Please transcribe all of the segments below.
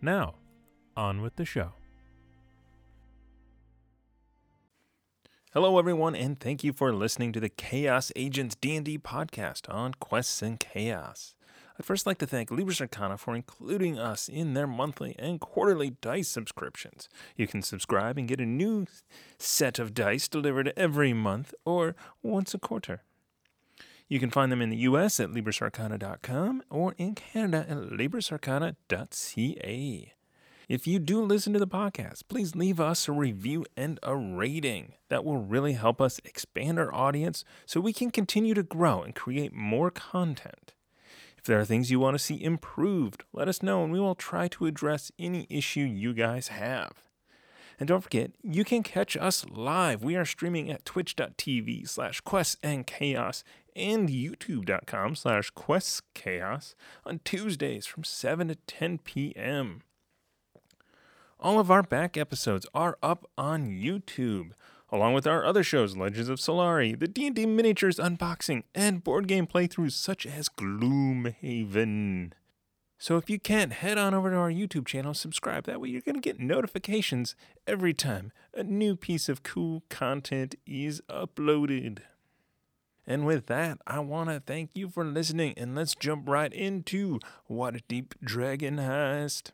Now, on with the show. Hello everyone and thank you for listening to the Chaos Agents D&D podcast on Quests and Chaos. I'd first like to thank Libris Arcana for including us in their monthly and quarterly dice subscriptions. You can subscribe and get a new set of dice delivered every month or once a quarter. You can find them in the US at LibrisArcana.com or in Canada at LibrisArcana.ca. If you do listen to the podcast, please leave us a review and a rating. That will really help us expand our audience so we can continue to grow and create more content. If there are things you want to see improved, let us know and we will try to address any issue you guys have. And don't forget, you can catch us live. We are streaming at twitch.tv slash quests and chaos and youtube.com slash quests chaos on Tuesdays from 7 to 10 p.m. All of our back episodes are up on YouTube, along with our other shows, Legends of Solari, the D&D miniatures unboxing, and board game playthroughs such as Gloomhaven. So if you can, head on over to our YouTube channel, subscribe. That way you're going to get notifications every time a new piece of cool content is uploaded. And with that, I want to thank you for listening, and let's jump right into Waterdeep Dragon Heist.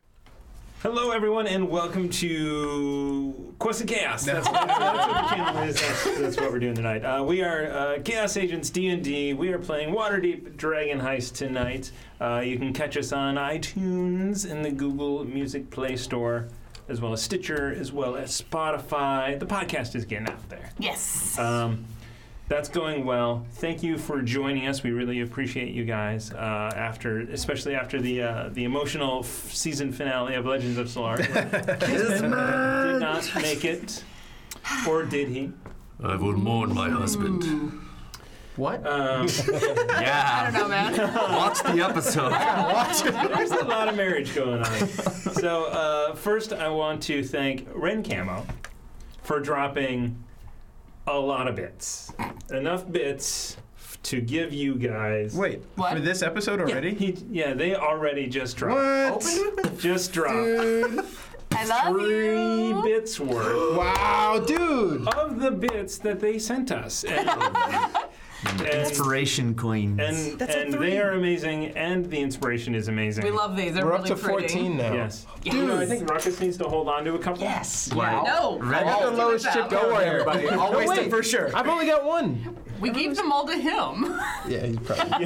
Hello, everyone, and welcome to Quest and Chaos. That's, that's- that's what the channel is. That's, that's what we're doing tonight. Uh, we are uh, Chaos Agents D and D. We are playing Waterdeep Dragon Heist tonight. Uh, you can catch us on iTunes and the Google Music Play Store, as well as Stitcher, as well as Spotify. The podcast is getting out there. Yes. Um, that's going well. Thank you for joining us. We really appreciate you guys. Uh, after, especially after the uh, the emotional f- season finale of Legends of Solar, did not make it, or did he? I will mourn my husband. What? Um, Yeah. I don't know, man. Watch the episode. there's a lot of marriage going on. So uh, first, I want to thank Ren Camo for dropping a lot of bits, enough bits f- to give you guys. Wait, What? for this episode already? He, yeah, they already just dropped. What? Just dropped Dude. I love three you. bits worth wow, dude. of the bits that they sent us. And, and, Inspiration queens. and, and they are amazing, and the inspiration is amazing. We love these. They're We're up really to 14 Oh, now. Yes. Yes. You know, I think Ruckus needs to hold on to a couple. Yes. Wow. No. Red- I'll Got do the lowest it chip. now. Don't worry, everybody. I'll waste wait. it for sure. I've only got one. We gave them all to him. Yeah, he's probably.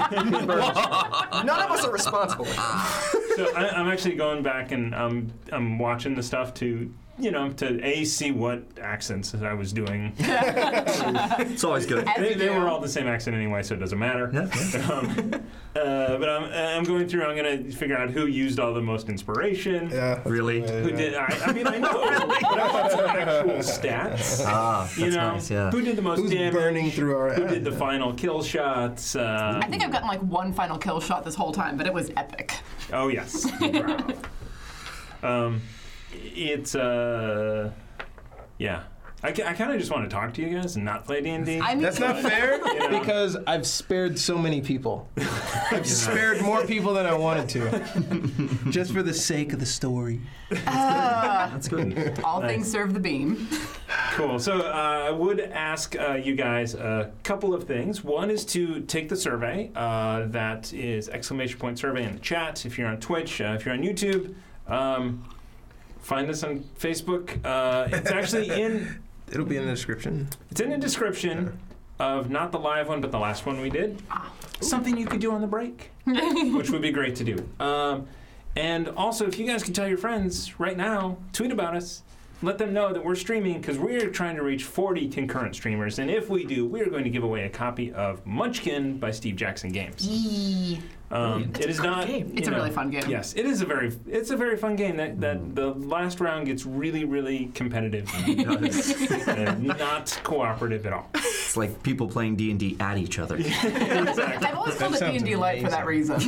None of us are responsible. So I, I'm actually going back and um, I'm watching the stuff to, you know, to A, see what accents I was doing. It's always good. As They, you they do. were all the same accent anyway, so it doesn't matter. um, uh, but I'm, I'm going through, I'm going to figure out who used all the most inspiration. Yeah. Really? Who did? I, I mean, I know, but I want some actual stats. Ah, that's you know, nice. Yeah. who did the most Who's damage? burning through our. Who did the final kill shots? Uh, I think I've gotten like one final kill shot this whole time, but it was epic. oh yes. Wow. um, it's uh, yeah. I, kind of just want to talk to you guys and not play D and D. I mean, That's not fair because I've spared so many people. I've spared more people than I wanted to. Just for the sake of the story. That's good. Uh, all things serve the beam. Cool. So uh, I would ask uh, you guys a couple of things. One is to take the survey. Uh, that is exclamation point survey in the chat. If you're on Twitch, uh, if you're on YouTube, um, find us on Facebook. Uh, it's actually in It'll be in the description. it's in the description of not the live one, but the last one we did. Something you could do on the break, which would be great to do. Um, and also, if you guys can tell your friends right now, tweet about us. Let them know that we're streaming because we're trying to reach 40 concurrent streamers. And if we do, we are going to give away a copy of Munchkin by Steve Jackson Games. Yee. Um, it is not. game. you It's a know, really fun game. Yes, it is a very. It's a very fun game. That that the last round gets really, really competitive it's and not cooperative at all. like people playing D and D at each other. I've always called it sounds D&D Light for that reason.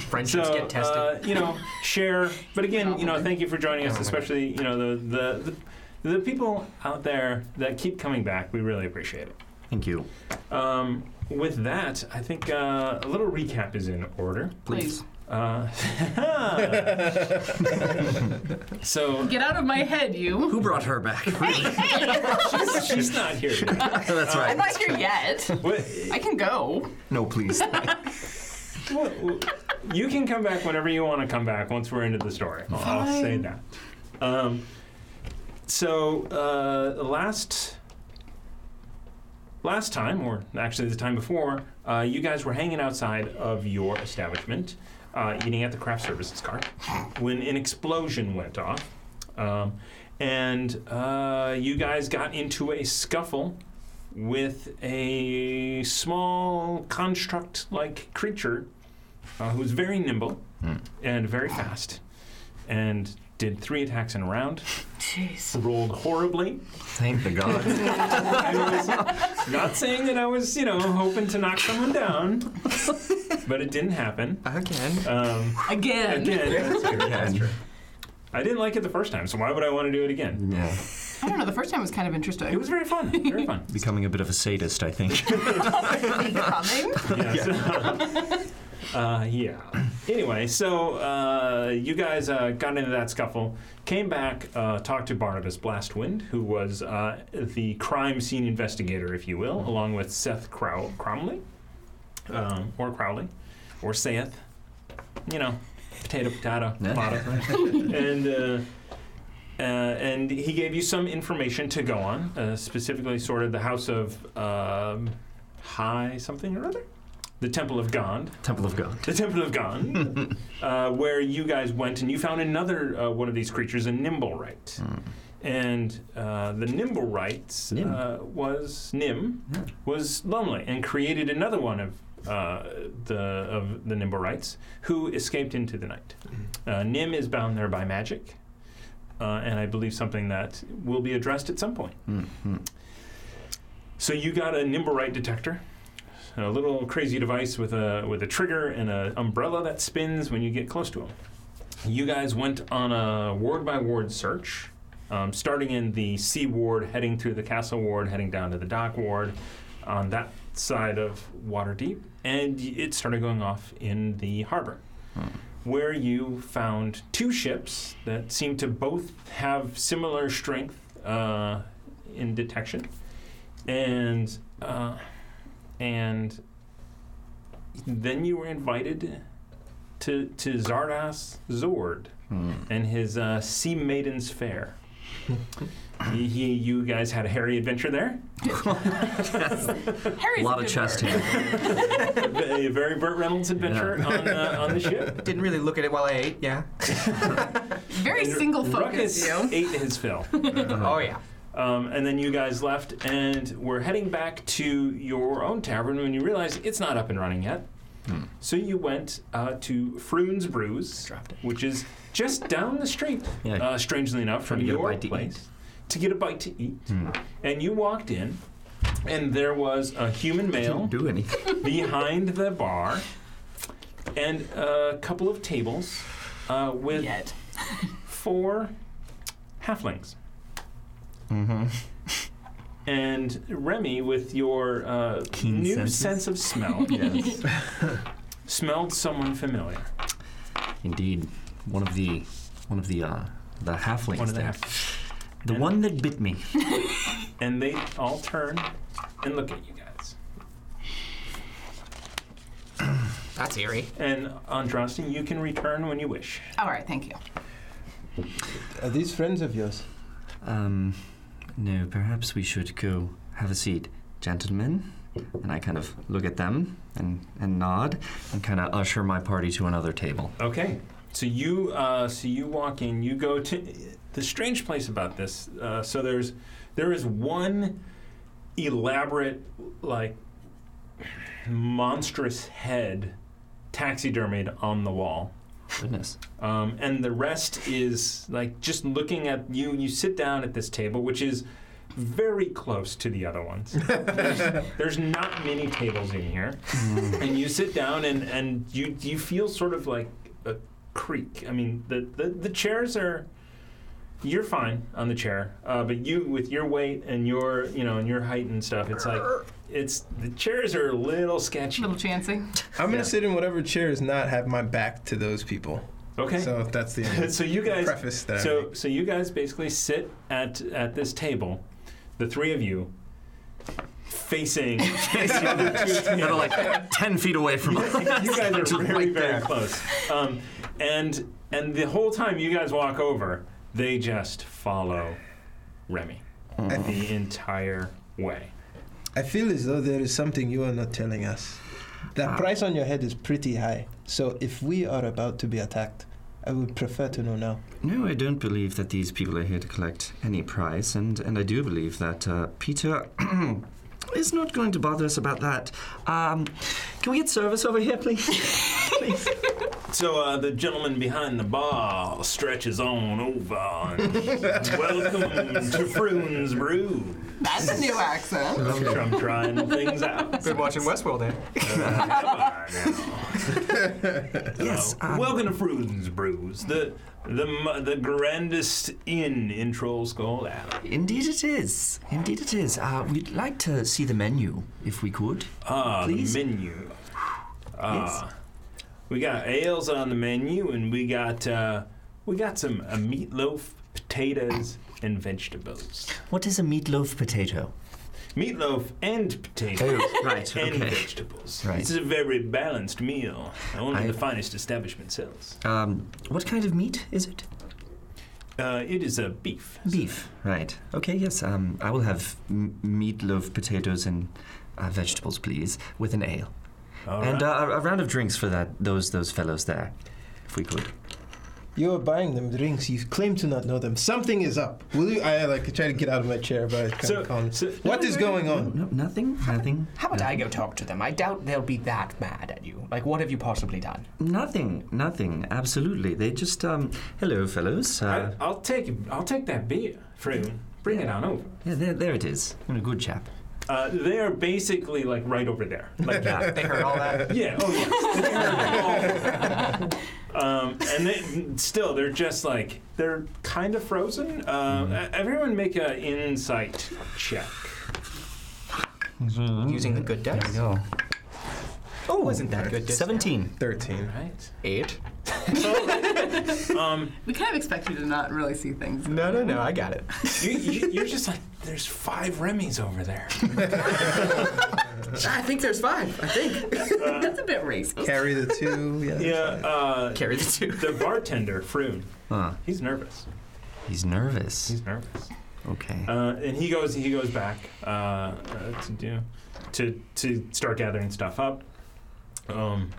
Friendships get tested. Oh uh, you know, share. But again, you know, thank you for joining us, especially you know the the. the the people out there that keep coming back, we really appreciate it. Thank you. Um, with that, I think uh, a little recap is in order. Please. Please. Uh, so Get out of my head, you. Who brought her back? she's not here. That's I'm right. not here yet. What, I can go. No, please. what- what- you can come back whenever you want to come back once we're into the story. I'll say that. Um, so uh, last last time, or actually the time before, uh, you guys were hanging outside of your establishment, uh, eating at the craft services cart, when an explosion went off, um, and uh, you guys got into a scuffle with a small construct-like creature uh, who was very nimble and very fast, and did three attacks in a round. Jeez. Rolled horribly. Thank the gods. I was not saying that I was, you know, hoping to knock someone down, but it didn't happen. Again. Um, Again. again, that's true, that's Yeah. true. I didn't like it the first time, so why would I want to do it again? Yeah. I don't know, the first time was kind of It interesting. was very fun. Very fun. Becoming a bit of a sadist, I think. Coming? Yeah. so- uh, yeah. Anyway, so uh, you guys uh, got into that scuffle, came back, uh, talked to Barnabas Blastwind, who was uh, the crime scene investigator, if you will, along with Seth Crow- Cromley, um, or Crowley, or Saith. You know, potato, potato, Yeah. potato. and. Uh, uh, and he gave you some information to go on, uh, specifically sort of the house of um, High something or other the Temple of Gond, Temple of God. the Temple of Gond, uh, where you guys went and you found another uh, one of these creatures, a Nimblewright. And uh, the Nimblewright Nim. uh, was Nim, was lonely and created another one of uh, the of the Nimblewrights who escaped into the night. Uh, Nim is bound there by magic, uh, and I believe something that will be addressed at some point. Mm, So you got a Nimblewright detector a little crazy device with a with a trigger and an umbrella that spins when you get close to him. You guys went on a ward by ward search, um, starting in the sea ward, heading through the castle ward, heading down to the dock ward, on that side of Waterdeep, and y- it started going off in the harbor, where you found two ships that seemed to both have similar strength uh, in detection, and. Uh, and then you were invited to to Zardas Zord and his uh, Sea Maidens Fair. he, he- you guys had a hairy adventure there, Harry's A lot of good chest bird. here. a very Burt Reynolds adventure on, uh, on the ship. Didn't really look at it while I ate, yeah. Very single Ruckus focus, you. ate his fill. Oh, yeah. Um, and then you guys left and were heading back to your own tavern when you realized it's not up and running yet. Hmm. So you went uh, to Froon's Brews, Dropped it. which is just down the street, Yeah. uh, strangely enough, Trying from to get a your bite to eat. Hmm. place, to get a bite to eat. And you walked in, and there was a human male Didn't do anything. behind the bar and a couple of tables uh, with Yet. four halflings. Mm-hmm. And Remy, with your uh, Keen new senses. sense of smell, Yes. smelled someone familiar. Indeed, one of the one of the uh, the halflings. One of the there. half- The one that bit me. And they all turn and look at you guys. That's eerie. And Andraste, you can return when you wish. All right, thank you. Are these friends of yours? Um, no, perhaps we should go have a seat, gentlemen. And I kind of look at them and, and nod and kind of usher my party to another table. Okay. So you uh, so you walk in. You go to the strange place about this. Uh, so there's there is one elaborate like monstrous head taxidermied on the wall. Goodness. Um, and the rest is like just looking at you. You sit down at this table, which is very close to the other ones. there's, there's not many tables in here, and you sit down and and you you feel sort of like a creak. I mean, the the, the chairs are. You're fine on the chair, uh, but you, with your weight and your, you know, and your height and stuff, it's like, it's the chairs are a little sketchy. Little chancy. I'm gonna sit in whatever chair is not have my back to those people. Okay. So if that's the end. so you guys preface that I so so you guys basically sit at at this table the three of you facing the other two They're tables. like 10 feet away from us. you guys are very very right there. close um, and and the whole time you guys walk over they just follow remy Mm-hmm. the entire way I feel as though there is something you are not telling us. Ah. That price on your head is pretty high. So if we are about to be attacked, I would prefer to know now. No, I don't believe that these people are here to collect any price, and, and I do believe that uh, Peter is not going to bother us about that. Um, can we get service over here, please? please. So uh, the gentleman behind the bar stretches on over. And welcome to Froon's Brew. That's a new accent. I'm trying things out. Good watching Westworld there. yes. um, welcome to Froon's Brews, the the mo- the grandest inn in Troll Skull Alley. Indeed it is. Indeed it is. Uh, we'd like to see the menu, if we could. Ah, the Please? menu. Ah, we got ales on the menu, and we got uh, we got some uh, meatloaf, potatoes, and vegetables. What is a meatloaf potato? Meatloaf and potatoes. Oh, right, and okay. vegetables. Right. This is a very balanced meal. Only I- the finest establishment sells. Um, what kind of meat is it? Uh, it is a beef. Beef. Right. Okay, yes. Um, I will have m- meatloaf, potatoes, and uh, vegetables, please, with an ale. All right. and uh, a, a round of drinks for that those those fellows there, if we could. You are buying them drinks. You claim to not know them. Something is up. Will you? I like try to get out of my chair, but I uh, kind So- of calm. so- what is going on? No, nothing. Nothing. How about I go talk to them? I doubt they'll be that mad at you. Like, what have you possibly done? Nothing. Nothing. Absolutely. They just um. Hello, fellows. I, Uh, I'll take I'll take that beer, Freeman. Bring it on over. yeah, there, there it is. And a good chap. Uh, they are basically like right over there. Like Yeah. They heard all that. yeah, oh yeah. um, and they, still, they're just like they're kind of frozen. Mm-hmm. Uh, Everyone make an insight check. Using the good dice. Mm. go. Oh, wasn't that good dice? Seventeen. Thirteen. Right. Eight. We kind of expect you to not really see things. No, no, no. I got it. You, you, you're just like there's five Remy's over there. I think there's five. I think. That's a bit racist. Carry the two. Yeah. Yeah. Uh, Carry the two. the bartender, Froon. Ah, He's nervous. he's nervous. He's nervous. Okay. Uh, and he goes. He goes back uh, uh, to do to to start gathering stuff up. Um,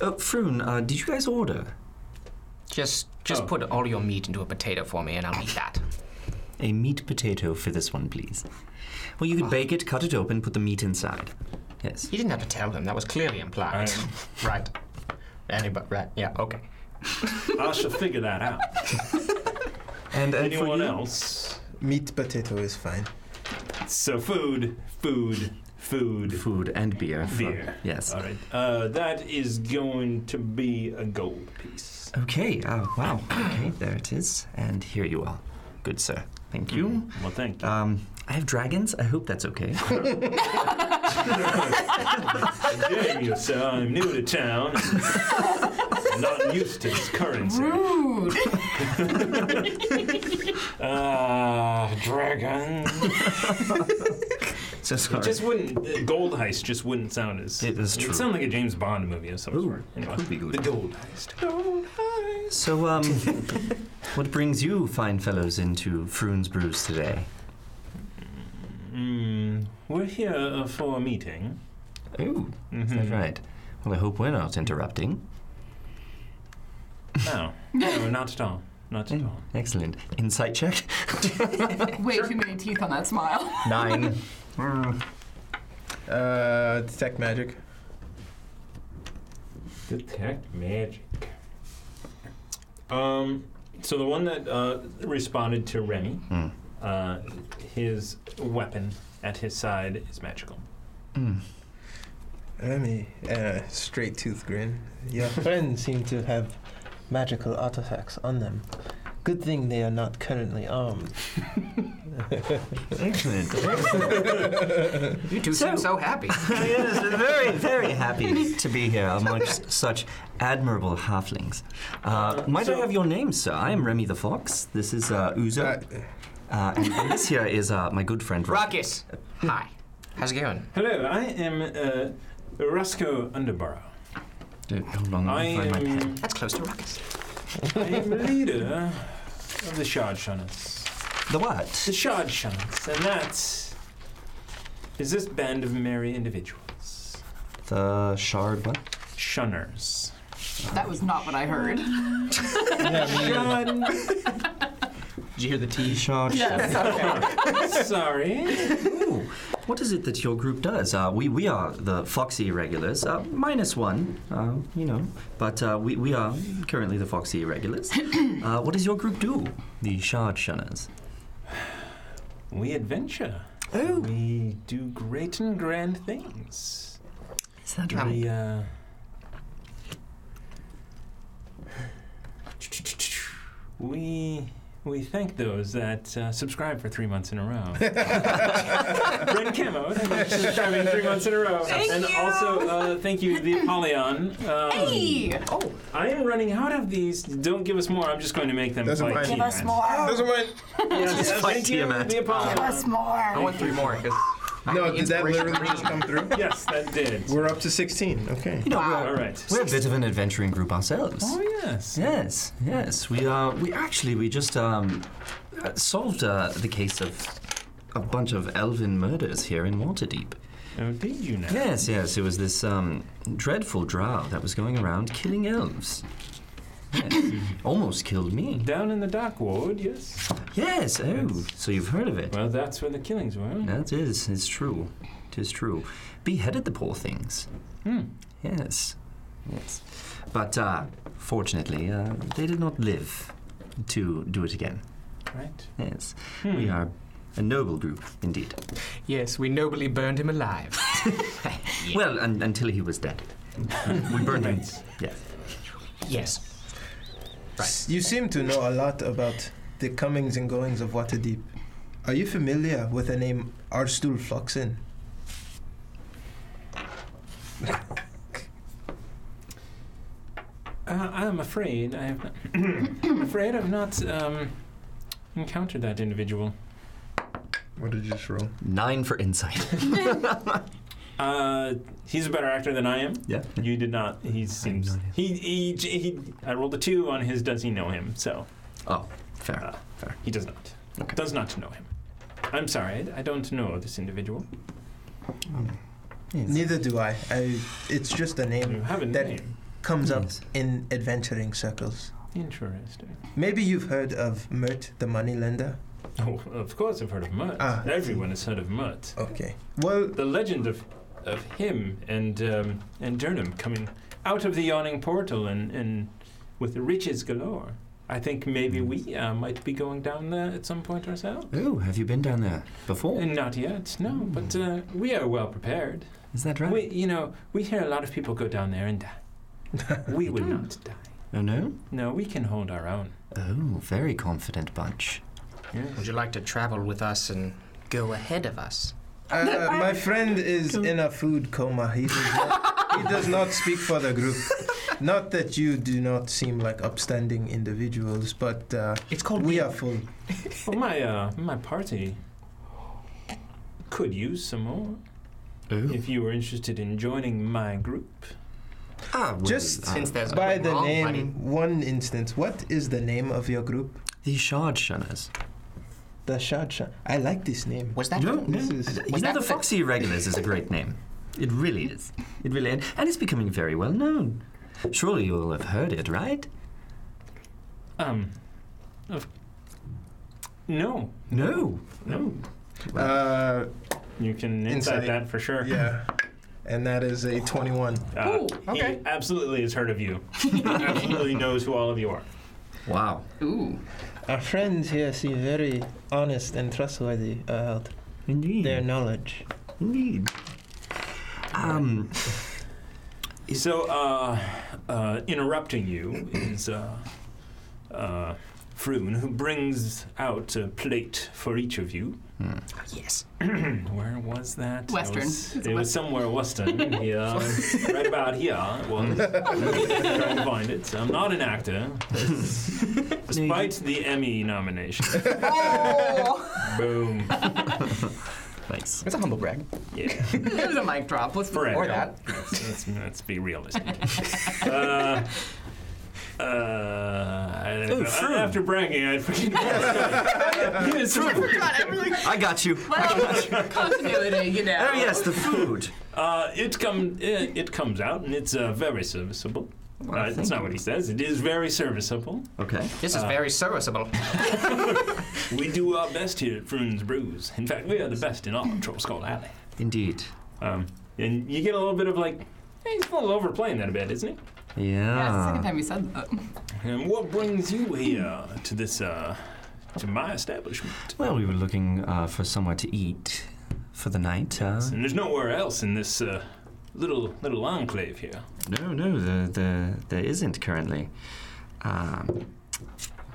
Uh, Froon, uh, did you guys order Just, just Oh. put all your meat into a potato for me, and I'll eat that. a meat potato for this one, please? Well, you could Ah. bake it, cut it open, put the meat inside. Yes. You didn't have to tell them. That was clearly implied. I- right. Anybody? Right. Yeah. Okay. I shall figure that out. And, and for Anyone you? else? Meat potato is fine. So food, food, food, Food and beer. for- beer. Yes. All right. Uh, that is going to be a gold piece. Okay. Oh, wow. Okay, there it is. And here you are. Good sir. Thank you. Mm, Well, thank you. Um, I have dragons. I hope that's okay. Damn you, sir. I'm new to town. Not used to this currency. Rude. Ah, dragon. so sorry. Just wouldn't uh, gold heist just wouldn't sound as It is true. It sounded like a James Bond movie of some Ooh, sort. it Anyway, could be good. the gold heist. Gold heist. So, um, what brings you fine fellows into Froon's Brews today? Mm, we're here uh, for a meeting. Mm-hmm. Ooh, is that right? Well, I hope we're not interrupting. No, no, not at all. Not at all. Excellent. Insight check? Way too many teeth on that smile. Nine. Mm. Uh, detect magic. Detect magic. Um, so the one that uh, responded to Remy, Hmm. uh, his weapon at his side is magical. Mm. Remy, uh, straight tooth grin. Your friends seem to have magical artifacts on them. Good thing they are not currently armed. Excellent. You two So- seem so happy. yes, very, very happy to be here amongst such admirable halflings. Uh, might I have your name, sir? I am Remy the Fox. This is uh, Uzo. Uh, and, and this here is uh, my good friend Rock. Ruckus. Hi. How's it going? Hello, I am uh, Roscoe Underborough. Dude, hold on, I let me Mm, find my pen. am, That's close to Ruckus. I am leader of the Shard Shunners. The what? The Shard Shunners, and that is this band of merry individuals. The shard what? Shunners. That was not what I heard. Shun. Did you hear the The T? shard. Sorry. Ooh, what is it that your group does? Uh, we, we are the Foxy Irregulars, uh, minus one, uh, you know, but uh, we, we are currently the Foxy Irregulars. uh, what does your group do? The Shard Shunners. We adventure. Oh. We do great and grand things. Is that We, uh. We. We thank those that uh, subscribe for three months in a row. Brent Camo, thank you for subscribing three months in a row. Thank and you. also, uh, thank you, the Apollyon. Um, Hey! Oh, I am running out of these. Don't give us more. I'm just going to make them That's fight. fine. Give Tiamat. Doesn't mind. Yes, Fight thank you, Tiamat. the Apollyon. I want three more because. No, Oh, did that literally just come through? Yes, that did. We're up to 16. Okay. You know, All we're, right. we're a bit of an adventuring group ourselves. Oh yes. Yes, yes. We uh, we actually we just um, uh, solved uh, the case of a bunch of elven murders here in Waterdeep. Oh, did you now? Yes, yes. It was this um, dreadful drow that was going around killing elves. Yes. Almost killed me. Down in the dock ward, yes. Yes. Oh, Yes. so you've heard of it? Well, that's where the killings were. That is, it's true. It is true. Beheaded the poor things. Hmm. Yes. Yes. But uh, fortunately, uh, they did not live to do it again. Right. Yes. Hmm. We are a noble group indeed. Yes, we nobly burned him alive. Well, un- until he was dead. we burned him. Yes. Yes. You seem to know a lot about the comings and goings of Waterdeep. Are you familiar with the name Arstul Foxin? Uh, I'm afraid I have. Not, I'm afraid I've not um, encountered that individual. What did you just roll? Nine for insight. Uh, he's a better actor than I am. yeah. You did not. He seems. not him. He, he he. I rolled a two on his. Does he know him? So Oh, fair. Uh, he does not. Okay. Does not know him. I'm sorry. I, I don't know this individual. Yes. Neither do I. I. It's just a You name have a That- name. comes up Yes. in adventuring circles. Interesting. Maybe you've heard of Mert, the moneylender. Oh, of course I've heard of Mutt. Ah. Everyone has heard of Mutt. Okay. Well, the legend of of him and um, and Durham coming out of the yawning portal and, and with riches galore. I think maybe we uh, might be going down there at some point ourselves. Oh, have you been down there before? And not yet, no. But uh, we are well prepared. Is that right? We, you know, we hear a lot of people go down there and die. we will not die. Oh no. No, we can hold our own. Oh, very confident bunch. Would you like to travel with us and go ahead of us? uh, my friend is in a food coma. He does, not, he does not speak for the group. Not that you do not seem like upstanding individuals, but uh, It's called we are full. Well, my uh, my party could use some more. Oh. If you were interested in joining my group, Ah, well, Just- uh, Since there's By nothing the wrong, name, buddy. one instance. What is the name of your group? the shard shunners. The Shadsha. I like this name. Was that? This is You know, that the the- Foxy Irregulars is a great name. It really is. It really is. And it's becoming very well known. Surely you all have heard it, right? Um. Of, no, No. no. uh, You can insight Insight. that for sure. Uh, yeah. and that is a 21. Ooh, okay. He absolutely has heard of you. absolutely knows who all of you are. Wow. oooo. Our friends here seem very honest and trustworthy about Indeed. their knowledge. Indeed. Um, So, uh, uh, interrupting you is uh, uh, Froon, who brings out a plate for each of you. Hmm. Yes. Where was that? That Western. was- It's it was somewhere western. yeah, right about here. It was. Trying to find it. So I'm not an actor, despite the Emmy nomination. Oh, Boom. nice. It's a humble brag. Yeah. it was a mic drop. Let's Brad. Or that. Let's, let's be realistic. uh, uh, I don't Ooh, know. fruit. After bragging, I freaking He was fruit. God, everything. I got you. Well, continuity, you know. Oh yes, the food. Uh, it come it, it comes out and it's uh, very serviceable. uh, that's thank not what he says. It is very serviceable. Okay. This Uh, is very serviceable. We do our best here at Froon's Brews. In fact, we are the best in all of Troll Skull Alley. Indeed. Um, and you get a little bit of like, hey, he's a little overplaying that a bit, isn't he? Yeah, it's the second Yeah. time you said that. And what brings you here to this uh, to my establishment? Well, we were looking uh, for somewhere to eat for the night. Uh, And there's nowhere else in this uh, little little enclave here. no, no, the, the, there isn't currently. Um,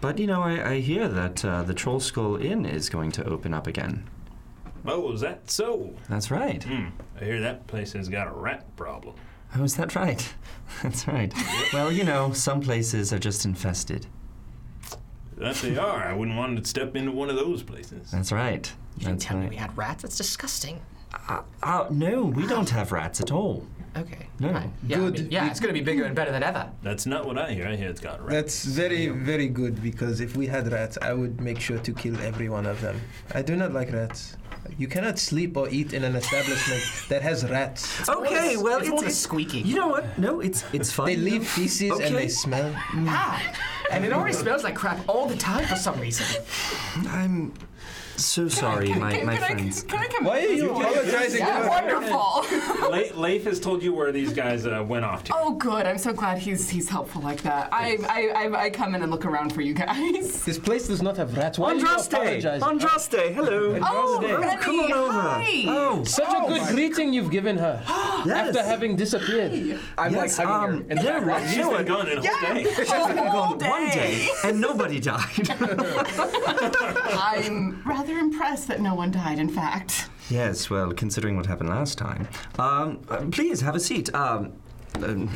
but you know, I, I hear that uh, the Troll Skull Inn is going to open up again. Oh, is that so? That's right. Hmm. I hear that place has got a rat problem. Oh, is that right? That's right. well, you know, some places are just infested. That they are. I wouldn't want to step into one of those places. That's right. You didn't That's tell me right. we had rats. That's disgusting. Uh, no, we don't have rats at all. Okay. No. fine. Yeah, I Good. mean, yeah, it's going to be bigger and better than ever. That's not what I hear. I hear it's got a rat. That's very, very good because if we had rats, I would make sure to kill every one of them. I do not like rats. You cannot sleep or eat in an establishment that has rats. Okay, well, it's, it's, more the it's- squeaky. You know what? No, it's it's fine. They leave feces and Okay. they smell. Ah, and it already smells like crap all the time for some reason. I'm so sorry, my, can, my can friends. I, can I come Why are you apologizing? Yeah, for- wonderful. La- Leif has told you where these guys uh, went off to. Oh, good. I'm so glad he's he's helpful like that. I I, I, I come in and look around for you guys. This place does not have rats. Why are you Andraste! apologizing? Andraste, hello! Oh, Thursday. Remy, Come on over! hi. Oh, Such a good greeting you've given her yes! after having disappeared. I'm yes, like hugging um, her. yeah, Oh, right. She's You know been what? gone in a whole day. Whole Gone one day, and nobody died. I'm rather impressed that no one died. In fact, yes, well, considering what happened last time. Um, uh, please have a seat. Um, um,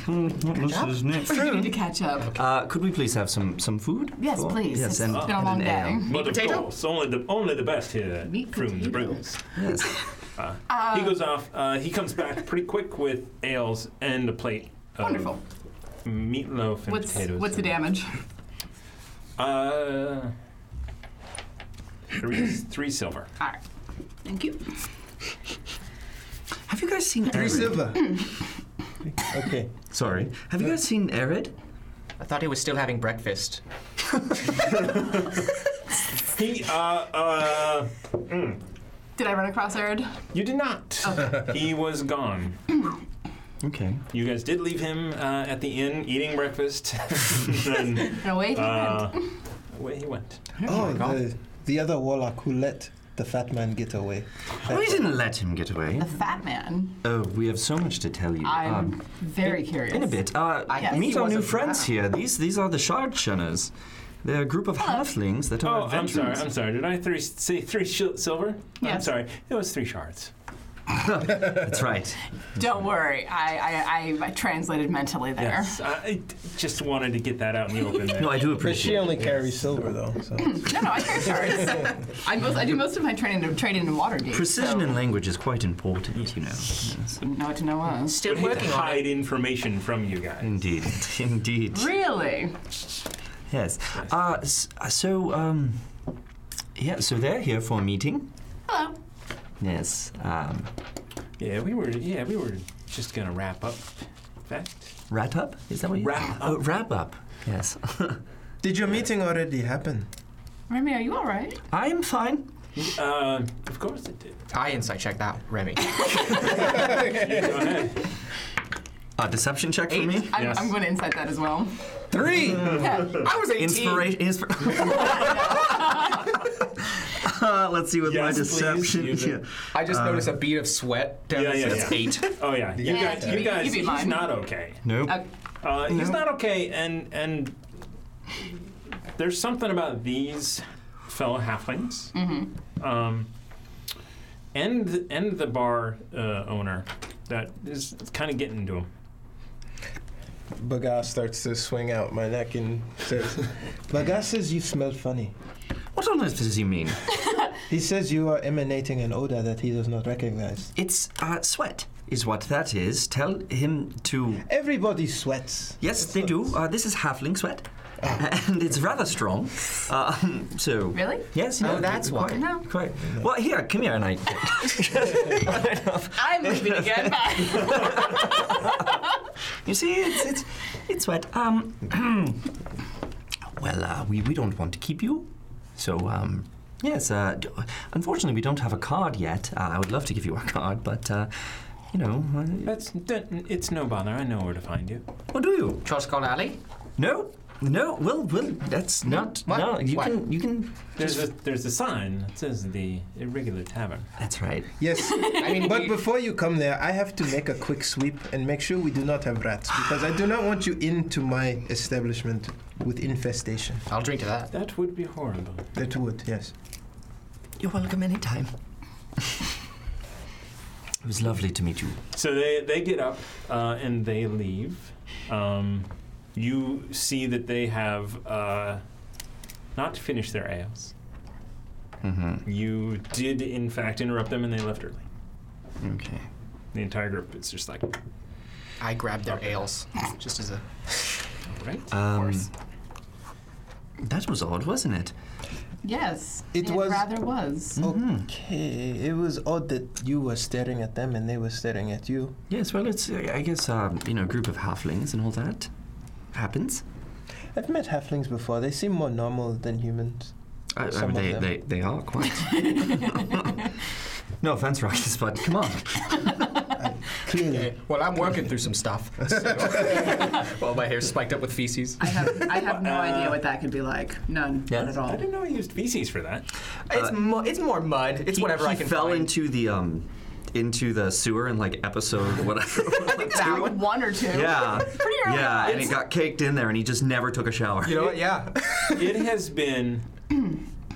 what was his name? you need to catch up. Uh, could we please have some, some food? Yes, Or- please. Yes, It's and, been a and long an day. ale. But of potato? course, only the only the best here at Meat Froon's potatoes. Brews. Yes. he goes off. Uh, he comes back pretty quick with ales and a plate. Of Wonderful. Meatloaf and What's potatoes. what's the and- damage? Uh, three, three silver. All right. Thank you. Have you guys seen Three Arid? silver. okay. Sorry. Have you guys seen Arid? I thought he was still having breakfast. He, uh, uh, Did I run across Arid? you did not. he was gone. Okay. You guys did leave him uh, at the inn eating breakfast. then, No way. He uh, went. away he went. Oh, the, the other warlock who let the fat man get away. We didn't let him get away. The fat man. Oh, we have so much to tell you. Um, I'm very curious. in a bit. Uh, I think meet he our was new a friends rat. here. These these are the Shard Shunners. They're a group of halflings that are Oh, I'm sorry. adventurers. I'm sorry. Did I three, say three shil- silver? I'm Yes. sorry. It was three shards. That's right. Don't worry. I I, I translated mentally there. Yes. I, I just wanted to get that out in the open. There. No, I do But appreciate. she only carries silver, though. So. No, no, I carry shards. I most I do most of my training training in Waterdeep. it. Precision so in language is quite important, you know. Yes. wouldn't know what to know us. Still Hate to working on it. hide information from you guys. Indeed, indeed. Really? Yes. Uh, s- uh, so um, yeah. So they're here for a meeting. Hello. Yes. Um, Yeah, we were. Yeah, we were just gonna wrap up. In fact, wrap up. Is that what you? Wrap Oh, wrap up. Yes. Did your meeting already happen? Remy, are you all right? I'm fine. Uh, of course it did. I Ah, insight check that, Remy. Go ahead. A deception check for me. I'm, Yes. I'm going to inside that as well. Three. Yeah. I was 18. Inspiration. uh, let's see with my Yes, please, deception. use it. Yeah. I just noticed a bead of sweat down yeah, the yeah, That's yeah. eight. Oh yeah, you Yeah, guys, you you beat- guys, you beat he's mine. not okay. Nope. Uh, Uh, He's No. not okay, and and there's something about these fellow halflings, Mm-hmm. um, and and the bar uh, owner that is kind of getting to him. Bagas starts to swing out my neck and says, Bagas says you smell funny. What on earth does he mean? He says you are emanating an odor that he does not recognize. It's uh, sweat, is what that is. Tell him to. Everybody sweats. Yes, they do. Uh, this is halfling sweat, Ah. and it's rather strong. Uh, so. Really? Yes. Oh, no, that's why. quite, No. Quite. Well, here, come here, and I. I'm leaving again. Bye. You see, it's it's it's wet. Um. well, uh, we we don't want to keep you, so um. Yes. Uh. d- Unfortunately, we don't have a card yet. Uh, I would love to give you a card, but uh, you know. Uh, That's that, it's no bother. I know where to find you. what do you? Troskon Alley? No. No. Well, well, that's not. What? No. You Why? can. You can. There's a there's a sign that says the irregular tavern. That's right. Yes. I mean, But you- before you come there, I have to make a quick sweep and make sure we do not have rats because I do not want you into my establishment with infestation. I'll drink to that. That would be horrible. That would, yes. You're welcome anytime. it was lovely to meet you. So they, they get up uh, and they leave. Um, you see that they have uh, not finished their ales. Mm-hmm. You did, in fact, interrupt them and they left early. Okay. The entire group is just like, I grabbed their ales just as a. right? Um, course. that was odd, wasn't it? yes. It was- rather was. Okay. It was odd that you were staring at them and they were staring at you. Yes, well, it's uh, I guess um, you know, a group of halflings and all that happens. I've met halflings before. They seem more normal than humans. I, I Some mean, of they, them. they they are quite. no offense, Rockets, but come on. Clearly. Well, I'm working through some stuff. well, my hair's spiked up with feces. I have, I have no idea what that could be like. None. Yeah. Not at I all. didn't know I used feces for that. It's, mo- it's more mud. It's whatever he I can fell find. into the um, into the sewer in like episode whatever. That one, one or two. yeah, Pretty early yeah, on. and it got caked in there, and he just never took a shower. You know what? Yeah. It has been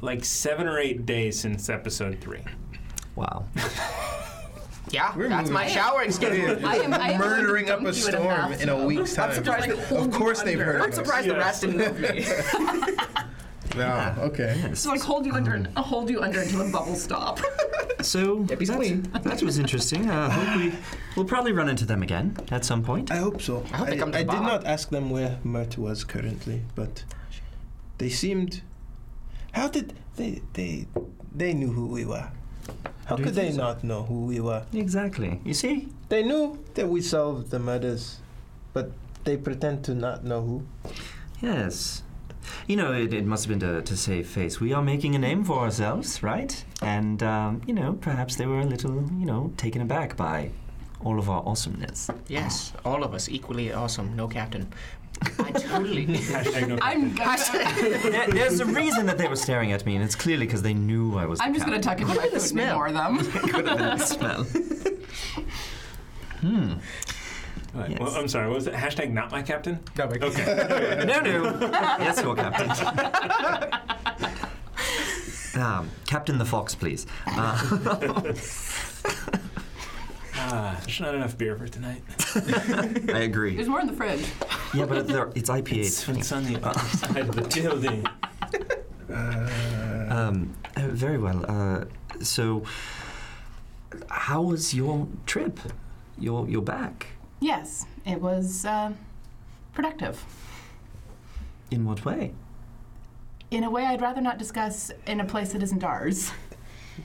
like seven or eight days since episode three. Wow. Yeah, that's moving my on. showering schedule. I am, I am going to Murdering up dunk a you in storm in a bathtub. week's I'm time. surprised they hold Of course you they've under. heard I'm of us. surprised the rats didn't move me. Wow, okay. So like hold you under, I'll hold you under until the bubbles stop. So that, that was interesting. Uh, hope we we'll probably run into them again at some point. I hope so. I hope they come to the did bar. not ask them where Mert was currently, but they seemed. How did they? They they knew who we were. How Do you could they think so? not know who we were? Exactly. You see, They knew that we solved the murders, but they pretend to not know who. Yes. You know, it, it must have been to, to save face. We are making a name for ourselves, right? And, um, you know, perhaps they were a little, you know, taken aback by all of our awesomeness. yes, all of us equally awesome. No captain. I totally. Hashtag no I'm, captain. I'm, There- there's a reason that they were staring at me, and it's clearly because they knew I was. I'm just going to tuck into my food and smell? ignore them. Could have been the smell. All right, well, I'm sorry, what was it? Hashtag not my captain? No, but- Okay. No, no. yes, your captain. um, captain the Fox, please. Uh, Ah, there's not enough beer for tonight. I agree. There's more in the fridge. Yeah, but they're- it's IPA. It's, it's on Uh-uh. the other side of the building. Um, uh, very well. Uh, so, how was your trip? You're, you're back. Yes, it was uh, productive. In what way? In a way I'd rather not discuss in a place that isn't ours.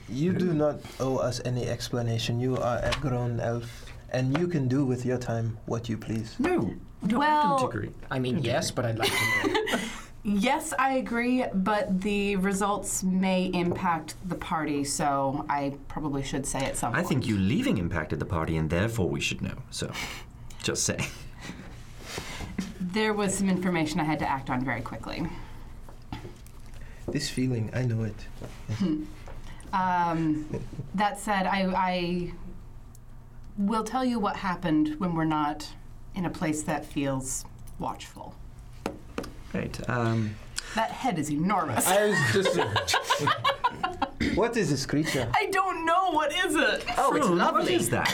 You do not owe us any explanation. You are a grown elf, and you can do with your time what you please. No. No, I Well- don't agree. I mean, yes, but I'd like to know. Yes, I agree, but the results may impact the party, so I probably should say it somewhere. I think you leaving impacted the party, and therefore we should know. So, just saying. there was some information I had to act on very quickly. This feeling, I know it. Um, that said, I, I will tell you what happened when we're not in a place that feels watchful. Right. Um, That head is enormous. I, I was just. what is this creature? don't know what is it. Oh, it's Prune, What lovely. is that?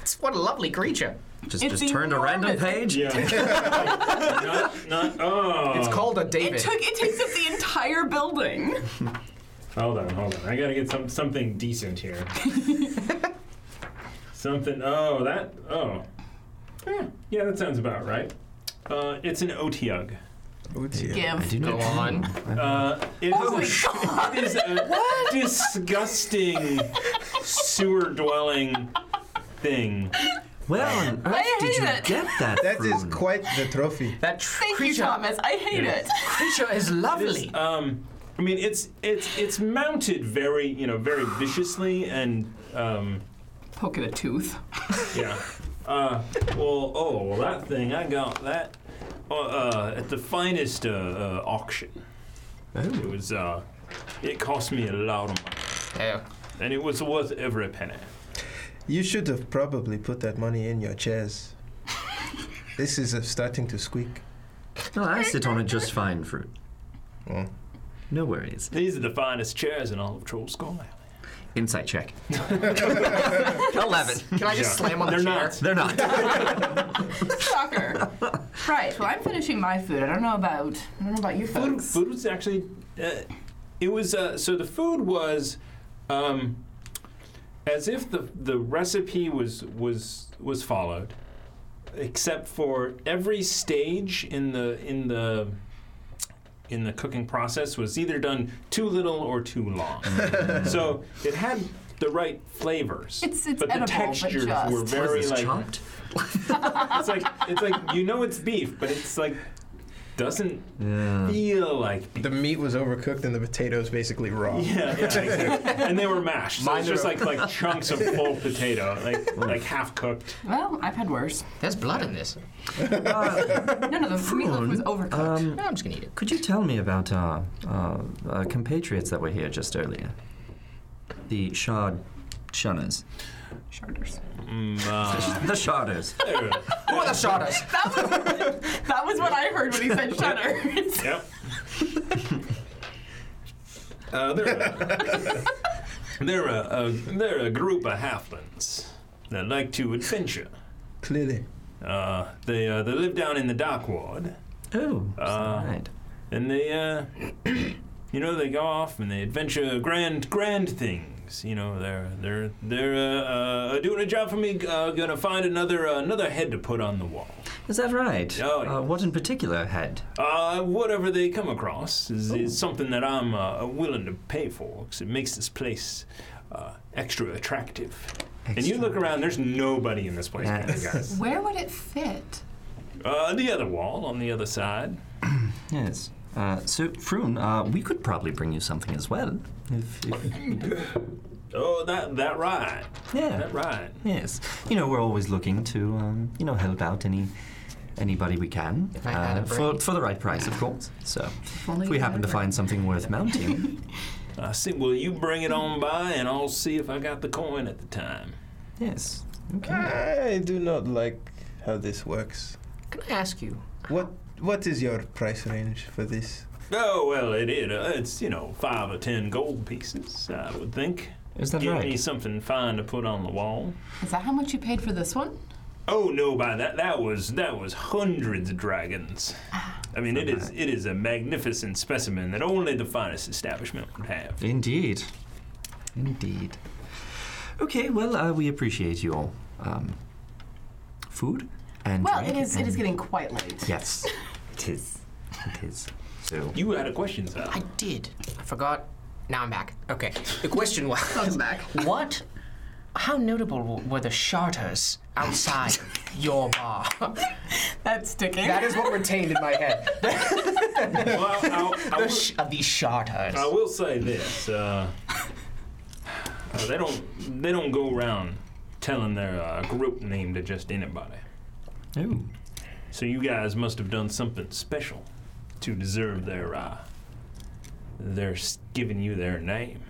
It's, what a lovely creature. Just, It's just turned a random enormous. page. not, not, oh. It's called a David. It took it takes up the entire building. Hold on, hold on. I gotta get some something decent here. something. Oh, that. Oh. Yeah, yeah, that sounds about right. Uh, it's an otiug. Oh, dear. Give. Go on. Uh, it Oh is a, it is a disgusting sewer dwelling thing. Where on earth I did hate you it. get that? That is prune? quite the trophy. That tr- Thank you, creature, Thomas. I hate it. creature is lovely. Um, I mean, it's it's it's mounted very you know very viciously and um, Poke at a tooth. yeah. Uh, well, oh, well, that thing I got that uh, uh, at the finest uh, uh, auction. It was uh, it cost me a lot of money, oh, Yeah. and it was worth every penny. You should have probably put that money in your chairs. this is uh, starting to squeak. No, I sit on it just fine, fruit. Mm. No worries. These are the finest chairs in all of Troll Skull Island. Insight check. Eleven. Can I just Yeah. slam on They're the chair? not. They're not. Shocker. right. Well, I'm finishing my food. I don't know about. I don't know about you food, folks. food was actually uh, it was uh, so the food was um, as if the the recipe was was was followed except for every stage in the in the in the cooking process was either done too little or too long so it had the right flavors It's- it's but edible, the but textures just. were Was very It's like chopped. it's like it's like you know it's beef but it's like doesn't Yeah. feel like beef. The meat was overcooked and the potatoes basically raw. Yeah, yeah, exactly. and they were mashed. So it's Mine just are- like like chunks of full potato, like like half cooked. Well, I've had worse. There's blood in this. No, no, the meatloaf was overcooked. Um, I'm just gonna eat it. could you tell me about our, our, uh compatriots that were here just earlier? The shard shunners. Sharders. The sharders. Who are the shotters? That was what I heard when he said shudders. yep. Uh, they're a, they're a, a they're a group of halflings that like to adventure. Clearly. Uh, they uh, they live down in the dock ward, oh, Uh, right. and they uh, you know they go off and they adventure grand grand things you know they're they're they're uh, uh, doing a job for me uh, gonna find another uh, another head to put on the wall Is that right? Oh, yeah. uh, what in particular had? uh, whatever they come across is, is something that i'm uh, willing to pay for because it makes this place uh, extra attractive and you look around there's nobody in this place man, Yes. guys. Where would it fit? uh, the other wall on the other side Yes. Uh, so, Froon, uh, we could probably bring you something as well. If, if, oh that that right yeah. that right Yes. You know, we're always looking to, um, you know, help out any anybody we can uh, I had a for brain. for the right price, of course. So, only if we you had happen a to brain. find something worth mounting, I see. Well, you bring it on by, and I'll see if I got the coin at the time. yes. Okay. I do not like how this works. Can I ask you? What What is your price range for this? Oh well, it it uh, it's you know five or ten gold pieces, I would think. Is that Give right? me something fine to put on the wall. Is that how much you paid for this one? Oh no, by that that was that was hundreds of dragons. I mean, it is it is a magnificent specimen that only the finest establishment would have. Indeed. Indeed. Okay, well, uh, we appreciate your um, food and Well, it drink is. It is and- getting quite late. Yes, it is. It is. So, You had a question, sir. I did. I forgot. Now I'm back. Okay. The question was Welcome back. what? How notable w- were the sharters outside? your bar. That's sticking. That is what retained in my head. Well, I'll, I, The will, uh, sh- of these sharters. Uh, I will say this: uh, uh, they don't they don't go around telling their uh, group name to just anybody. Ooh. So you guys must have done something special to deserve their uh, their s- giving you their name.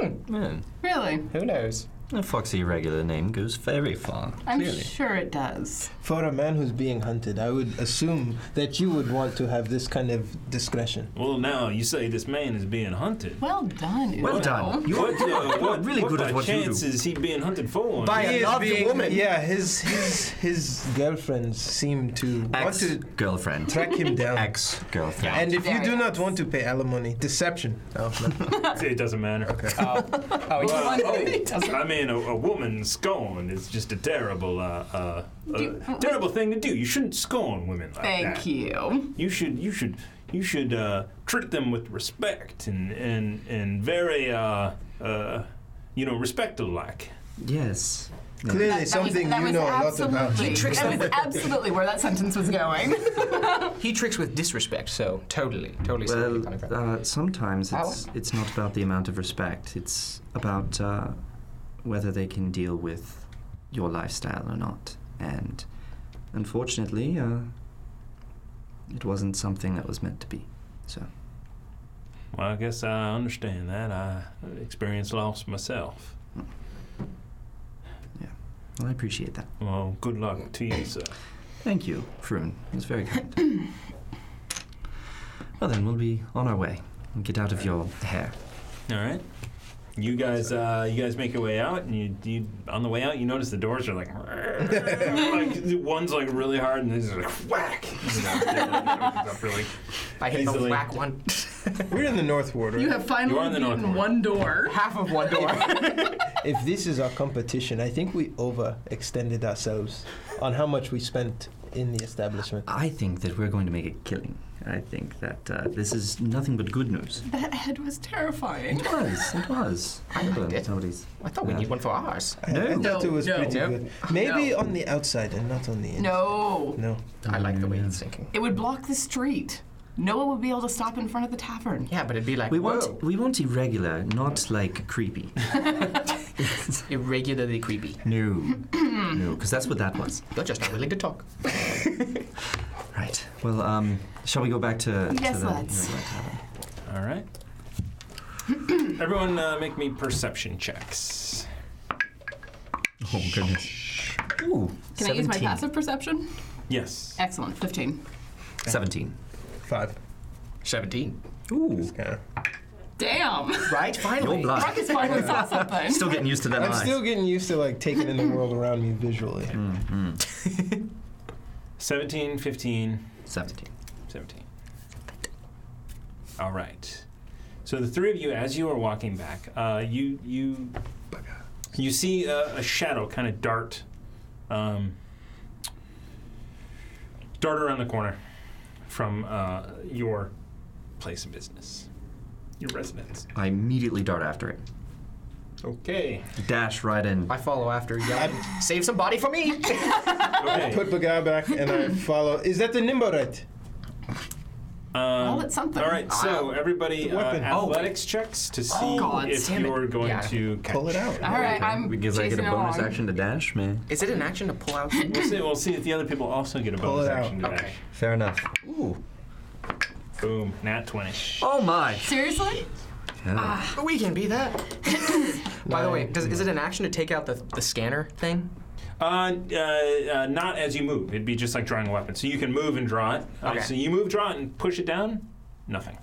Yeah. really? Who knows? A foxy regular name goes very far. I'm clearly. sure it does. For a man who's being hunted, I would assume that you would want to have this kind of discretion. Well, now you say this man is being hunted. Well done. Udo. Well done. You What, uh, what, really what good by at what you do. chance is he being hunted for? By He a is lovely being- woman. Yeah, his his his girlfriends seem to want ex to girlfriend. track him down. Ex girlfriend. And if you Very do not want to pay alimony, deception. Oh, no. it doesn't matter. Oh, it's Uh, oh, I mean, a, a woman scorned is just a terrible, uh, uh, You- uh, terrible thing to do. You shouldn't scorn women like that. Thank you. You should, you should, you should uh, treat them with respect and and and very, uh, uh, you know, respectful like. yes. Clearly, something that was, you know a that was lot about. absolutely- That was absolutely where that sentence was going. He tricks with disrespect, so totally, totally. see where you're Well, coming from. uh, sometimes it's it's not about the amount of respect. It's about uh, whether they can deal with your lifestyle or not. And unfortunately, uh, it wasn't something that was meant to be. So Well, I guess I understand that. I experienced loss myself. well, I appreciate that. Well, good luck to you, sir. Thank you, Frun. It was very kind. well, then we'll be on our way. We'll get out of your hair. All right. You guys, uh, you guys make your way out, and you, you on the way out, you notice the doors are like, like one's like really hard, and this is like whack. You know, it opens up really- I hit easily. the whack one. We're in the North Ward. you Right? have finally You are in the north beaten ward. one door. Half of one door. if this is our competition, I think we overextended ourselves on how much we spent in the establishment. I think that we're going to make a killing. I think that uh, this is nothing but good news. That head was terrifying. It was. It was. Well, did. nobody's. I thought we Yeah. need one for ours. I No. thought it was No, pretty no, good. Maybe no. on the outside and not on the inside. No. No. I like the way he's thinking. It would block the street. No one would be able to stop in front of the tavern. Yeah, but it'd be like We whoa, want. We want irregular, not like creepy. irregularly creepy. No. no, because that's what that was. You're just not willing to talk. Right. Well, um, shall we go back to? Yes, to the, let's. irregular tavern? All right. Everyone, uh, make me perception checks. Oh goodness. Ooh. Can 17. I use my passive perception? Yes. Excellent. 15. Seventeen. Five. Seventeen. Ooh. Yeah. Damn. Right? Finally. You're blind. Ruckus finally saw something. Still getting used to that. I'm still getting used to like taking in the world around me visually. 17, 15, seventeen. 17. All right. So the three of you, as you are walking back, uh, you you you see a, a shadow kind of dart, um, dart around the corner from uh, your place of business, your residence. I immediately dart after it. Okay. Dash right in. I follow after yelling, save some body for me. Okay. Put the guy back and I follow. Is that the Nimborite? Um, Well, it's something. All right. So everybody, uh, Ah, Weapon. Oh, wait. athletics checks to see God, if damn it. you're going Yeah. to catch. Pull it out. All right, I'm Because I chasing get a bonus along. action to dash, man. Is it an action to pull out? We'll see, we'll see if the other people also get a Pull bonus it out. action to Okay. dash. Fair enough. Ooh. Boom, nat 20. Oh my. Seriously? Oh. We can be that. By the way, does, is it an action to take out the, the scanner thing? Uh, uh, uh, not as you move. It'd be just like drawing a weapon. So you can move and draw it. Uh, Okay. So you move, draw it, and push it down. Nothing.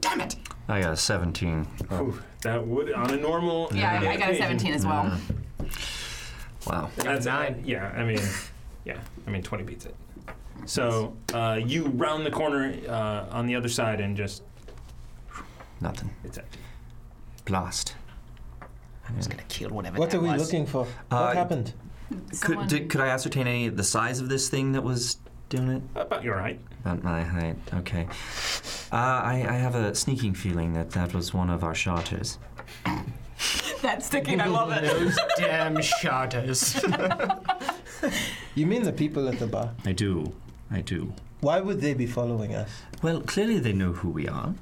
Damn it! I got a seventeen. Ooh, that would, on a normal. Yeah, I, I got a occasion, 17 as well. Wow. That's Nine. yeah, I mean, yeah, I mean, 20 beats it. So uh, you round the corner uh, on the other side and just, Nothing. it's empty. Blast. I'm just gonna kill whatever. What that are we was. looking for? Uh, what happened? Someone- Could, did, could I ascertain any the size of this thing that was doing it? About your height. About my height. Okay. Uh, I, I have a sneaking feeling that that was one of our charters. That's sticking. I love it. Those damn shatters. You mean the people at the bar? I do. I do. Why would they be following us? Well, clearly they know who we are,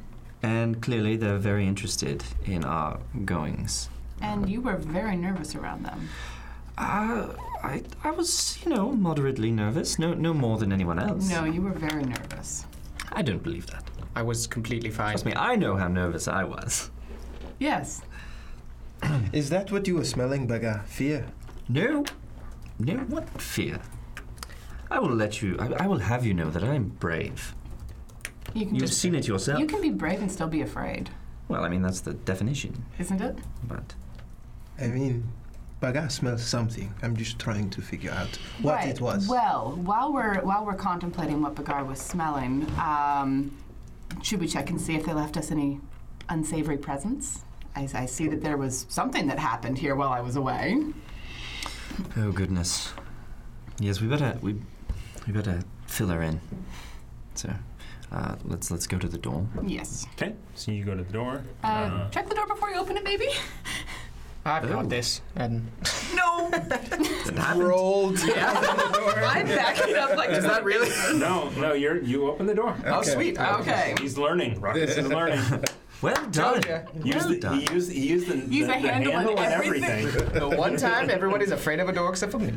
and clearly they're very interested in our goings. And you were very nervous around them. Uh, I, I was, you know, moderately nervous. No, no more than anyone else. No, you were very nervous. I don't believe that. I was completely fine. Trust me, I know how nervous I was. Yes. Is that what you were smelling, Baga? Fear? No, no, what fear? I will let you. I, I will have you know that I'm brave. You can You've just seen it yourself. you can be brave and still be afraid, Well, I mean that's the definition, isn't it? but I mean, Baga smells something. I'm just trying to figure out what right. it was. Well, while we're while we're contemplating what Bagar was smelling, um, should we check and see if they left us any unsavory presents? I, I see that there was something that happened here while I was away. oh goodness. Yes, we better we we better fill her in. So, uh, let's let's go to the door. Yes. Okay, so you go to the door. Uh, Uh-huh. check the door before you open it, baby. I've Oh. got this. And That happened. Rolled. I'm backing up like is that really? Uh, no, no, you're you open the door. Oh, Okay. sweet. okay. He's learning. Ruckus is learning. Well done. ya. Use well the, done. he used he used the, Use the, a handle on handle and everything. everything. The one time everyone is afraid of a door except for me.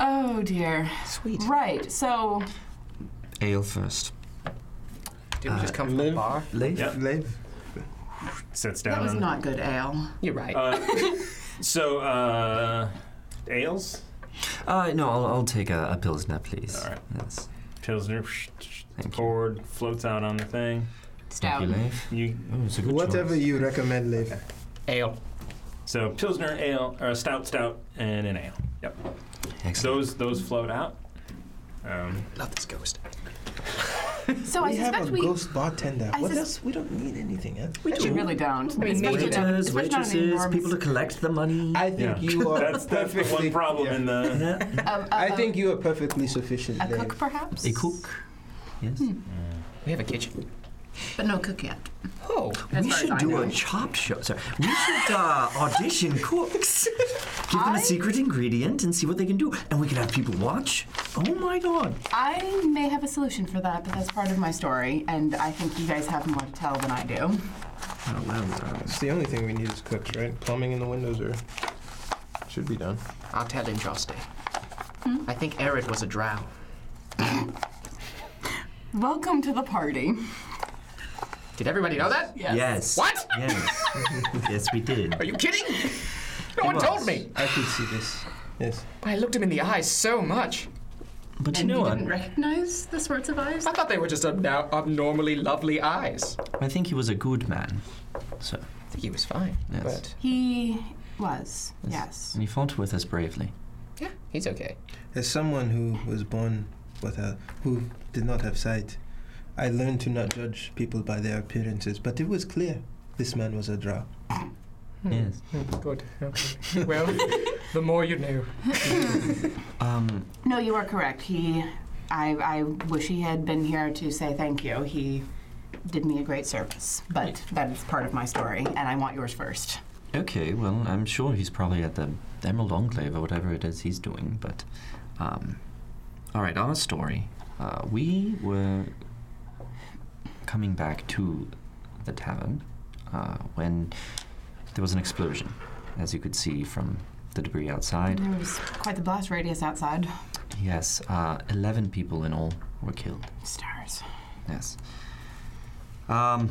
Oh dear. Sweet. Right. So Ale first. Did we just come from the live- bar? Leif? Yep. Live. Sits that down. was and- not good ale. You're right. Uh, so uh, ales, Uh, no, I'll, I'll take a, a pilsner, please. All right. Yes. pilsner, Thank you. poured, floats out on the thing. Stout. Thank you, Leif. You Oh, it's a good Whatever choice. you recommend, live. Ale. so pilsner, ale, or stout, stout, and an ale. Yep. Excellent. Those those float out. Um, Love this ghost. So I we have suspect a we. ghost bartender. I what sus- else? We don't need anything else. but you really don't. Especially We need not- Waiters, especially not an waitresses, enormous- people to collect the money. I think Yeah. you are that's that's the perfectly- one problem yeah. in the. Yeah. a- a- I a- think you are perfectly sufficient. a Liv. cook, perhaps. A cook. Yes. We have a kitchen. but no cook yet. Oh. As we far as should I do know. a chop show. Sorry. We should uh, audition cooks. Give them I- a secret ingredient and see what they can do. And we can have people watch. Oh my god. I may have a solution for that, but that's part of my story, and I think you guys have more to tell than I do. Oh, well, uh, It's the only thing we need is cooks, right? Plumbing in the windows are should be done. I'll tell him, Josty. I think Arid was a drow. Welcome to the party. Did everybody know that? Yes. yes. What? Yes. yes, we did. Are you kidding? No one was. told me. I could see this. Yes. I looked him in the eyes so much. But you And know you what? didn't recognize the sorts of eyes? I thought they were just abno- abnormally lovely eyes. I think he was a good man. So, I think he was fine. Yes. But He was, yes. and he fought with us bravely. yeah, he's okay. As someone who was born without, who did not have sight, I learned to not judge people by their appearances. But it was clear this man was a drow. Hmm. Yes. Good. Okay. well, the more you know. Um, No, you are correct. He, I, I wish he had been here to say thank you. He did me a great service, but that is part of my story, and I want yours first. Okay, well, I'm sure he's probably at the Emerald Enclave or whatever it is he's doing, but. Um, all right, our story. Uh, we were coming back to the tavern uh, when there was an explosion, as you could see from the debris outside. There was quite the blast radius outside. Yes, uh, 11 people in all were killed. Stars. Yes. Um,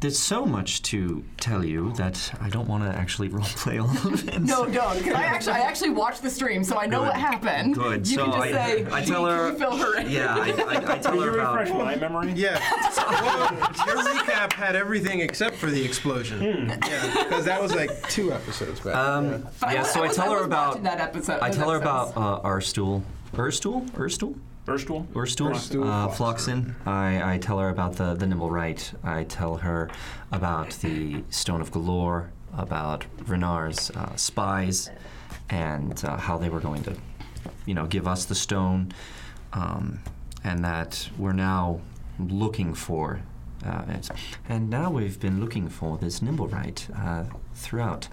there's so much to tell you that I don't want to actually roleplay all of it. No, don't. Because I actually, I actually watched the stream, so I know Good. what happened. Good. You so can just I, say, I "Gee, tell can her. you fill her in?" Yeah, I, I, I tell Can you her refresh about. my memory? Yeah. Whoa, your recap had everything except for the explosion. Yeah, because that was like two episodes back. Um, But yeah, was- so I was- tell her was watching about. that episode. I those tell her episodes. about uh, our stool. Erstool? Erstool? Erstwhal? Erstool? Erstool Uh, Floxen. Floxen. I, I tell her about the, the nimble right. I tell her about the Stone of Galore, about Renar's uh, spies, and uh, how they were going to, you know, give us the stone, um, and that we're now looking for uh, it. And now we've been looking for this nimble right uh, throughout.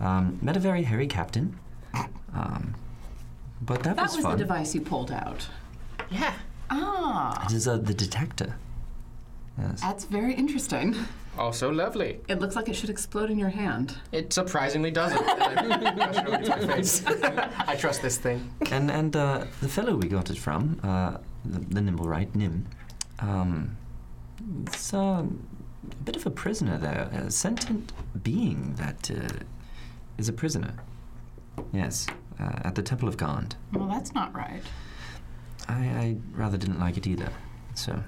Um, met a very hairy captain. Um, but that, That was fun. the device you pulled out. Yeah. Ah, It is uh, the detector. Yes. that's very interesting. Also lovely. It looks like it should explode in your hand. It surprisingly doesn't. I should have looked at my face. I trust this thing. And and uh, the fellow we got it from, uh, the, the nimble right Nim, um, it's uh, a bit of a prisoner there, a sentient being that uh, is a prisoner. Yes, uh, at the Temple of Gand. Well, that's not right. I, I rather didn't like it either, so.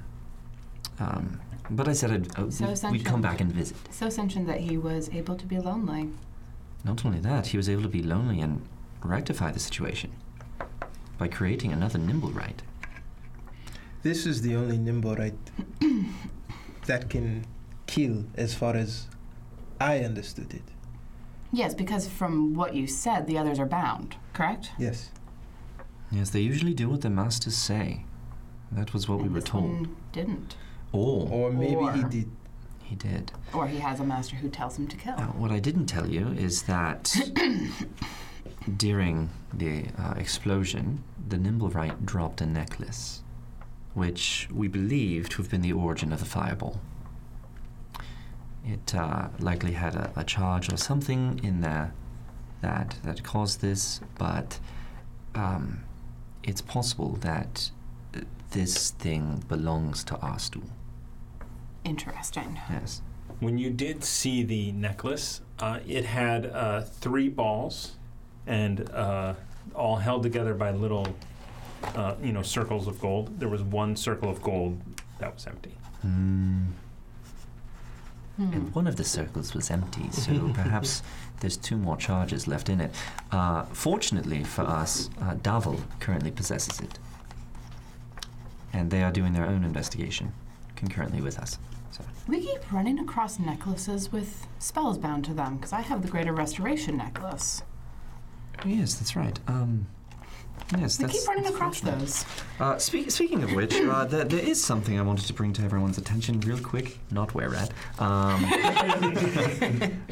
Um, but I said I'd, uh, So we'd, we'd come essentially- back and visit. So sentient that he was able to be lonely. Not only that, he was able to be lonely and rectify the situation by creating another nimble right. This is the only Nimborite that can kill, as far as I understood it. Yes, because from what you said, the others are bound, correct? Yes. Yes, they usually do what their masters say. That was what we And were this told. one didn't. Or Or maybe he Or- did. he did. Or he has a master who tells him to kill. Now, what I didn't tell you is that during the uh, explosion, the Nimblewright dropped a necklace, which we believe to have been the origin of the fireball. It uh, likely had a, a charge or something in there that that caused this, but um, it's possible that uh, this thing belongs to Arstu. Interesting. Yes. When you did see the necklace, uh, it had uh, three balls, and uh, all held together by little, uh, you know, circles of gold. There was one circle of gold that was empty. Mm. Hmm. and one of the circles was empty, so perhaps there's two more charges left in it. Uh, fortunately for us, uh, Davil currently possesses it, and they are doing their own investigation concurrently with us. So We keep running across necklaces with spells bound to them, because I have the Greater Restoration necklace. Oh, yes, that's right. Um, yes, We that's. keep running that's across fortunate. those. Uh, speak, speaking of which, uh, there, there is something I wanted to bring to everyone's attention real quick. Not where at. Um,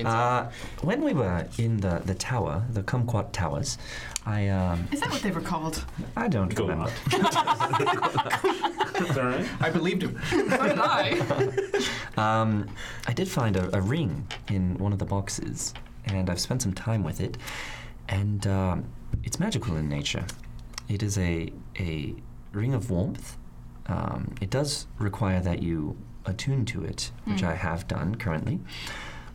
uh, when we were in the, the tower, the Kumquat Towers, I um, Is that what they were called? I don't Go remember. on. Is that all right? I believed him. so did I. Um, I did find a, a ring in one of the boxes, and I've spent some time with it, and um, it's magical in nature. It is a a ring of warmth. Um, it does require that you attune to it, which I have done currently.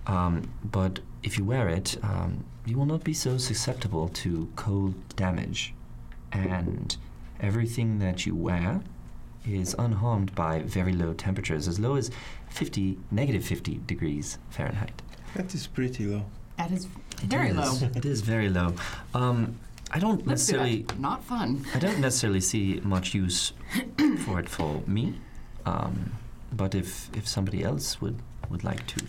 Um, but if you wear it, um, you will not be so susceptible to cold damage, and everything that you wear is unharmed by very low temperatures, as low as 50, negative 50 degrees Fahrenheit. That is pretty low. That is It very is- low. It is very low. Um, I don't Let's do necessarily, that. Not fun. I don't necessarily see much use for it for me, um, but if if somebody else would would like to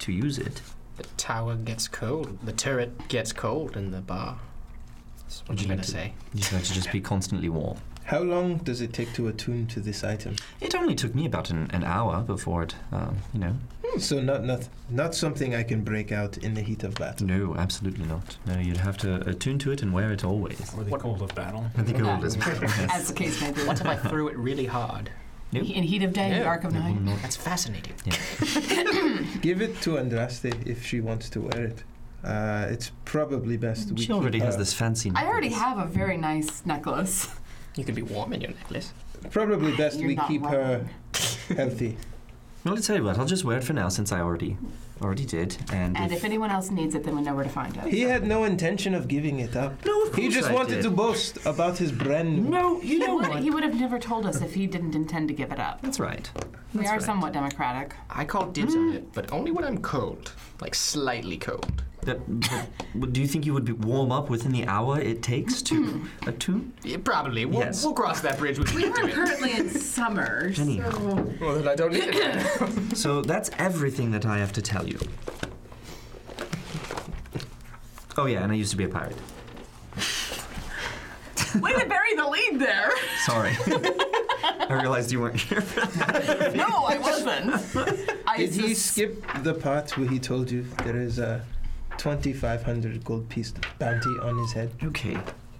to use it, The tower gets cold. The turret gets cold in the bar. That's what Would you I'm like gonna to- say. you'd like to just be constantly warm. How long does it take to attune to this item? It only took me about an, an hour before it, um, you know. So not not not something I can break out in the heat of battle. No, absolutely not. No, you'd have to attune to it and wear it always. Or the cold of battle. I think Yeah. all is As the case may be. What if I threw it really hard? Nope. In heat of day, Yeah. dark of It will night. not That's fascinating. Give it to Andraste if she wants to wear it. Uh, it's probably best. we She already keep- has uh, this fancy. I already necklace. have a very nice necklace. You could be warm in your necklace. Probably best You're we not keep her healthy. Well, I'll tell you what. I'll just wear it for now, since I already, already did. And, And if anyone else needs it, then we know where to find it. He had no intention of giving it up. no, of He course just I wanted did. to boast about his brand new. No, you He know would, what? he would have never told us if he didn't intend to give it up. That's right. we That's are right. somewhat democratic. I call dibs on it, but only when I'm cold. Like slightly cold. That- but- but do you think you would be warm up within the hour it takes to Mm-hmm. attune? Yeah, probably. We'll, Yes. we'll cross that bridge when we We get are to it. currently in summer. Anyhow, Well, then I don't need it. so that's everything that I have to tell you. Oh yeah, and I used to be a pirate. Way to bury the lead there. Sorry. I realized you weren't here. No, I wasn't. I Did he sus- skip the part where he told you there is a 2,500 gold piece bounty on his head. Okay.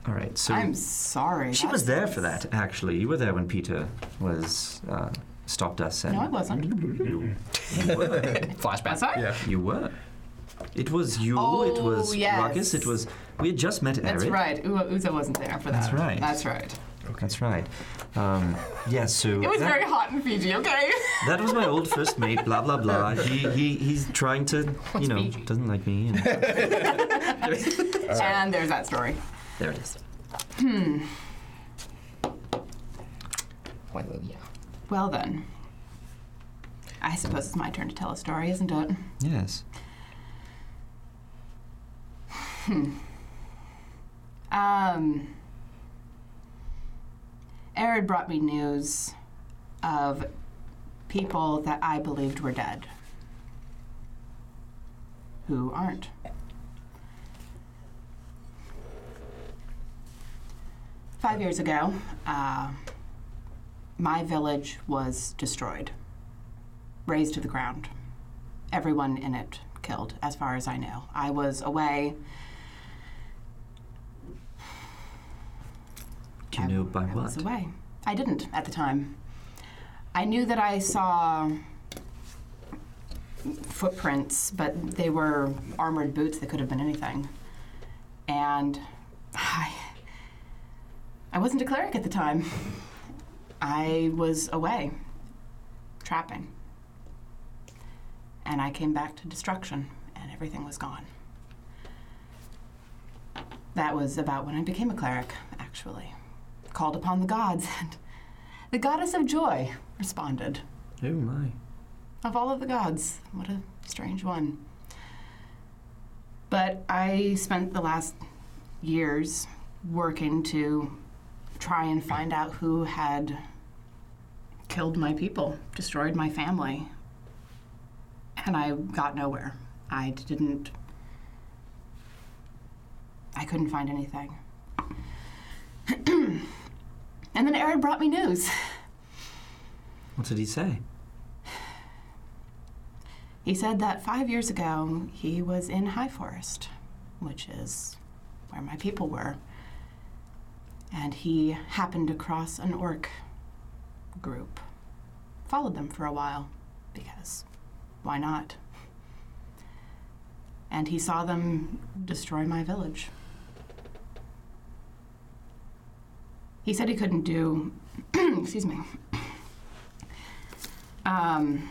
All right. So I'm sorry. she was that's- there for that, actually. You were there when Peter was uh, stopped us. And No, I wasn't. You, you were. I'm Flashback. sorry. Yeah. You were. It was you. it was Oh, yes. Ruckus. It was. We had just met Eric. That's right. Ua- Uzo wasn't there for that. That's right. That's right. That's right. Um, yeah, so It was that, very hot in Fiji. Okay. that was my old first mate. Blah blah blah. He, he he's trying to, you know, Fiji? doesn't like me. And And there's that story. there it is. Hmm. Well, yeah. Well then, I suppose it's my turn to tell a story, isn't it? Yes. Um, Arid brought me news of people that I believed were dead who aren't. Five years ago, uh, my village was destroyed, razed to the ground. Everyone in it killed, as far as I know. I was away. You know by I was what? away. I didn't at the time. I knew that I saw footprints, but they were armored boots that could have been anything. And I, I wasn't a cleric at the time. I was away, trapping. And I came back to destruction, and everything was gone. That was about when I became a cleric, actually called upon the gods, and the goddess of joy responded. Oh my. Of all of the gods, what a strange one. But I spent the last years working to try and find out who had killed my people, destroyed my family. And I got nowhere. I didn't. I couldn't find anything. and then Aaron brought me news. What did he say? He said that five years ago he was in High Forest, which is where my people were, and he happened across an orc group. Followed them for a while, because why not? And he saw them destroy my village. He said he couldn't do, excuse me. Um,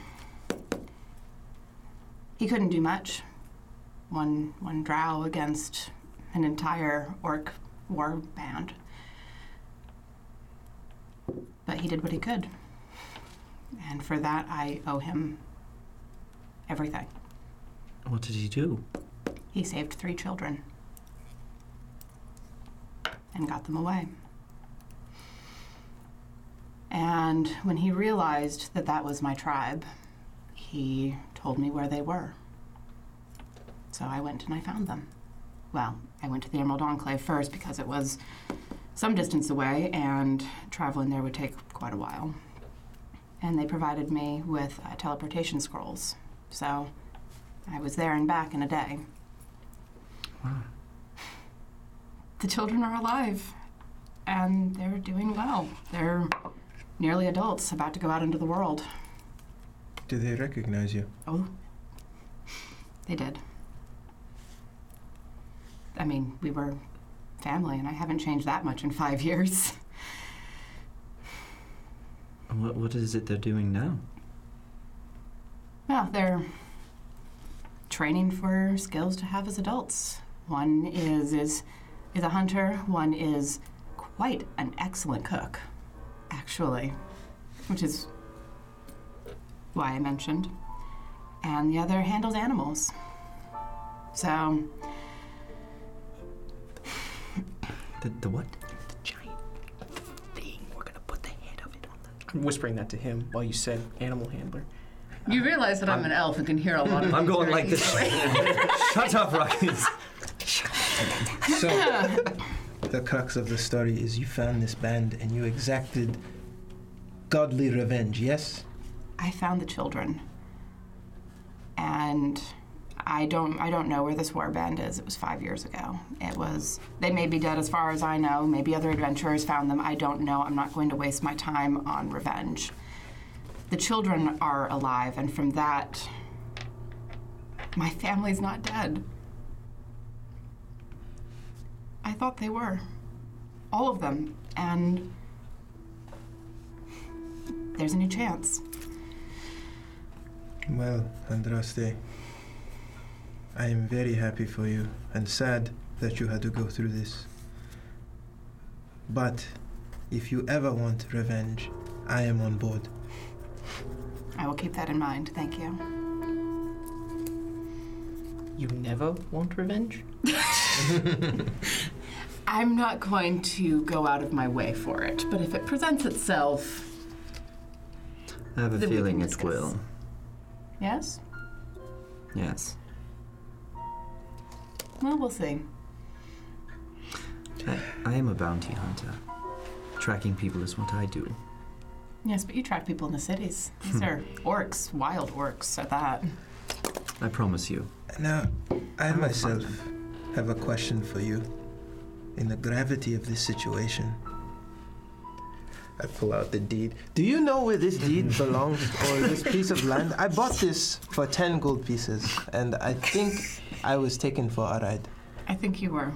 he couldn't do much. One one drow against an entire orc war band. But he did what he could. And for that I owe him everything. What did he do? He saved three children and got them away. And when he realized that that was my tribe, he told me where they were. So I went and I found them. Well, I went to the Emerald Enclave first because it was some distance away and traveling there would take quite a while. And they provided me with uh, teleportation scrolls. So I was there and back in a day. The children are alive and they're doing well. They're nearly adults, about to go out into the world. Do they recognize you? Oh, they did. I mean, we were family, and I haven't changed that much in five years. What, what is it they're doing now? Well, they're training for skills to have as adults. One is is is a hunter. One is quite an excellent cook, actually, which is why I mentioned. And the other handles animals. So The, the what? Thing, we're gonna put the head of it on the. I'm whispering that to him while you said animal handler. you realize that I'm an elf and can hear a lot of. I'm going like this. Shut up, Ruckus. So, the crux of the story is you found this band and you exacted godly revenge, yes? I found the children. And I don't I don't know where this war band is. It was five years ago. It was they may be dead as far as I know. Maybe other adventurers found them. I don't know. I'm not going to waste my time on revenge. The children are alive, and from that, my family's not dead. I thought they were. All of them. And there's a new chance. Well, Andraste, I am very happy for you and sad that you had to go through this. But if you ever want revenge, I am on board. I will keep that in mind. Thank you. You never want revenge? I'm not going to go out of my way for it, but if it presents itself, I have a Then we feeling can it discuss. will. yes? Yes. Well, we'll see. I, I am a bounty hunter. Tracking people is what I do. Yes, but you track people in the cities. These are orcs, wild orcs at that. I promise you. Now, I I'm a myself have a question for you. In the gravity of this situation, I pull out the deed. Do you know where this deed belongs or this piece of land? I bought this for 10 gold pieces, and I think I was taken for a ride. I think you were.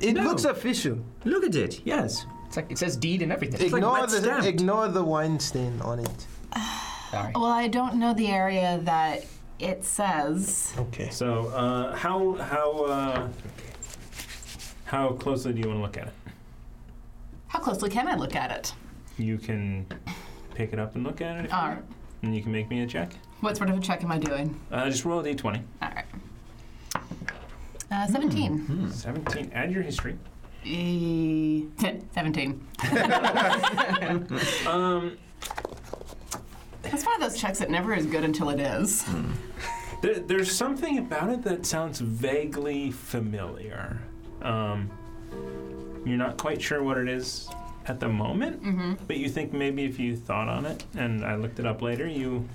It No. looks official. Look at it. Yes. It's like it says deed and everything. like ignore, wet the, stamped. ignore the wine stain on it. Sorry. Well, I don't know the area that it says. Okay. So uh, how how uh, how closely do you want to look at it? How closely can I look at it? You can pick it up and look at it, if you All want, right. and you can make me a check. What sort of a check am I doing? Uh, just roll a d20. All right. Uh, 17. Hmm. 17. Add your history. E- 17. Um, That's one of those checks that never is good until it is. there, there's something about it that sounds vaguely familiar. Um, you're not quite sure what it is at the moment, Mm-hmm. but you think maybe if you thought on it and I looked it up later, you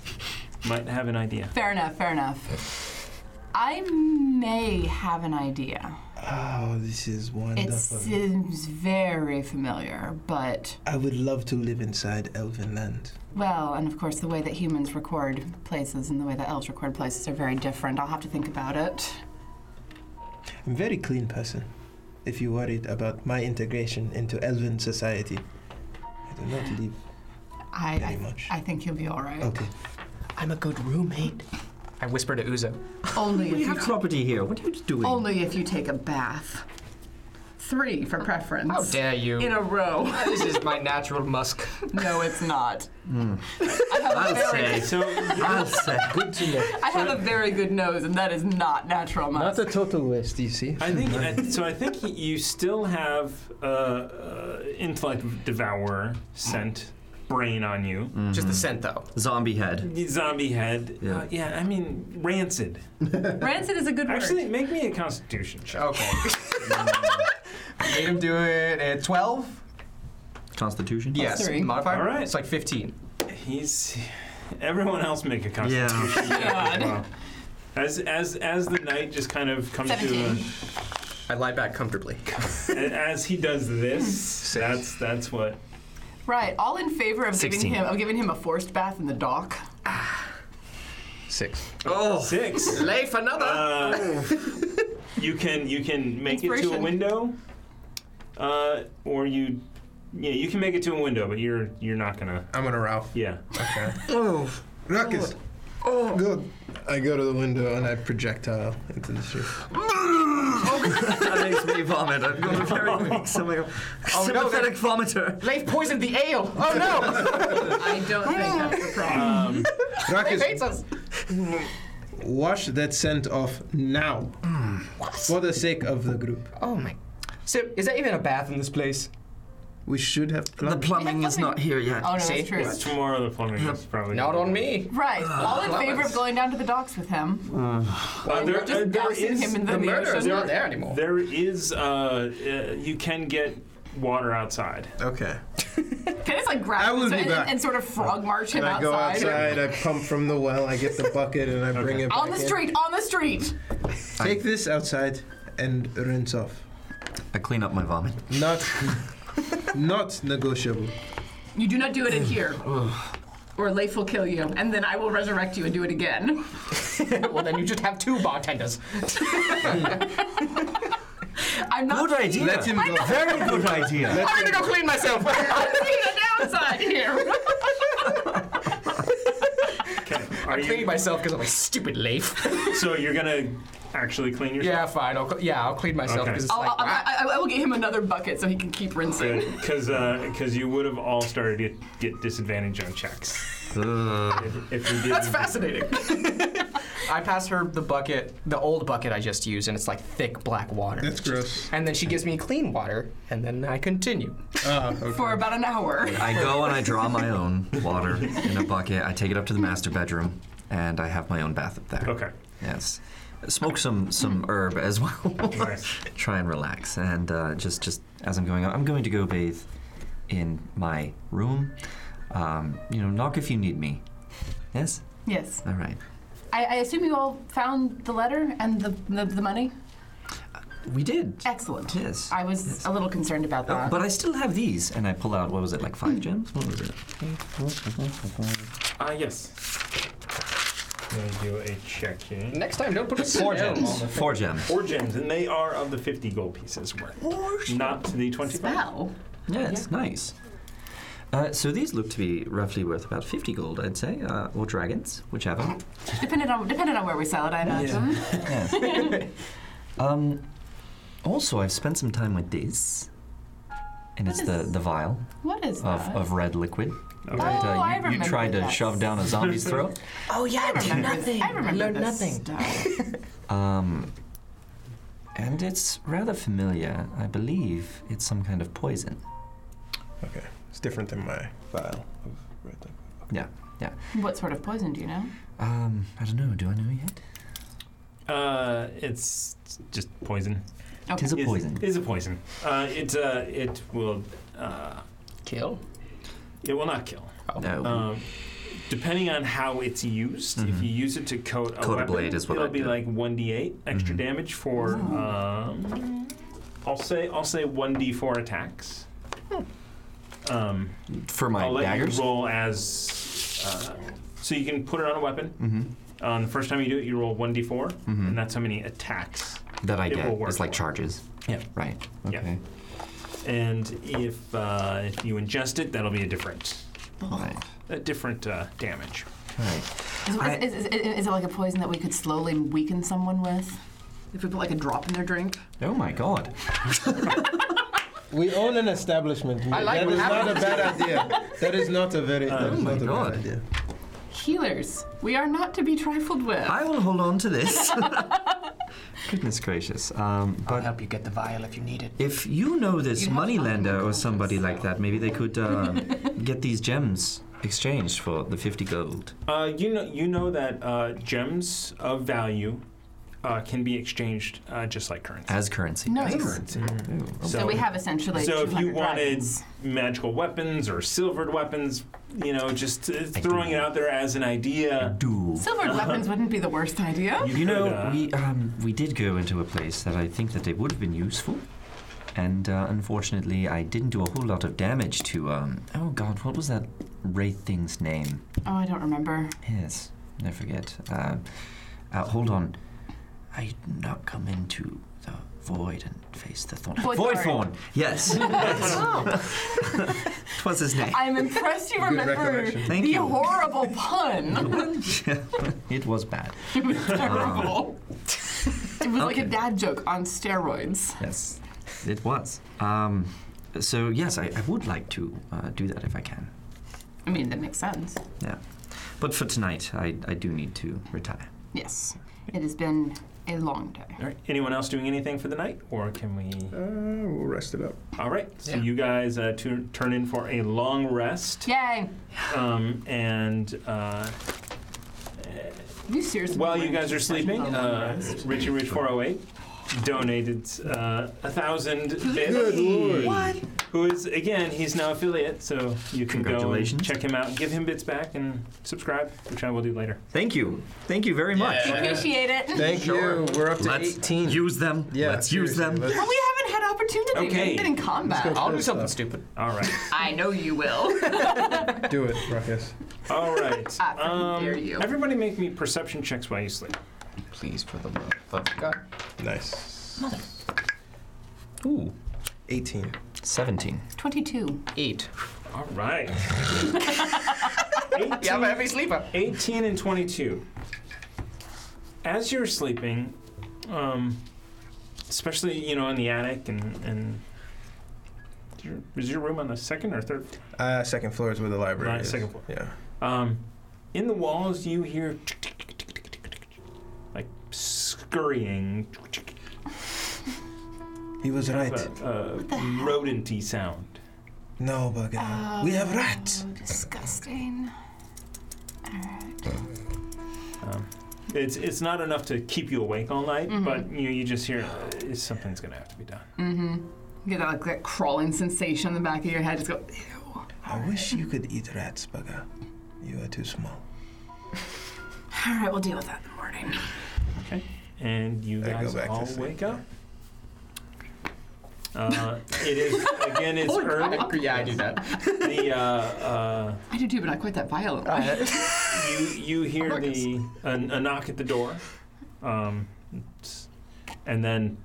might have an idea. Fair enough, fair enough. I may have an idea. Oh, this is It wonderful. seems very familiar, but I would love to live inside Elven land. well, and of course, the way that humans record places and the way that elves record places are very different. I'll have to think about it. I'm a very clean person. If you're worried about my integration into Elven society, I do not leave I very I, much. I think you'll be all right. okay. I'm a good roommate. I whisper to Uzo. Only if We have you property here. What are you doing? only if you take a bath. Three Oh, for preference. How dare you? In a row. this is my natural musk. No, it's not. I'll say. So I'll say. Good to know. I have a very good nose, and that is not natural musk. Not a total waste, you see. I think I, so. I think you still have uh, uh, intellect devourer scent brain on you. Mm. Just the scent, though. Zombie head. Zombie head. Yeah. Uh, yeah, I mean, rancid. Rancid is a good word. Actually, make me a constitution check. Okay. Made him do it at 12? Constitution. Yes. three. Modifier? All right. It's like 15. He's. Everyone else make a Yeah. constitution. Wow. As, as, as the knight just kind of comes to Seventeen. I lie back comfortably. a, as he does this, that's that's what Right, all in favor of Sixteen. giving him of giving him a forced bath in the dock. Six. Oh. six. Life another! Uh, you can you can make it to a Inspiration. window, uh, or you yeah you can make it to a window, but you're you're not gonna I'm gonna Ralph. yeah. Okay. Oh. Ruckus. Oh. Good. I go to the window and I projectile into the street. that makes me vomit. I've got a very weak stomach. Oh, no, Sympathetic vomiter. Leif poisoned the ale! Oh no! I don't think that's the problem. Um, Ruckus, hates us! wash that scent off now, Hmm. for the sake of the group. Oh my. Sip, is there even a bath in this place? We should have The plumbed. plumbing is not here yet. Oh no, See? that's true. tomorrow the plumbing is probably Not on me. Right, all in favor of Clemens. going down to the docks with him. Uh, there, Just uh, there dousing is him in the, The murder is ocean. not there anymore. there is uh, uh, you can get water outside. Okay. Can I just like grab I him will and, be and- back. and sort of frog march him And I outside? go outside, I pump from the well, I get the bucket, and I bring it back On the in. street, on the street. Take this outside and rinse off. I clean up my vomit. Not, not negotiable. You do not do it in here. Or Leif will kill you, and then I will resurrect you and do it again. well, then you just have two bartenders. I'm not. Good idea. Let him go. Very good idea. I'm gonna go clean myself. I'm seeing the downside here. Are I'm cleaning you, myself because I'm a stupid leaf. so you're gonna actually clean yourself? yeah, fine. I'll, cl- yeah, I'll clean myself Okay. because it's I'll, like. I'll, I, I- I will get him another bucket so he can keep rinsing. Because uh, you would have all started to get disadvantage on checks. Ugh. If, if you did, That's fascinating. I pass her the bucket, the old bucket I just used, and it's like thick black water. That's gross. And then she gives me clean water, and then I continue. Ah, okay. For about an hour. I go and I draw my own water in a bucket. I take it up to the master bedroom, and I have my own bath up there. Okay. Yes. Smoke some some herb as well. Nice. Try and relax, and uh, just just as I'm going out, I'm going to go bathe in my room. Um, you know, knock if you need me. Yes. Yes. All right. I, I assume you all found the letter and the, the, the money? We did. Excellent. Yes. I was a little concerned about Uh, that. but I still have these, and I pull out what was it, like five gems? What was it? Ah, yes. Let me do a check here. Next time, don't put a Four gem on gems. the- Four gems. Four gems, and they are of the 50 gold pieces worth, not the 25. Spell? Yeah, it's nice. Uh, so these look to be roughly worth about 50 gold, I'd say, uh, or dragons, whichever. Depending on, depending on where we sell it, I imagine. um, also, I've spent some time with this, and it's the, the vial What is of, that? of red liquid. Oh, that, uh, you, I you remember tried to that. shove down a zombie's throat. oh yeah, I remember, nothing. I remember Learn this nothing. stuff. Um, and it's rather familiar. I believe it's some kind of poison. Okay, it's different than my vial of red liquid. Yeah, yeah. What sort of poison do you know? Um, I don't know. Do I know yet? Uh, it's just poison. It is a Is- poison. Is a poison. Uh, it uh, it will uh, Kill. it will not kill. no. Um, depending on how it's used, if you use it to coat a Mm-hmm. Coat a weapon, blade is what it'll I Mm-hmm. be did. like one d8 extra damage for. Um, I'll say I'll say one d4 attacks. Um, For my I'll let daggers? you roll as. Uh, so you can put it on a weapon. Mm-hmm. Um, the first time you do it, you roll one d4, and that's how many attacks. that I it get. will work It's like for. charges. Yeah. Right. Yeah. Okay. And if uh, if you ingest it, that'll be a different Right. a different uh, damage. Right. Is, I- is, is, is, is it like a poison that we could slowly weaken someone with? If we put like a drop in their drink? Oh my god. We own an establishment. I like that what is not a happened. bad idea. That is not a very. that is my not a God. bad idea. Healers, we are not to be trifled with. I will hold on to this. Goodness gracious. Um, I'll but help you get the vial if you need it. if you know this You have moneylender something or somebody like that, maybe they could uh, get these gems exchanged for the 50 gold. Uh, you know, you know that uh, gems of value uh, can be exchanged uh, just like currency. As currency. Nice. As currency. Ooh. so we have essentially. So if you 200 wanted dragons. magical weapons or silvered weapons, you know, just uh, I throwing do. it out there as an idea. Do. Silvered weapons wouldn't be the worst idea. You know, could, uh, we um, we did go into a place that I think that they would have been useful, and uh, unfortunately, I didn't do a whole lot of damage to. Um, oh God, what was that wraith thing's name? Oh, I don't remember. Yes, I forget. Uh, uh, hold on, I did not come into the void and face the thorn. Void Voidthorn. Yes, Oh, twas his name. I'm impressed you remember recollection. Thank the you. horrible pun. it was bad. It was terrible. It was like a Okay. dad joke on steroids. Yes, it was. Um, so yes, I, I would like to uh, do that if I can. I mean, that makes sense. Yeah. But for tonight, I, I do need to retire. Yes, it has been a long day. All right. Anyone else doing anything for the night, or can we? Uh, we'll rest it up. All right. So Yeah. you guys uh, tu- turn in for a long rest, Yay! um, and uh, You seriously. uh, while you guys are sleeping, uh, Richie Rich 408 donated uh, a thousand Good bits, lord. who is again he's now affiliate, so you can go and Congratulations. check him out, give him bits back, and subscribe, which I will do later. Thank you. Thank you very much. Yeah. Appreciate it. Thank you. We're up to Let's 18. use them. Let's use seriously, them. let's- Well, we haven't had opportunity. Okay. We've been in combat. go. I'll do something stupid. All right, I know you will. Do it, Ruckus. all right. Um, Ah, freaking dare you. Everybody, make me perception checks while you sleep. Please, for the love of God. Nice. Ooh, 18. 17. 22. 8. All right. Yeah, I'm a heavy sleeper. 18 and 22. As you're sleeping, um, especially, you know, in the attic and. and is your- is your room on the second or third? Uh, second floor is where the library Right, is. second floor. Yeah. Um, in the walls, you hear like scurrying, uh, He was a, right. a uh, rodenty sound. No, bugger. Uh, Um, we have rats. Disgusting. Um, it's it's not enough to keep you awake all night, but you you just hear uh, something's gonna have to be done. You Mm-hmm. get that, like, that crawling sensation in the back of your head. Just go, ew. I wish you could eat rats, bugger. You are too small. All right, we'll deal with that in the morning. and you I go guys back to all sleep. wake up. Uh, it is again. It's early. Yeah, I do that. The uh, uh, I do too, but not quite that violent. you you hear Marcus. the a, a knock at the door, um, it's- and then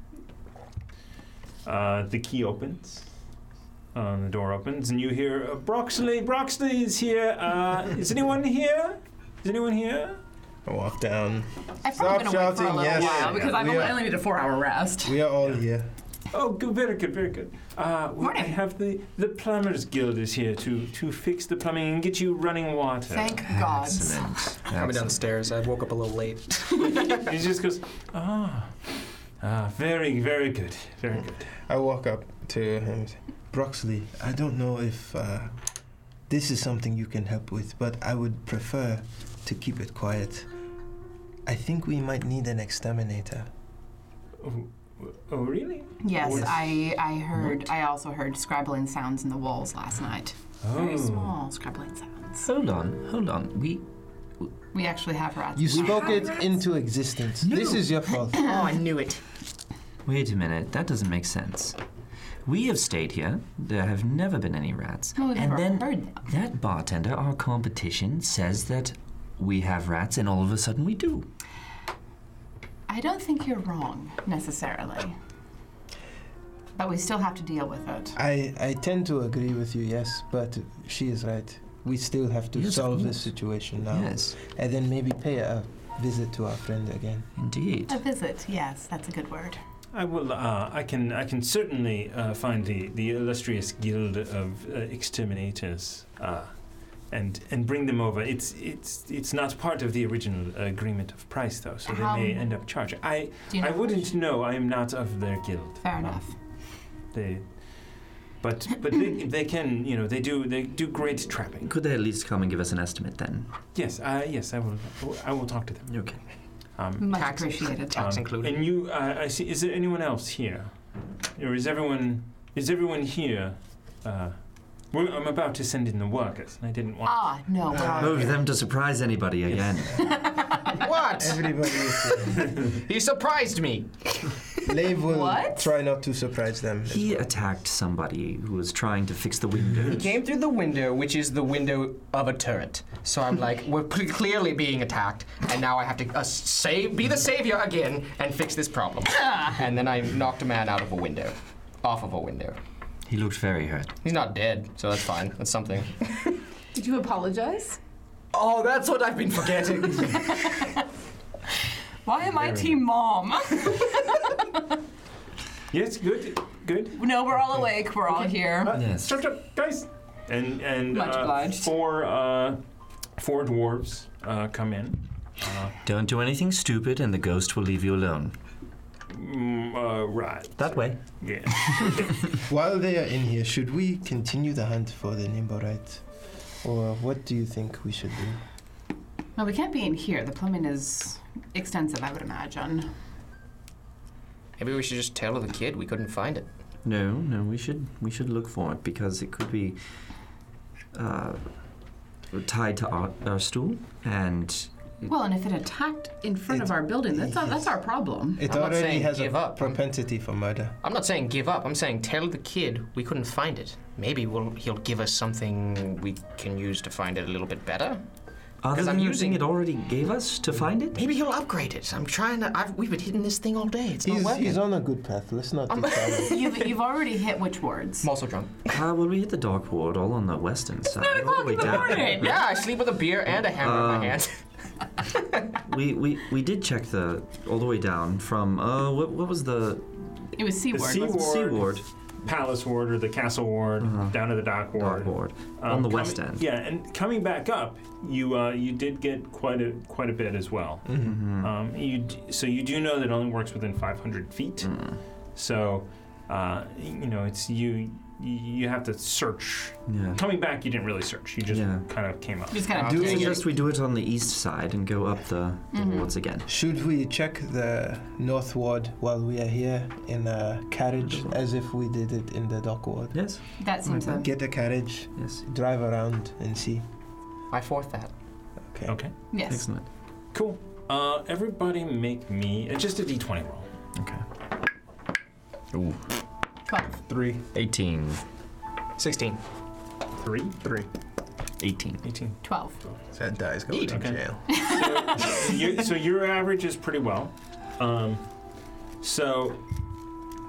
uh, the key opens. Uh, the door opens, and you hear uh, Broxley. Broxley is here. Uh, is anyone here? Is anyone here? I walk down. I've probably Stop been awake for a shouting, little yes. while because I've We only, are- I only need a four-hour rest. We are all here. Oh, good, very good, very good. Uh, we Morning. have the, the Plumbers Guild is here to, to fix the plumbing and get you running water. Thank God. Coming downstairs, I woke up a little late. he just goes, ah, ah, very, very good, very good. I walk up to him. and say, Broxley, I don't know if uh, this is something you can help with, but I would prefer to keep it quiet. I think we might need an exterminator. Oh, oh, really? Yes, Yes. I I heard. I also heard scribbling sounds in the walls last night. Oh. Oh. Very small scribbling sounds. Hold on, hold on. We. We actually have rats. You spoke it into existence. This is your fault. Oh, I knew it. Wait a minute, that doesn't make sense. We have stayed here. There have never been any rats. No, we've and never then heard them. that bartender, our competition, says that we have rats, and all of a sudden we do. I don't think you're wrong necessarily, but we still have to deal with it. I, I tend to agree with you, yes, but she is right. We still have to Yes, of solve this course. situation now. Yes, And then maybe pay a visit to our friend again. indeed. A visit, yes, that's a good word. I will. Uh, I can. I can certainly uh, find the, the illustrious guild of uh, exterminators, uh, and and bring them over. It's it's it's not part of the original agreement of price though, so How- they may end up charging. I Do you know? I wouldn't know. I am not of their guild. Fair Um, enough. They, but but they, they can. You know they do they do great trapping. Could they at least come and give us an estimate then? Yes. Uh, yes. I will. I will talk to them. Okay. Um, Much Tax- appreciated. tax included. And you. Uh, I see. Is there anyone else here, or is everyone is everyone here? Uh, we're, I'm about to send in the workers, and I didn't want. Ah, no. we're all Move them to surprise anybody again. what? Everybody is here. You surprised me. Lave will What? try not to surprise them. as He well. attacked somebody who was trying to fix the He window. came through the window, which is the window of a turret. So I'm like, we're cle- clearly being attacked, and now I have to uh, save, be the savior again and fix this problem. and then I knocked a man out of a window, off of a window. He looked very hurt. He's not dead, so that's fine. That's something. Did you apologize? Oh, that's what I've been forgetting. Why am I team mom? Yes. Good. Good. no, we're all awake. We're all here. Uh, Yes. Chop chop, guys. And and Much uh, obliged. four uh, four dwarves uh, come in. Uh, Don't do anything stupid, and the ghost will leave you alone. mm, uh, right. That way. Yeah. While they are in here, should we continue the hunt for the Nimborite? Or what do you think we should do? No, we can't be in here. The plumbing is extensive, I would imagine. Maybe we should just tell the kid we couldn't find it. No, no, we should we should look for it because it could be uh, tied to our, our stool, and Well, and if it attacked in front of our building, that's our, that's our problem. It I'm not already saying has give a up. I'm- propensity for murder. I'm not saying give up. I'm saying tell the kid we couldn't find it. Maybe we'll, he'll give us something we can use to find it a little bit better. other 'Cause I'm than using using- it already gave us to find it. Maybe he'll upgrade it. I'm trying to. I've, we've been hitting this thing all day. It's not He's, working. he's on a good path. Let's not I'm- detract. You've, you've already hit which wards? I'm also drunk. Uh, well, we hit the dog ward all on the western side, all the way down. Yeah, I sleep with a beer and a hammer in my hand. We, we we did check the all the way down from uh what, what was the It was C The ward. C wasn't it? ward. sea ward Palace ward or the castle ward, down to the dock ward. dog ward Um, on the coming- west end. Yeah, and coming back up, you uh, you did get quite a quite a bit as well. Mm-hmm. Mm-hmm. Mm. Um, you d- so you do know that it only works within 500 feet. Mm. Mm. So uh, you know it's you you have to search. Yeah. Coming back, you didn't really search. You just Yeah. kind of came up. Just kind of I Do- would Yeah, yeah. suggest we do it on the east side and go up the, the wards again. Should we check the north ward while we are here in a carriage as if we did it in the dock ward? Yes, that seems a, Get a carriage, yes, drive around and see. I forth that. Okay. Okay, yes. excellent. cool. Uh, everybody, make me uh, just a d20 roll. Okay. Ooh, Twelve. Three. 18. 16. Three, Three. 18. 18. Twelve. That dies going to Okay. jail. so, you, so your average is pretty well. Um, so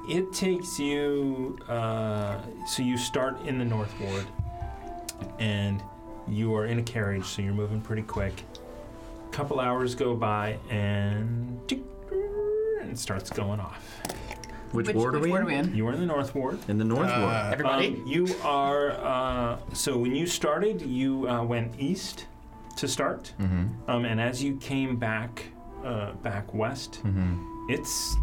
it takes you. Uh, so you start in the north ward, and you are in a carriage, so you're moving pretty quick. couple hours go by, and tick, and it starts going off. Which, ward are we in? in? You are in the north ward. In the north Uh, ward. Everybody? Um, you are. Uh, so when you started, you uh, went east to start, Mm-hmm. um, and as you came back, uh, back west, Mm-hmm. it's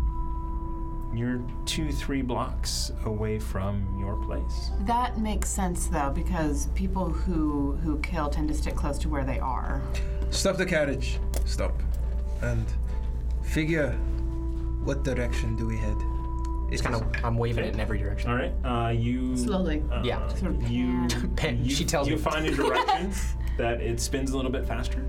you're two, three blocks away from your place. That makes sense though, because people who who kill tend to stick close to where they are. Stop the carriage. Stop. And figure what direction do we head? It's kind of. I'm waving it in every direction. All right, uh, you. Slowly. uh, Yeah. Sort of you, Pen, you. she tells you me. find a direction that it spins a little bit faster.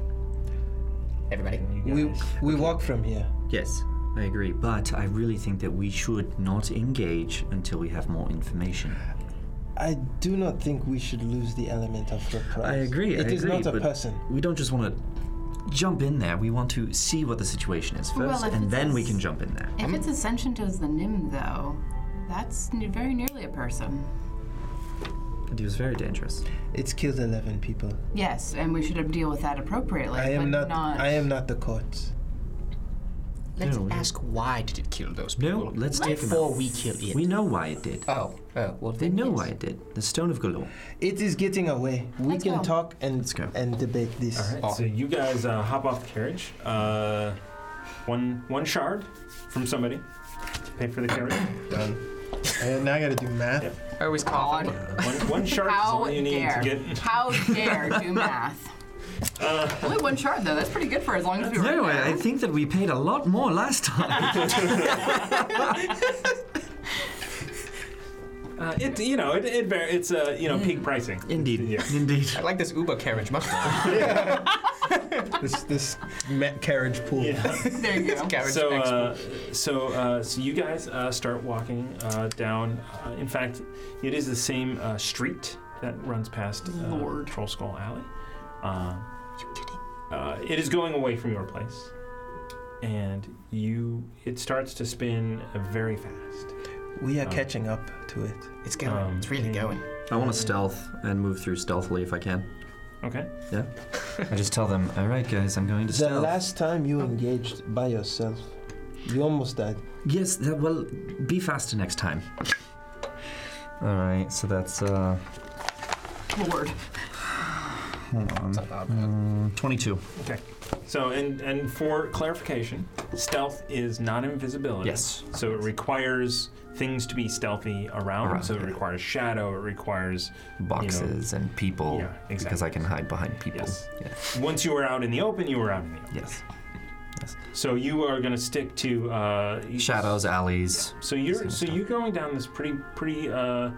Everybody. and you We guys- we walk from here. Yes, I agree. But I really think that we should not engage until we have more information. I do not think we should lose the element of surprise. I agree. It I is agree, not a but person. We don't just want to jump in there. We want to see what the situation is Well, first, if and it's then a we s- can jump in there. If it's ascension to the nim though, that's ne- very nearly a person. And he was very dangerous. It's killed eleven people. Yes, and we should deal with that appropriately. I but am not, I am not the court. Let's No. ask why did it kill those No, people let's take him before out. we kill it. We know why it did. oh, oh, well, They then know yes. why it did. The Stone of Galore. It is getting away. We Let's can go. talk and Let's go. and debate this. All right, so you guys uh, hop off the carriage. Uh, one one shard from somebody to pay for the carriage. Done. And now I gotta do math. Yep. I always cough. One, one shark is How all you need dare. to get. Uh, How dare do math? Only one shard though. That's pretty good for as long as we were. No, in I, I there. think that we paid a lot more last time. Uh, it you know it, it var- it's uh, you know peak pricing. Indeed. Yeah. Indeed. I like this Uber carriage much more. This this ma- carriage pool. Yeah. There you go. carriage So next uh, so uh, so you guys uh, start walking uh, down. Uh, in fact, it is the same uh, street that runs past uh, Lord. Troll Skull Alley. Uh, uh, it is going away from your place, and you it starts to spin uh, very fast. We are Oh. catching up to it. It's going. Um, it's really yeah. going. I want to stealth and move through stealthily if I can. Okay. I just tell them, all right, guys, I'm going to The stealth. last time you engaged by yourself, you almost died. Yes, that, well, be faster next time. All right, so that's uh, Lord. hold on, It's not bad. Mm, 22. So and and for clarification, stealth is not invisibility. Yes. So it requires things to be stealthy around. Around, So it yeah. requires shadow. It requires Boxes and people, Yeah, because I exactly. can hide behind people. Yes. Yeah. once you are out in the open, you are out in the open. Yes. So you are going to stick to uh, you- Shadows, alleys. So you're so you're going down this pretty pretty uh,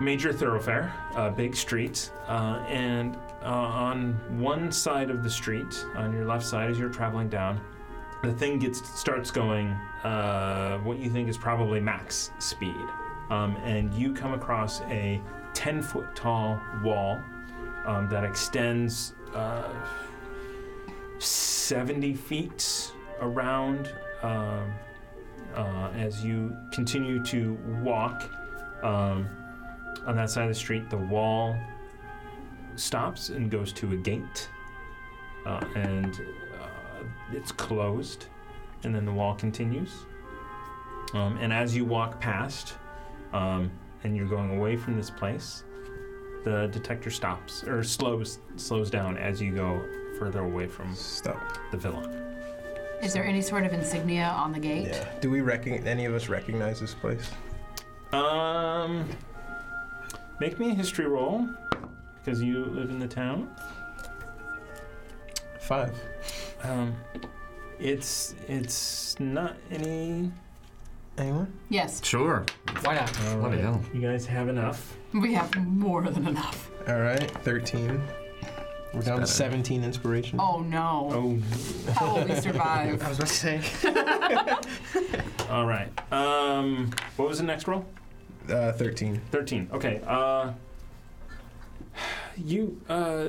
major thoroughfare, uh, big street, uh, and uh, on one side of the street, on your left side, as you're traveling down, the thing gets starts going uh, what you think is probably max speed, um, and you come across a ten foot tall wall um, that extends. Uh, 70 feet around um, uh, as you continue to walk um, on that side of the street, the wall stops and goes to a gate, uh, and uh, it's closed, and then the wall continues. Um, and as you walk past, um, and you're going away from this place, the detector stops or slows slows down as you go further away from Stop. the villa. Is there any sort of insignia on the gate? Yeah. Do we recognize any of us recognize this place? Um, make me a history roll because you live in the town. Five. Um, it's it's not any. Anyone? Yes, Sure. Why not? Bloody hell. You guys have enough. we have more than enough. All right. Thirteen. We're down to better. seventeen inspiration. Oh no. Oh, How will we survive? I was about to say. all right. Um, what was the next roll? Uh, thirteen. Thirteen. Okay. Uh, you uh,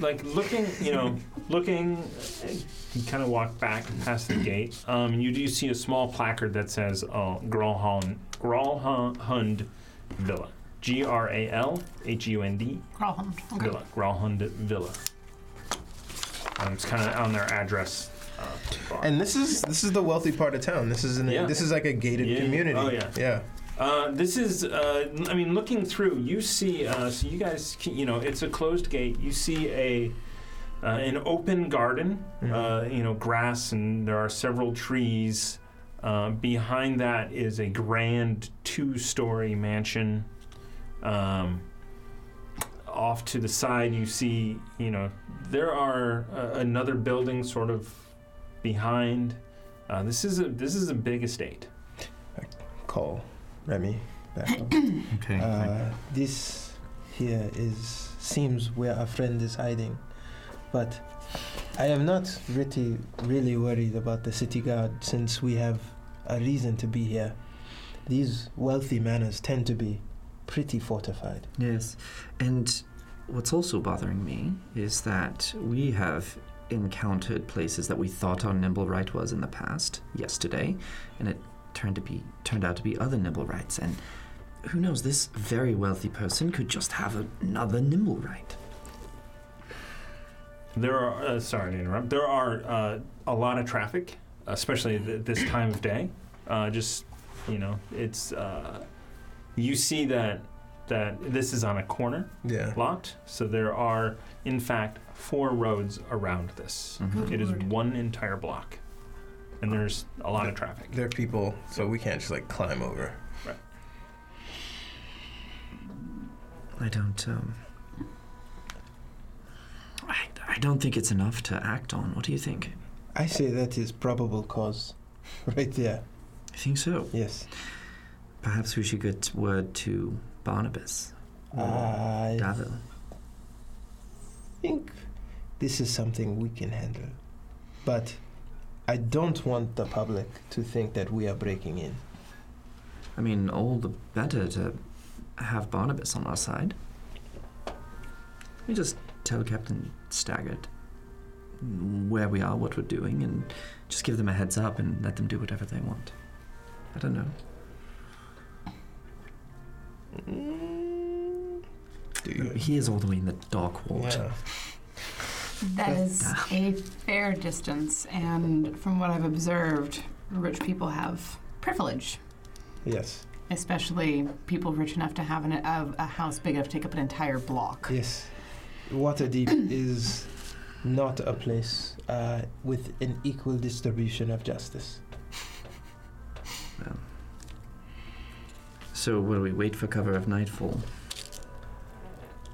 like looking, you know, looking. You kind of walk back past the gate. Um, and you do see a small placard that says uh, Gralhund, Gralhund Villa. G R A L H U N D Crawl. Okay. Villa, Gralhund Villa. Um, it's kind of on their address. Uh, bar. And this is this is the wealthy part of town. This is an, Yeah. this is like a gated Yeah, yeah. community. Oh, yeah. Yeah. Uh, this is, uh, I mean, looking through, you see, uh, so you guys, can, you know, it's a closed gate. You see a uh, an open garden, uh, you know, grass, and there are several trees. Uh, behind that is a grand two-story mansion. Um, off to the side, you see, you know, there are uh, another building sort of behind. Uh, this is a this is a big estate. Call Remy back. up. Okay. Uh, this here is seems where our friend is hiding, but I am not really really worried about the city guard since we have a reason to be here. These wealthy manors tend to be pretty fortified. Yes. And what's also bothering me is that we have encountered places that we thought our nimble right was in the past, yesterday, and it turned to be turned out to be other nimble rights and who knows, this very wealthy person could just have another nimble right. There are, uh, sorry to interrupt, there are uh, a lot of traffic, especially th- this time of day. Uh, just, you know, it's, uh, you see that, that this is on a corner Yeah. lot, so there are, in fact, four roads around this. Mm. It is one entire block, and there's a lot of traffic. They're people, so we can't just like climb over. I don't um I, I don't think it's enough to act on. What do you think? I say that is probable cause, right there. I think so. Yes. Perhaps we should get word to Barnabas. or I Davil. think this is something we can handle. But I don't want the public to think that we are breaking in. I mean, all the better to have Barnabas on our side. Let me just tell Captain Staggart where we are, what we're doing, and just give them a heads up and let them do whatever they want. I don't know. Mm. Do He is all the way in the dark water. That is a fair distance, and from what I've observed, rich people have privilege, Yes. especially people rich enough to have an, a, a house big enough to take up an entire block. Yes. Waterdeep is not a place uh, with an equal distribution of justice. So, will we wait for cover of nightfall?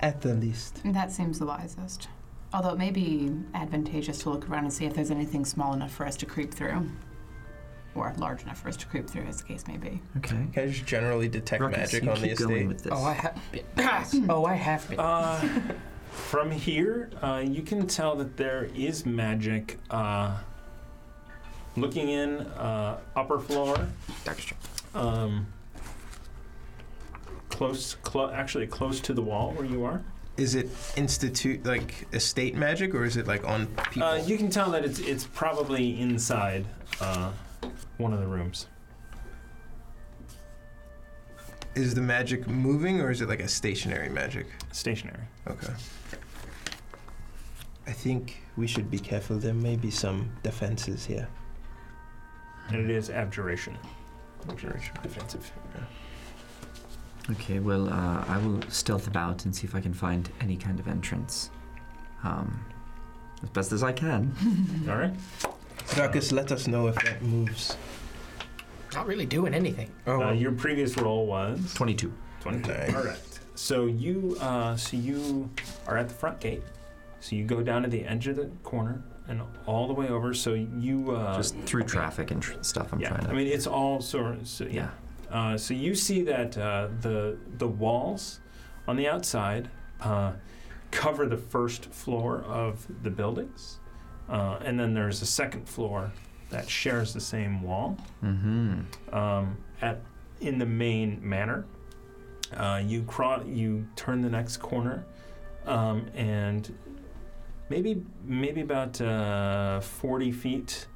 At the least. That seems the wisest. Although it may be advantageous to look around and see if there's anything small enough for us to creep through. Or large enough for us to creep through, as the case may be. Okay. Can I just generally detect Ruckus, magic you on keep the going estate? with this. Oh, I have been. oh, I have been. Uh, from here, uh, you can tell that there is magic. Uh, looking in, uh, upper floor, um, close, clo- actually close to the wall where you are. Uh, Is it institute like estate magic, or is it like on people? Uh, you can tell that it's it's probably inside uh, one of the rooms. is the magic moving, or is it like a stationary magic? Stationary. Okay. I think we should be careful. There may be some defenses here. And it is abjuration. Abjuration. Defensive. Okay, well, uh, I will stealth about and see if I can find any kind of entrance. Um, as best as I can. All right. Ruckus, let us know if that moves. Not really doing anything. Oh, Uh, your previous roll was 22. 22. Nice. All right. So you, uh, so you are at the front gate. So you go down to the edge of the corner and all the way over. So you uh, Just through traffic and tr- stuff, I'm yeah. trying to. I mean, it's all sort of so, yeah. Uh, so you see that uh, the the walls on the outside uh, cover the first floor of the buildings, uh, and then there's a second floor that shares the same wall Mm-hmm. um, at in the main manor. Uh, you crawl, you turn the next corner, um, and maybe maybe about uh, forty feet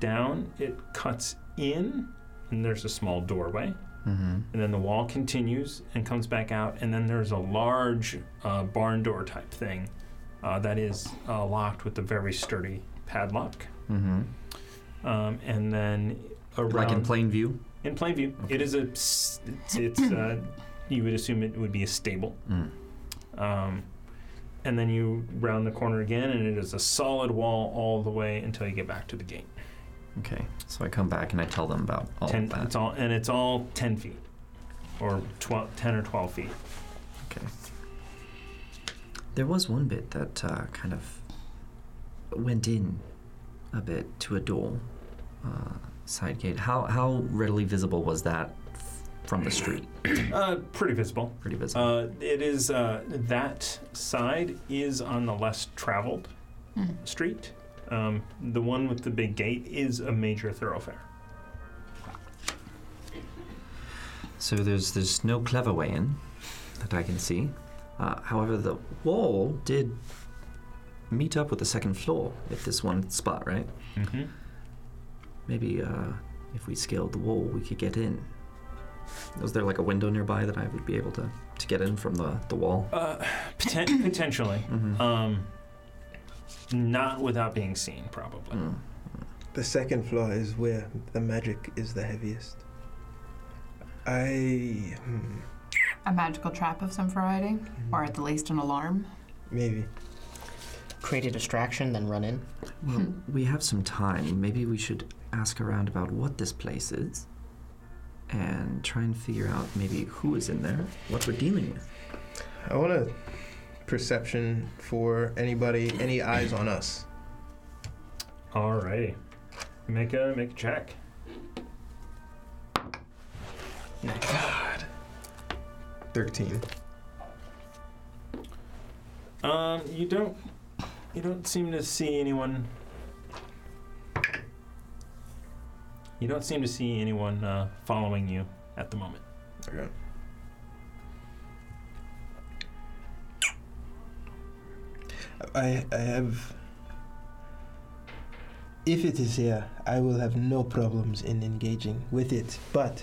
down, it cuts in, and there's a small doorway, Mm-hmm. and then the wall continues and comes back out, and then there's a large uh, barn door type thing uh, that is uh, locked with a very sturdy padlock, Mm-hmm. um, and then around Like in plain view. in plain view, it is a. s- It's. it's uh, you would assume it would be a stable. Mm. Um, and then you round the corner again, and it is a solid wall all the way until you get back to the gate. Okay, so I come back and I tell them about all ten. of that. It's all and it's all ten feet, or 12, 10 or twelve feet. Okay. There was one bit that uh, kind of went in a bit to a door uh, side gate. How how readily visible was that f- from the street? Uh, pretty visible. Pretty visible. Uh, it is uh, that side is on the less traveled street. Um, the one with the big gate is a major thoroughfare. so there's there's no clever way in that I can see. Uh, however, the wall did meet up with the second floor at this one spot, right? Mm-hmm. Maybe uh, if we scaled the wall, we could get in. Was there like a window nearby that I would be able to, to get in from the, the wall? Mm-hmm. Uh, poten- potentially. Um, not without being seen, probably. Mm. The second floor is where the magic is the heaviest. I. Hmm, A magical trap of some variety, or at the least an alarm. maybe. Create a distraction, then run in. Well, we have some time. Maybe we should ask around about what this place is and try and figure out maybe who is in there, what we're dealing with. I want a perception for anybody, any eyes on us. Alrighty. Make a make a check. God. 13. Um, you don't you don't seem to see anyone. You don't seem to see anyone uh, following you at the moment. Okay. I, I have. If it is here, I will have no problems in engaging with it. But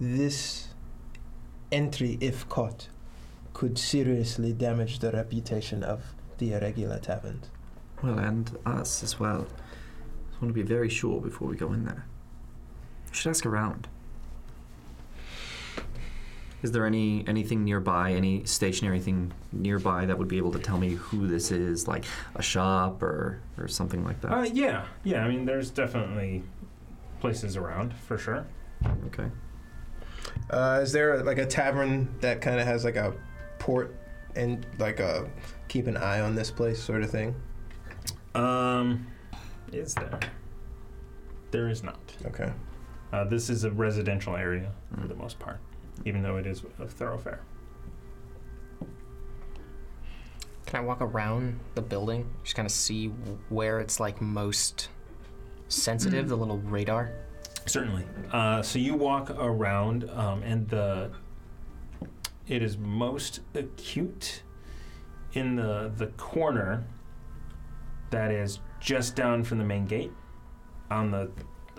this entry, if caught, could seriously damage the reputation of the irregular tavern. Well, and us as well. Just want to be very sure before we go in there. We should ask around. Is there any anything nearby, any stationary thing nearby that would be able to tell me who this is, like a shop or or something like that? Uh, yeah, yeah. I mean, there's definitely places around for sure. Okay. Uh, is there like a tavern that kind of has like a port and like a keep an eye on this place sort of thing? Um, is there? There is not. Okay. Uh, this is a residential area for the most part, even though it is a thoroughfare. Can I walk around the building? Just kind of see where it's like most sensitive, the little radar. Certainly. Uh, so you walk around, um, and the it is most acute in the the corner that is just down from the main gate, on the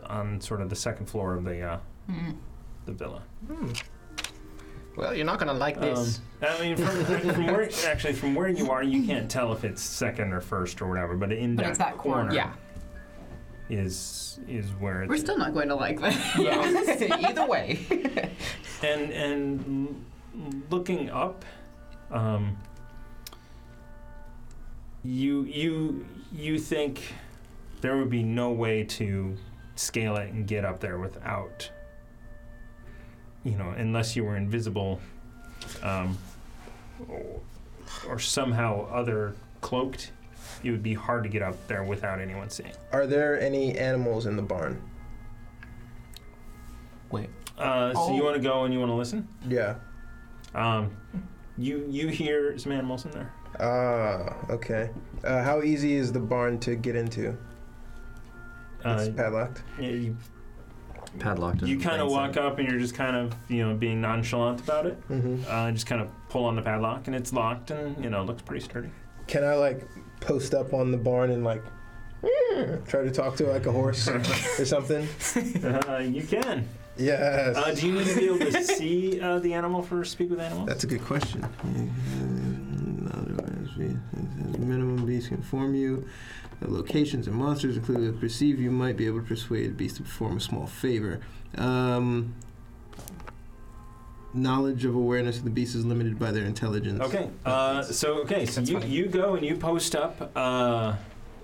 on sort of the second floor of the uh, Hmm. the villa. Well, you're not gonna like this. Um, I mean, from, from where actually from where you are, you can't tell if it's second or first or whatever. But in But that, it's that corner. Um, yeah. is is where it's We're still not going to like that. Either way. and and l- looking up um, you you you think there would be no way to scale it and get up there without you know unless you were invisible um, or, or somehow other cloaked it would be hard to get up there without anyone seeing Are there any animals in the barn? uh, so you want to go and you want to listen Yeah. um, you you hear some animals in there Ah, okay. Uh, how easy is the barn to get into? uh, it's padlocked. Yeah, you, Padlocked. in you kind of plain walk sight. up and you're just kind of you know being nonchalant about it. Mm-hmm. Uh, just kind of pull on the padlock and it's locked and you know looks pretty sturdy. Can I like post up on the barn and like try to talk to it like a horse or something? Uh, you can. Yes. Uh, do you need to be able to see uh, the animal for speak with animals? That's a good question. Minimum beast can inform you. The locations and monsters included that perceive you might be able to persuade a beast to perform a small favor. Um, knowledge of awareness of the beast is limited by their intelligence. Okay. Uh, so okay. So you, you go and you post up. Uh,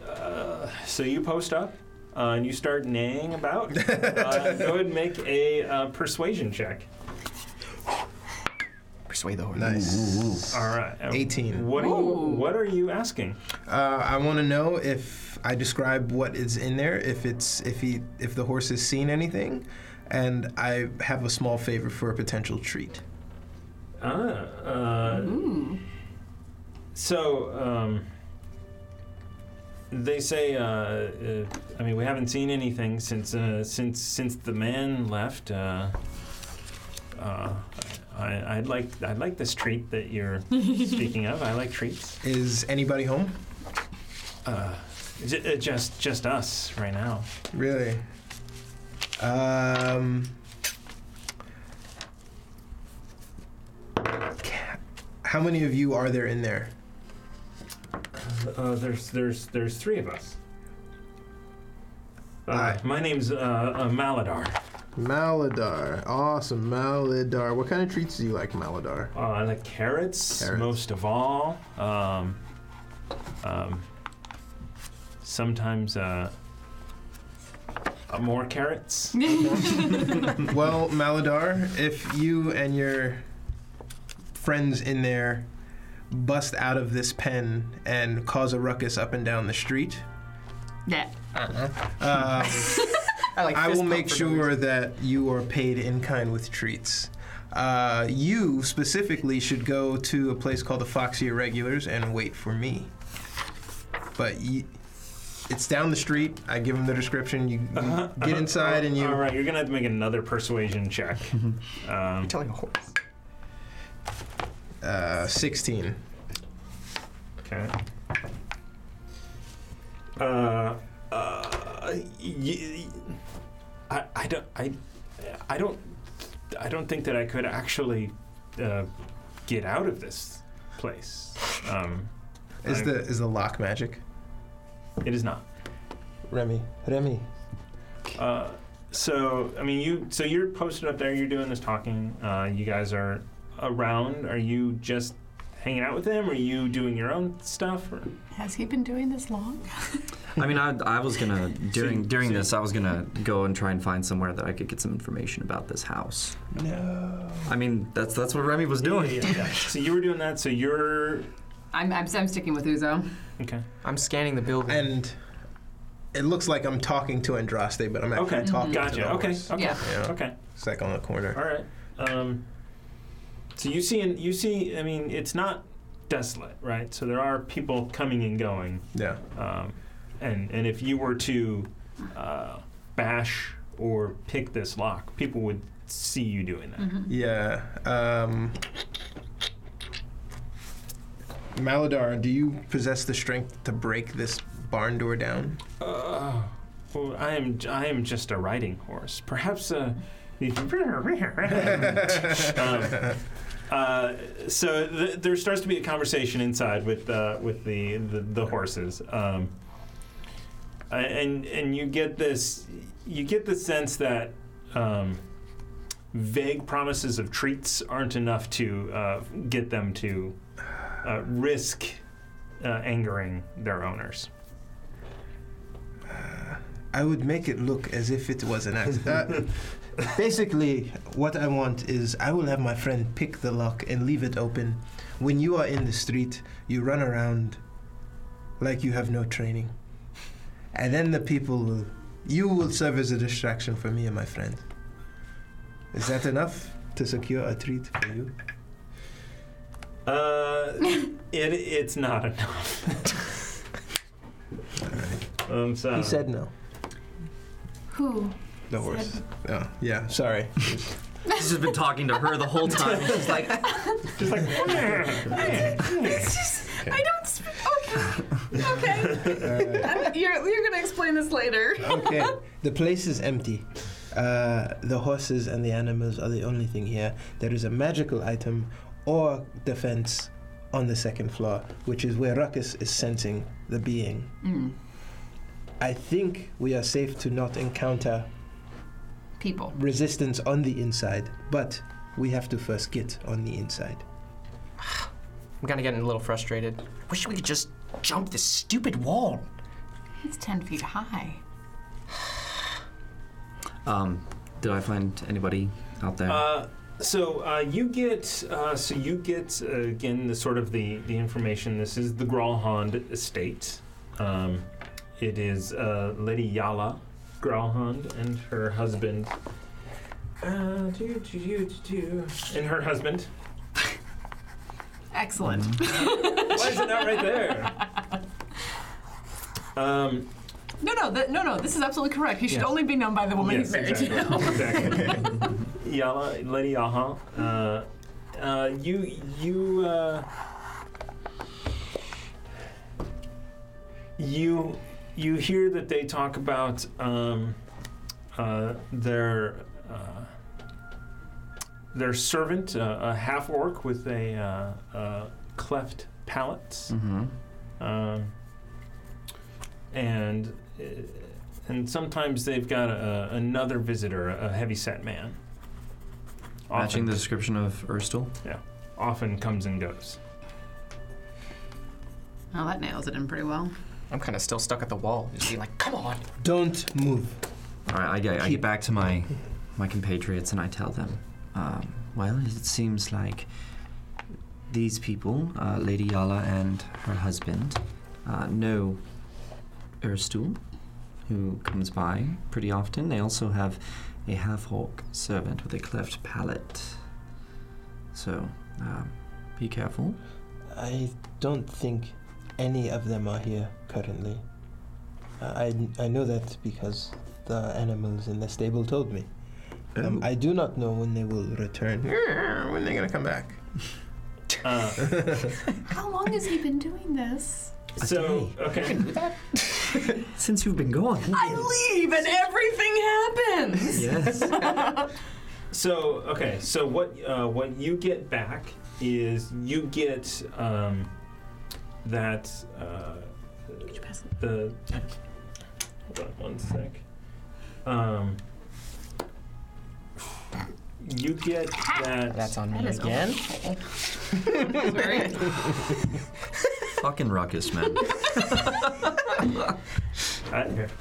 uh, so you post up. Uh, and you start neighing about. Uh, go ahead and make a uh, persuasion check. Persuade the horse. Nice. All right. Uh, 18. What are you, What are you asking? Uh, I want to know if I describe what is in there, if it's if he if the horse has seen anything, and I have a small favor for a potential treat. Ah. Uh, So, um, they say. Uh, uh, I mean, we haven't seen anything since uh, since since the man left. Uh, uh, I, I'd like I'd like this treat that you're speaking of. I like treats. Is anybody home? Uh, j- uh, just just us right now. Really? Um. ca- How many of you are there in there? Uh, there's there's there's three of us. Uh, Aye. My name's uh, uh, Maladar. Maladar. Awesome, Maladar. What kind of treats do you like, Maladar? Uh, the carrots, Carrots. most of all. Um, um, sometimes uh, uh, more carrots. well, Maladar, if you and your friends in there bust out of this pen and cause a ruckus up and down the street, yeah. um, I, like I fist will pump make for no reason. sure that you are paid in kind with treats. Uh, you specifically should go to a place called the Foxy Irregulars and wait for me. But y it's down the street. I give them the description. You, you get inside and you. Uh-huh. All right, you're gonna have to make another persuasion check. um, Telling a horse. Uh, 16. okay. Uh, uh, y- y- I, I don't I, I don't I don't think that I could actually uh, get out of this place. Um, Is I- the is the lock magic? It is not. Remy. Remy. Uh, so I mean, you so you're posted up there. You're doing this talking. Uh, you guys are around. Are you just hanging out with them? Are you doing your own stuff? Or? Has he been doing this long? I mean, I, I was gonna during So- during so- this, I was gonna go and try and find somewhere that I could get some information about this house. No. I mean, that's that's what Remy was doing. so you were doing that. So you're I'm, I'm, I'm sticking with Uzo. okay. I'm scanning the building. And it looks like I'm talking to Andraste, but I'm actually Okay. talking to Gotcha. the Okay. horse. Okay. Yeah. Yeah. Okay. It's like on the corner. All right. Um, so you see, and you see. I mean, it's not desolate, right? So there are people coming and going. Yeah. Um, and and if you were to uh, bash or pick this lock, people would see you doing that. Yeah. Um, Maladar, do you possess the strength to break this barn door down? Uh, well, I am I am just a riding horse. Perhaps uh, um, uh, so th- there starts to be a conversation inside with uh, with the the, the horses, um, a- and and you get this you get the sense that. Um, Vague promises of treats aren't enough to uh, get them to uh, risk uh, angering their owners. I would make it look as if it was an accident. Uh, basically, what I want is I will have my friend pick the lock and leave it open. When you are in the street, you run around like you have no training. And then the people will. You will serve as a distraction for me and my friend. Is that enough to secure a treat for you? Uh, it, it's not enough. Um, so He said no. Who? The horse. Oh, yeah, sorry. He's just been talking to her the whole time. She's like, just like It's just, I don't speak. Okay. Okay. Uh, I'm- you're, you're going to explain this later. okay. The place is empty. Uh, the horses and the animals are the only thing here. There is a magical item or defense on the second floor, which is where Ruckus is sensing the being. Mm. I think we are safe to not encounter People. resistance on the inside, but we have to first get on the inside. I'm kind of getting a little frustrated. Wish we could just jump this stupid wall. It's 10 feet high. um, did I find anybody out there? Uh, so uh, you get uh, so you get uh, again the sort of the the information. This is the Gralhond estate. Um, it is uh, Lady Yala Gralhond and her husband. Uh, do, do, do, do, do. And her husband. Excellent. Why is it not right there? Um, No, no, th- no, no. This is absolutely correct. He should Yes. only be known by the woman he's married exactly. to. exactly. Yala, Lady Aha. Uh, uh, you, you, uh, you, you hear that they talk about um, uh, their uh, their servant, uh, a half orc with a uh, uh, cleft palate. mm-hmm. Um, and uh, and sometimes they've got a, another visitor, a heavy set man. Matching Often, the description of Urstel. often comes and goes. Well, that nails it in pretty well. I'm kind of still stuck at the wall. Just being like, come on. Don't move. All right, I, I Keep- get back to my my compatriots and I tell them, um, well, it seems like these people, uh, Lady Yala and her husband, uh, know Erstool, who comes by pretty often. They also have a half orc servant with a cleft palate. So um, be careful. I don't think any of them are here currently. Uh, I, I know that because the animals in the stable told me. Um, I do not know when they will return. When they're gonna come back. Uh, How long has he been doing this? so okay, Since you've been gone. Mm-hmm. I leave and everything happens. yes. so okay, so what uh, what you get back is you get um, that uh, the hold on one sec. Um, You get that. That's on me again. Fucking ruckus, man. I-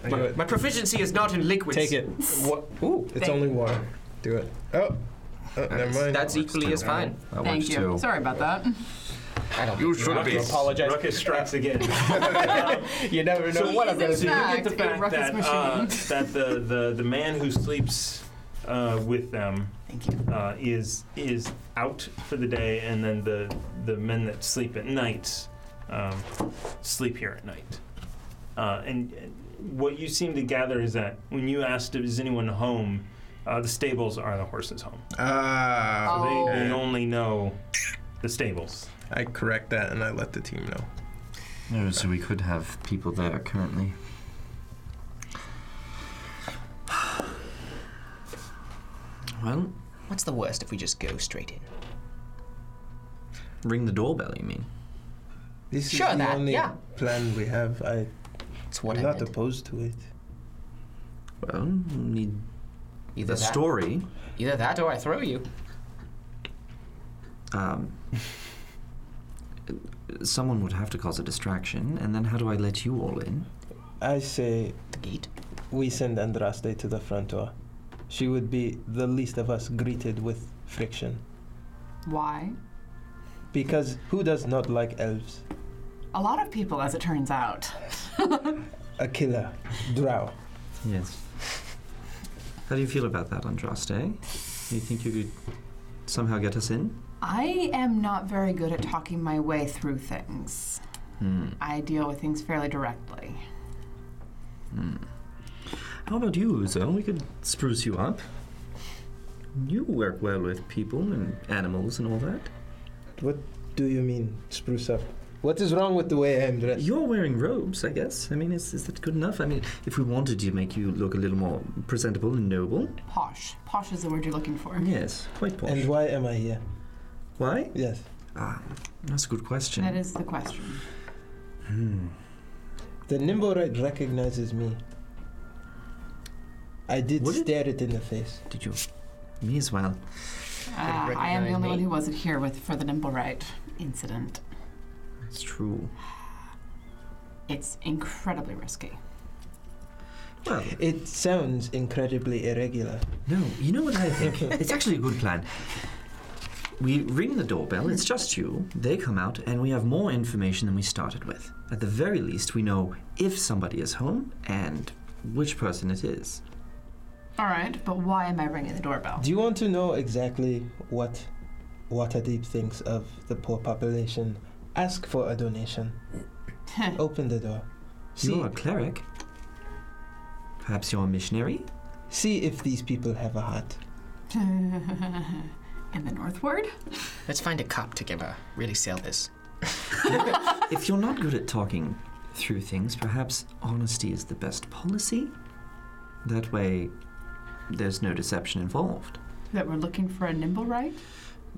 My, my proficiency is not in liquids. Take it. What? Ooh, It's only water. Do it. Oh, oh never mind. that's equally as fine. That Thank works you. too. Sorry about that. I don't. You should be. apologize. Ruckus strikes again. You never know So what you I'm get the- gonna do. so you get the fact a fact ruckus that, uh, that the, the, the man who sleeps uh, with them Thank you. uh, is is out for the day, and then the the men that sleep at night um, sleep here at night. Uh, and, and what you seem to gather is that when you asked if is anyone home, uh, the stables are the horses' home. Uh, Ah, They, Oh. they only know the stables. I correct that and I let the team know. No, Oh, so we could have people there currently. Well, What's the worst if we just go straight in? ring the doorbell, you mean? This Sure, is the that- only yeah. plan we have. I'm It's what I not meant. opposed to it. Well, we need either the that, story. either that, or I throw you. Um, someone would have to cause a distraction, and then how do I let you all in? I say The gate. we send Andraste to the front door. She would be the least of us greeted with friction. Why? Because who does not like elves? A lot of people, as it turns out. A killer, drow. Yes. How do you feel about that, Andraste? Do you think you could somehow get us in? I am not very good at talking my way through things. I deal with things fairly directly. How about you, Uzo? We could spruce you up. You work well with people and animals and all that. What do you mean, spruce up? What is wrong with the way I'm dressed? You're wearing robes, I guess. I mean, is, is that good enough? I mean, if we wanted to make you look a little more presentable and noble. Posh. Posh is the word you're looking for. Yes, quite posh. And why am I here? why? Yes. Ah, that's a good question. Hmm, That is the question. The Nimborite recognizes me. I did What did- stare it in the face. Did you? Me as well. Uh, I am the recognize only one me. who wasn't here with for the Nimble Right incident. It's true. It's incredibly risky. Well, It sounds incredibly irregular. No, you know what I think? it's actually a good plan. We ring the doorbell, it's just you. They come out, and we have more information than we started with. At the very least, we know if somebody is home and which person it is. All right, but why am I ringing the doorbell? Do you want to know exactly what Waterdeep thinks of the poor population? Ask for a donation. Open the door. See, You're a cleric. Perhaps you're a missionary? see if these people have a heart. In the northward? Let's find a cup together. Really sell this. if you're not good at talking through things, perhaps honesty is the best policy. That way, there's no deception involved. That we're looking for a nimble right?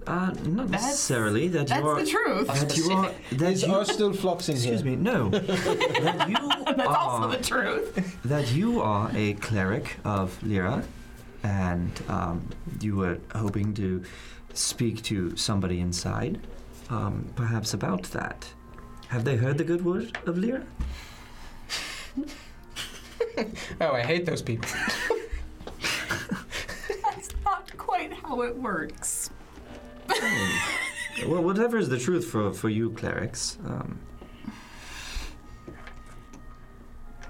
Uh, not That's- necessarily that That's you are. the truth. that you are. That These you are still flocks in Excuse here. me, no. that you That's are, also the truth. that you are a cleric of Lyra, and um, you were hoping to speak to somebody inside, um, perhaps about that. Have they heard the good word of Lyra? Oh, I hate those people. That's not quite how it works. Well, whatever is the truth for, for you clerics, um,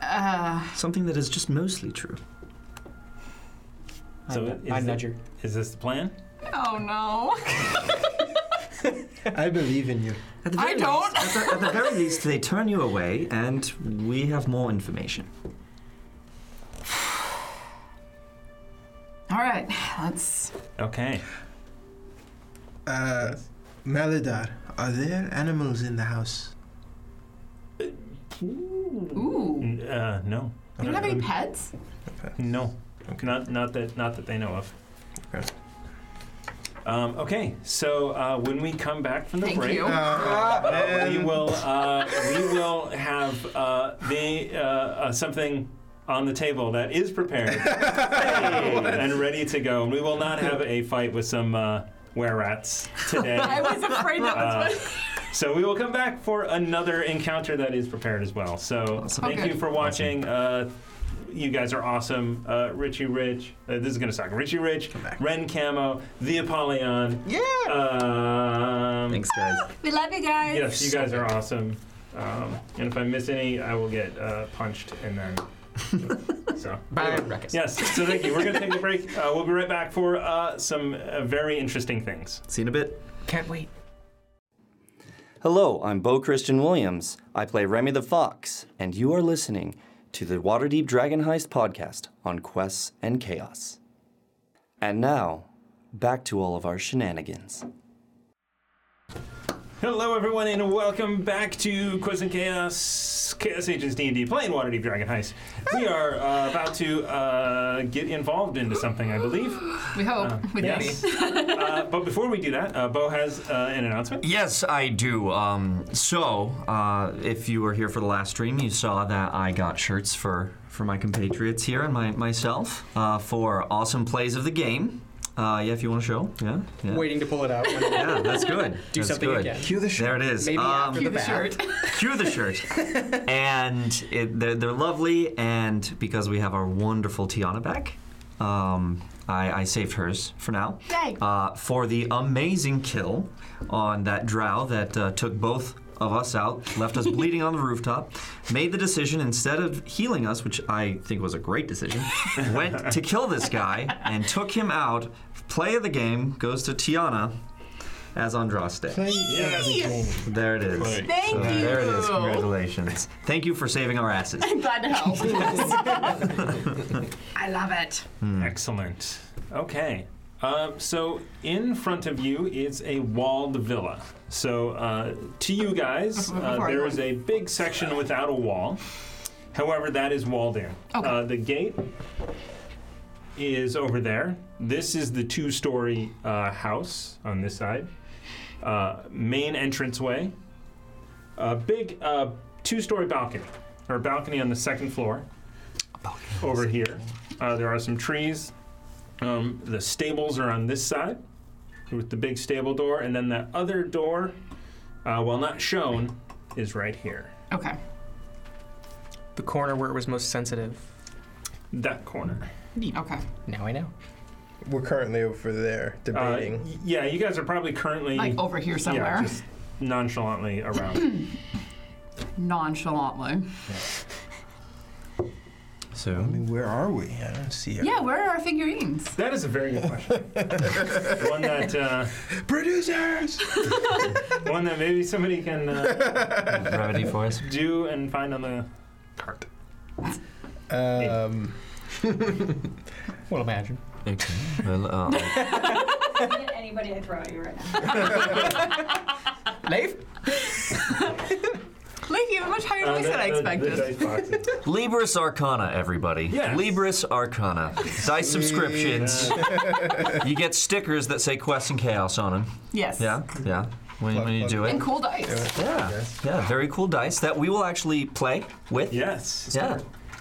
Uh, something that is just mostly true. So I'm, is I'm the- not your. Is this the plan? oh no. I believe in you. At the I very don't. least- at, the, at the very least, they turn you away, and we have more information. All right, let's. Okay. Uh, Maladar, are there animals in the house? Ooh. N- Uh, no. You don't have any pets? No, not not that not that they know of. Okay. Um, okay, so uh, when we come back from the Thank break, you. um, Uh, we will uh, we will have uh, the uh, uh, something on the table that is prepared and ready to go. And we will not have a fight with some uh, were rats today. I was afraid that was Uh, what. so we will come back for another encounter that is prepared as well. So thank Okay. you for watching. Uh, you guys are awesome. Uh, Richie Rich. Uh, this is going to suck. Richie Rich, Ren Camo, The Apollyon. Yeah. Um, Thanks, guys. We love you guys. Yes, you guys are awesome. Um, and if I miss any, I will get uh, punched and then. so. Bye, Ruckus. Yes, so thank you. We're going to take a break. Uh, we'll be right back for uh, some uh, very interesting things. See you in a bit. Can't wait. Hello, I'm Bo Christian Williams. I play Remy the Fox, and you are listening to the Waterdeep Dragon Heist podcast on Quests and Chaos. And now, back to all of our shenanigans. Hello, everyone, and welcome back to Quiz and Chaos, Chaos Agents D&D, playing Waterdeep Dragon Heist. We are uh, about to uh, get involved into something, I believe. We hope. we Yes. uh, but before we do that, uh, Bo has uh, an announcement. Yes, I do. Um, so, uh, if you were here for the last stream, you saw that I got shirts for, for my compatriots here and my, myself uh, for awesome plays of the game. Uh, yeah, if you want to show. Yeah. yeah. Waiting to pull it out. Yeah, that's good. Do That's something good. again. Cue the shirt. There it is. Maybe Um, after the, bath. Cue the shirt. and it, they're, they're lovely, and because we have our wonderful Tiana back, um, I, I saved hers for now. Yay. Uh, for the amazing kill on that drow that uh, took both of us out, left us bleeding on the rooftop, made the decision instead of healing us, which I think was a great decision, went to kill this guy and took him out. Play of the game goes to Tiana as Andraste. There it is. Thank So There it is. you. Congratulations. Thank you for saving our asses. I'm glad to help. I love it. Excellent. Okay. Um, so in front of you is a walled villa. So uh, to you guys, uh, Before I there go is a big section without a wall. However, that is walled in. Okay. Uh, the gate is over there. This is the two-story uh, house on this side. Uh, main entranceway. A big uh, two-story balcony, or balcony on the second floor over here. Uh, there are some trees. Um, the stables are on this side with the big stable door, and then that other door, uh, while not shown, is right here. Okay. The corner where it was most sensitive. That corner. Okay. Now I know. We're currently over there Uh, debating. y- yeah, you guys are probably currently Like over here somewhere. Yeah, just nonchalantly around. Nonchalantly. I So, mean, where are we? I don't see it. Yeah, where are our figurines? that is a very good question. one that uh, Producers! one that maybe somebody can uh, gravity for us. do and find on the cart. Um, Well, imagine. Okay. Well, uh, Anybody I throw at you right now. Leif? Like you have a much higher Uh, voice the- than I the- the expected. dice boxes. Libris Arcana, everybody. Yes. Libris Arcana. Dice subscriptions. Uh, you get stickers that say Quest and Chaos on them. yes. Yeah, yeah. When, when you do And it. cool dice. Yeah, yeah. Very cool dice that we will actually play with. Yes. Yeah.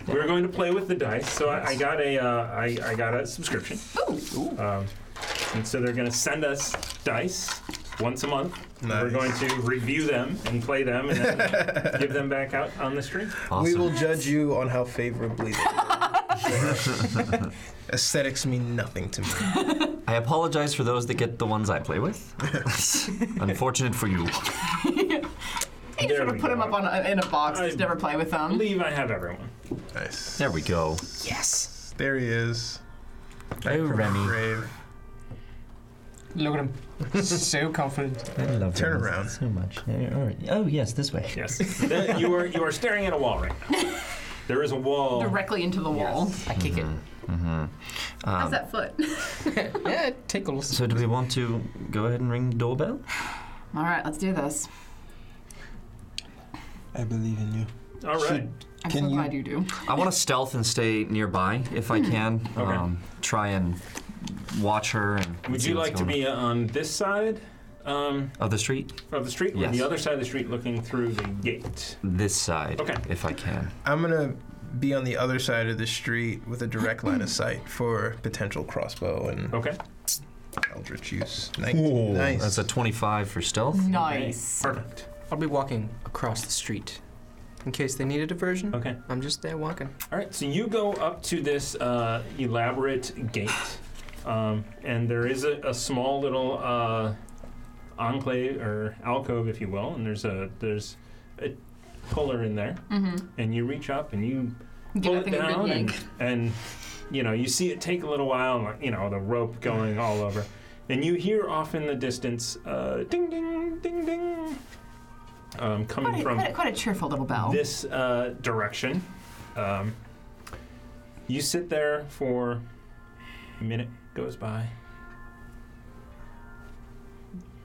We were going to play with the dice, so I, I got a uh, I, I got a subscription, Ooh. um, and so they're going to send us dice once a month. We're Nice. going to review them and play them, and then give them back out on the stream. Awesome. We will judge you on how favorably. they- Aesthetics mean nothing to me. I apologize for those that get the ones I play with. Unfortunate for you. You There just sort we of put them go. up on a, in a box. I- just never play with I Hmm. them. believe I have everyone. Nice. There we go. Yes. There he is. Hey, Oh, Remy. Brave. Look at him. so confident. I love Turn Remy around. so much. Yeah, all right. Oh yes, this way. Yes, There- you are you are staring at a wall right now. There is a wall. Directly into the wall. I kick it. Mm-hmm. Mm-hmm. How's that foot? Yeah, it tickles. So do we want to go ahead and ring the doorbell? All right, let's do this. I believe in you. All right. I'm Can so you- glad you do. I want to stealth and stay nearby if I can. Hmm. um, Okay. try and watch her and. Would see you what's like to going be on this side um, on. of the street? of the street, or Yes. the other side of the street, looking through the gate? This side, Okay. if I can. I'm gonna be on the other side of the street with a direct line of sight for potential crossbow and okay. Eldritch use. Nineteen. nice. That's a 25 for stealth. Nice. Perfect. I'll be walking across the street in case they need a diversion. Okay. I'm just there walking. All right, so you go up to this uh, elaborate gate, um, and there is a, a small little uh, enclave or alcove, if you will, and there's a there's a puller in there, Mhm. and you reach up and you Give pull it it the good down, and, yank. and you know you see it take a little while, and like, you know the rope going all over, and you hear off in the distance, uh, ding ding ding ding, um, coming Quite a, from quite, a, quite a cheerful little bell. this uh, direction. Um, you sit there for a minute goes by.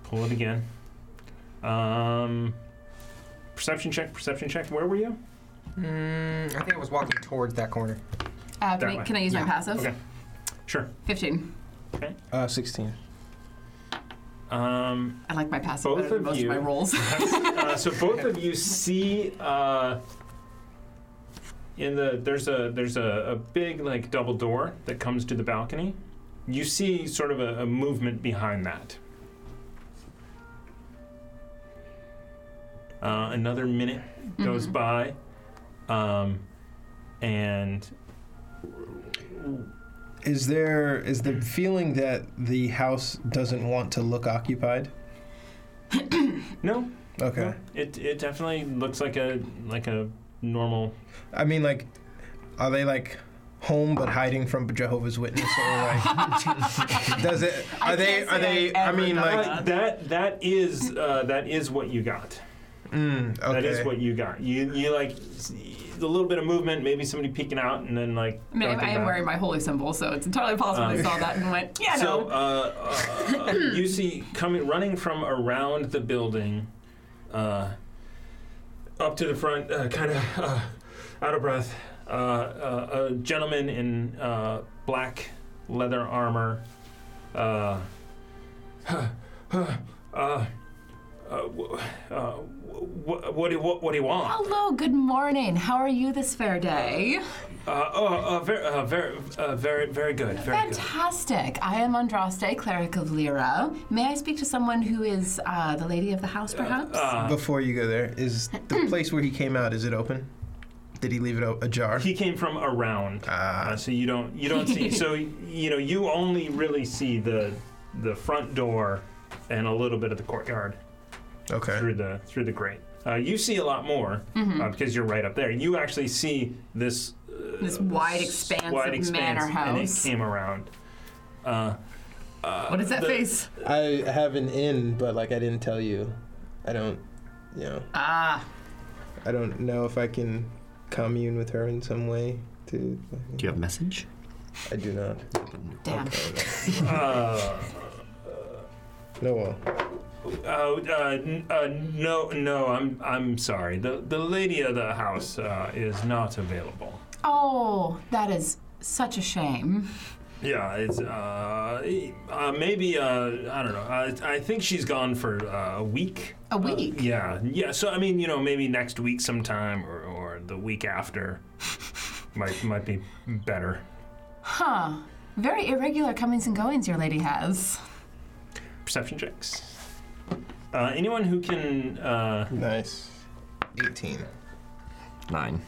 Pull it again. Um, perception check. Perception check. Where were you? Mm, I think I was walking towards that corner. Uh, That can, I, way. can I use my Yeah. passive? Okay. Sure. 15. Uh, sixteen. Um, I like my passive both better than of most you, of my rolls. uh, so both of you see uh, in the there's a there's a, a big like double door that comes to the balcony. You see sort of a, a movement behind that. Uh, another minute goes by, um, and Is there is the feeling that the house doesn't want to look occupied? no. Okay. It it definitely looks like a like a normal I mean, like, are they like home but hiding from Jehovah's Witness, or like, does it? Are they? Are they? I mean, Uh, like, that that is uh, that is what you got. mm, okay. That is what you got. You you like s- a little bit of movement, maybe somebody peeking out, and then like. I mean, I, ducking I am back. wearing my holy symbol, so it's entirely possible I Um, saw that and went, yeah, so no. uh, uh, you see coming running from around the building, uh, up to the front, uh, kind of uh, out of breath, uh, uh, a gentleman in uh, black leather armor. Uh, uh, uh, w- uh, what, what, do- what, what do you want? Hello, good morning. How are you this fair day? Uh, oh, uh, very, uh, very, uh, very, very good. Very Fantastic. I am Andraste, cleric of Lyra. May I speak to someone who is uh, the lady of the house, perhaps? uh, Before you go there, is the place where he came out? Is it open? Did he leave it o- ajar? Ah, good. He came from around, uh, so you don't, you don't see. So you know, you only really see the, the front door, and a little bit of the courtyard. Okay. Through the through the grate. Uh, you see a lot more Mhm. uh, because you're right up there. You actually see this uh, This wide expanse wide of expanse, manor house. and it came around. Uh, uh, What is that the- face? I have an in, but like I didn't tell you. I don't, you know, Ah, I don't know if I can commune with her in some way. To do you have message? I do not. damn. Uh, No. Well. Oh, uh, n- uh, no, no, I'm, I'm sorry. The, the lady of the house uh, is not available. Oh, that is such a shame. Yeah, it's, uh, e- uh, maybe, uh, I don't know. I, I think she's gone for uh, a week. A week? Yeah, yeah. So, I mean, you know, maybe next week sometime or, or the week after might, might be better. Huh. Very irregular comings and goings your lady has. Perception checks. Uh, anyone who can. Uh, nice. 18. Nine.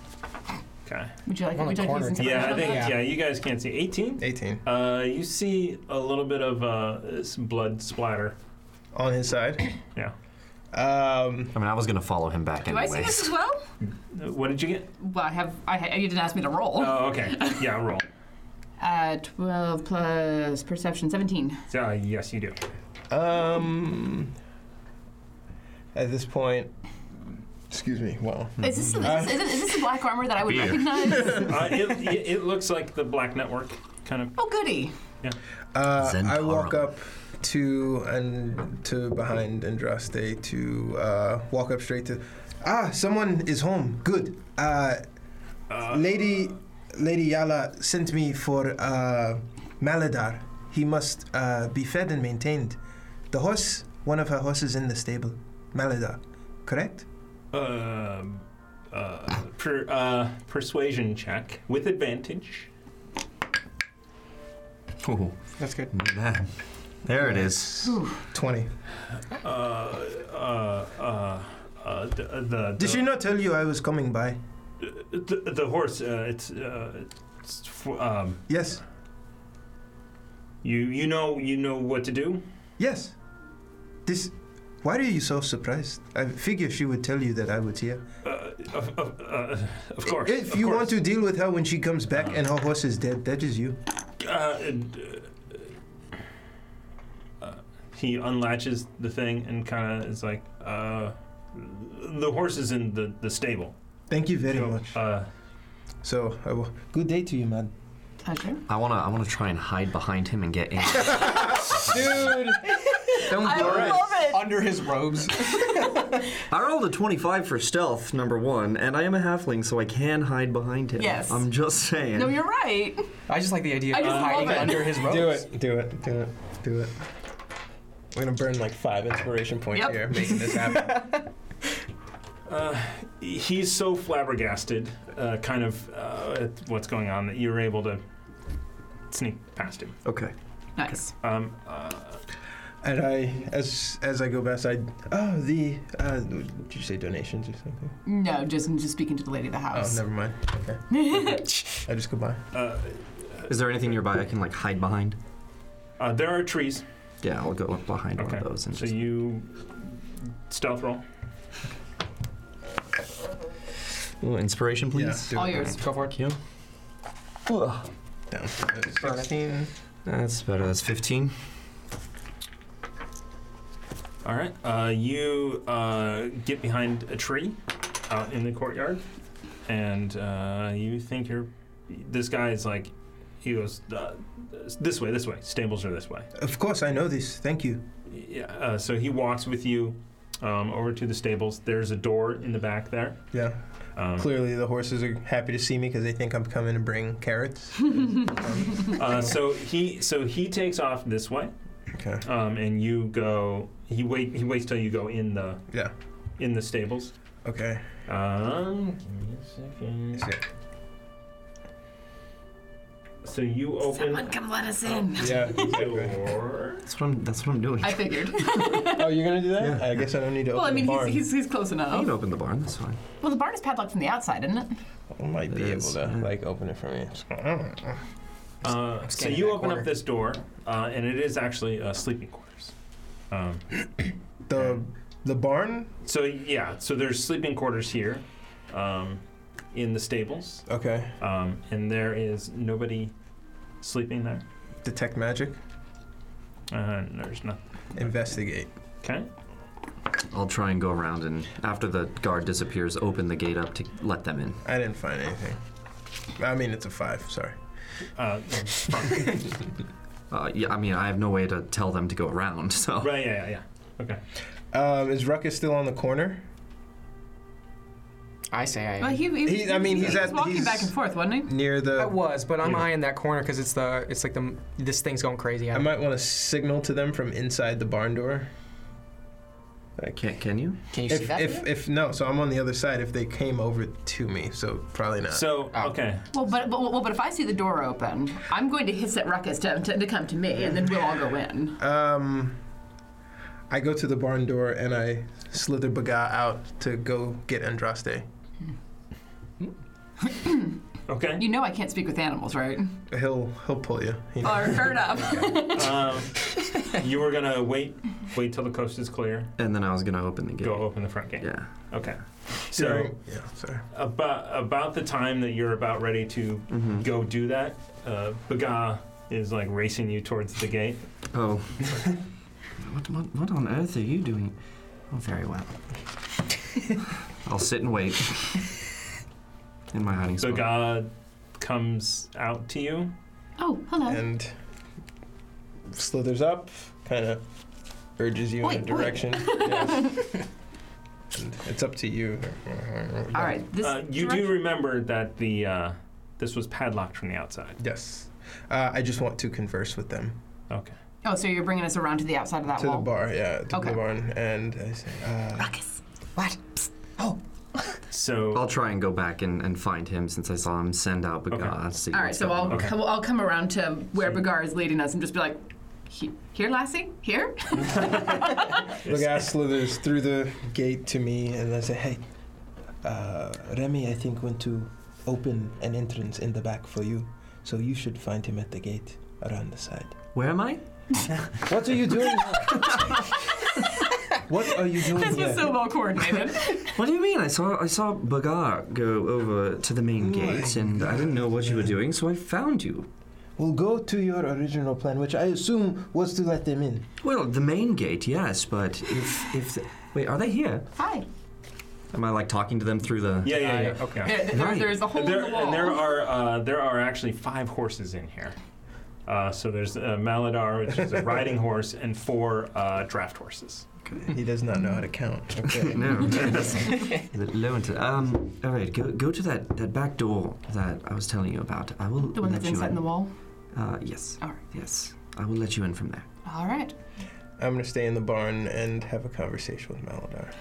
Okay. Would you like, would you like to use Yeah, I intimidation think on that? yeah. You guys can't see. Eighteen. 18. Uh, you see a little bit of uh, some blood splatter. On his side? Yeah. Um, I mean, I was gonna follow him back Do I see anyway. this as well? What did you get? Well, I have. I, ha- you didn't ask me to roll. Oh, okay. Yeah, roll. Uh, 12 plus perception, 17. Uh, yes, you do. Um. At this point. Excuse me. Wow. Is this, the- Uh, is, this, is this the black armor that I would Beer. recognize? Uh, it, it, it looks like the black network kind of. oh, goody. Yeah. Uh, I Zentaro. walk up to and to behind Andraste to uh, walk up straight to. Ah, someone is home. Good. Uh, Uh. Lady Lady Yala sent me for uh, Maladar. He must uh, be fed and maintained. The horse, one of her horses in the stable, Maladar. Correct? Um, uh, per, uh, persuasion check with advantage. Ooh. That's good. There it is. 20. Uh, uh, uh, uh, the, the, Did she not tell you I was coming by? the, the horse? Uh, it's uh, it's for, um, yes. You you know you know what to do. Yes. This. Why are you so surprised? I figure she would tell you that I was here. Uh, of, of, uh, of course. If you want to deal with her when she comes back and her horse is dead, that is you. Uh, and, uh, uh, he unlatches the thing and kind of is like, uh, the horse is in the, the stable. Thank you very much. Uh, so, I will- good day to you, man. Pleasure. I wanna, I wanna try and hide behind him and get in. Dude! Don't I blur it. love it. Under his robes. I rolled a 25 for stealth, number one, and I am a halfling, so I can hide behind him. Yes. I'm just saying. No, you're right. I just like the idea I of just love hiding it. under his robes. Do it, do it, do it, do it. We're gonna burn like five inspiration points Yep. here making this happen. Uh, he's so flabbergasted, uh, kind of uh, at what's going on, that you're able to sneak past him. Okay. Nice. Um, uh, And I, as as I go past, I oh the uh, did you say donations or something? No, just I'm just speaking to the lady of the Oh, house. never mind. Okay, I just go by. uh, Is there anything nearby I can like hide behind? uh, there are trees. Yeah, I'll go up behind one Okay. of those and So just. you stealth roll. Ooh, inspiration, please. All yours. Go for it. Thank you. Ugh. Down. Burn it. That's better. That's 15. All right. Uh, you uh, get behind a tree out in the courtyard, and uh, you think you're. This guy is like, he goes uh, this way, this way. Stables are this way. Of course, I know this. Thank you. Yeah. Uh, so he walks with you um, over to the stables. There's a door in the back there. Yeah. Um, Clearly, the horses are happy to see me because they think I'm coming to bring carrots. uh, so he so he takes off this way, Okay. um, and you go. He wait. He waits till you go in the Yeah. in the stables. Okay. Um, give me a second. Is it- So you open Someone come let us in. Yeah. the door. That's what I'm. That's what I'm doing. I figured. oh, you're gonna do that? Yeah. I guess I don't need to well, I open the mean, he's, barn. he's, he's close I enough. can open the barn. That's fine. Well, the barn is padlocked from the outside, isn't it? I might be It able is, to yeah. like open it from here. Uh, so scanning you that open corner. up this door, uh, and it is actually uh, sleeping quarters. Um, The the barn. so yeah, so there's sleeping quarters here, um, in the stables, Okay. um, and there is nobody sleeping there. Detect magic. Uh, there's nothing. Investigate. Okay. I'll try and go around and after the guard disappears, open the gate up to let them in. I didn't find anything. I mean, it's a five. Sorry. Uh, Uh, yeah, I mean, I have no way to tell them to go around, so. right. Yeah. Yeah. yeah. Okay. Um, is Ruckus still on the corner? I say I am. Well, he, he, He- I mean, he he's was at- walking he's- back and forth, wasn't he? Near I the. was, but I'm Yeah. eyeing that corner because it's the it's like the this thing's going crazy. I might want to signal to them from inside the barn door. Can, can you? Can you see If that? if, if no, so I'm on the other side. If they came over to me, so probably not. So Oh. okay. Well, but, but well, but if I see the door open, I'm going to hiss at Ruckus to, to, to come to me, and then we'll all go in. Um, I go to the barn door and I slither Baga out to go get Andraste. Okay. You know I can't speak with animals, right? He'll he'll pull you. He knows. Or fair enough. um, you were gonna wait, wait till the coast is clear. And then I was gonna open the gate. Go open the front gate. Yeah. Okay. So yeah, sorry. about about the time that you're about ready to Mm-hmm. go do that, uh, Baga is like racing you towards the gate. Oh. what, what, what on earth are you doing? Oh, very well. I'll sit and wait. In my hiding spot. Baga comes out to you. Oh, hello. And slithers up, kind of urges you in Wait, a wait. direction. Yeah. And it's up to you. all right. This Uh, you do remember that the uh, this was padlocked from the outside. Yes. Uh, I just want to converse with them. Okay. Oh, so you're bringing us around to the outside of that to wall. the bar, yeah, to Okay. the barn, and I say, uh, Ruckus. So I'll try and go back and, and find him since I saw him send out Bagas. All right, so I'll come, I'll come around to where Bagar is leading us and just be like, "He- here, Lassie, here. The guy slithers through the gate to me and I say, hey, uh, Remy, I think, went to open an entrance in the back for you. So you should find him at the gate around the side. Where am I? what are you doing? what are you doing This was here? so well coordinated. What do you mean? I saw I saw Bagar go over to the main gate, and I didn't know what you were doing, so I found you. Well, go to your original plan, which I assume was to let them in. Well, the main gate, yes, but if if the, wait, are they here? Hi. Am I like talking to them through the? Yeah, yeah, yeah. Okay. Right. there, And there are uh, there are actually five horses in here. Uh, so there's a Maladar, which is a riding horse, and four uh, draft horses. He does not know how to count. Okay. No. The low into- um, all right, go go to that, that back door that I was telling you about. I will The one let that's you inside in. the wall. Uh, yes. All right. Yes, I will let you in from there. All right. I'm going to stay in the barn and have a conversation with Maladar.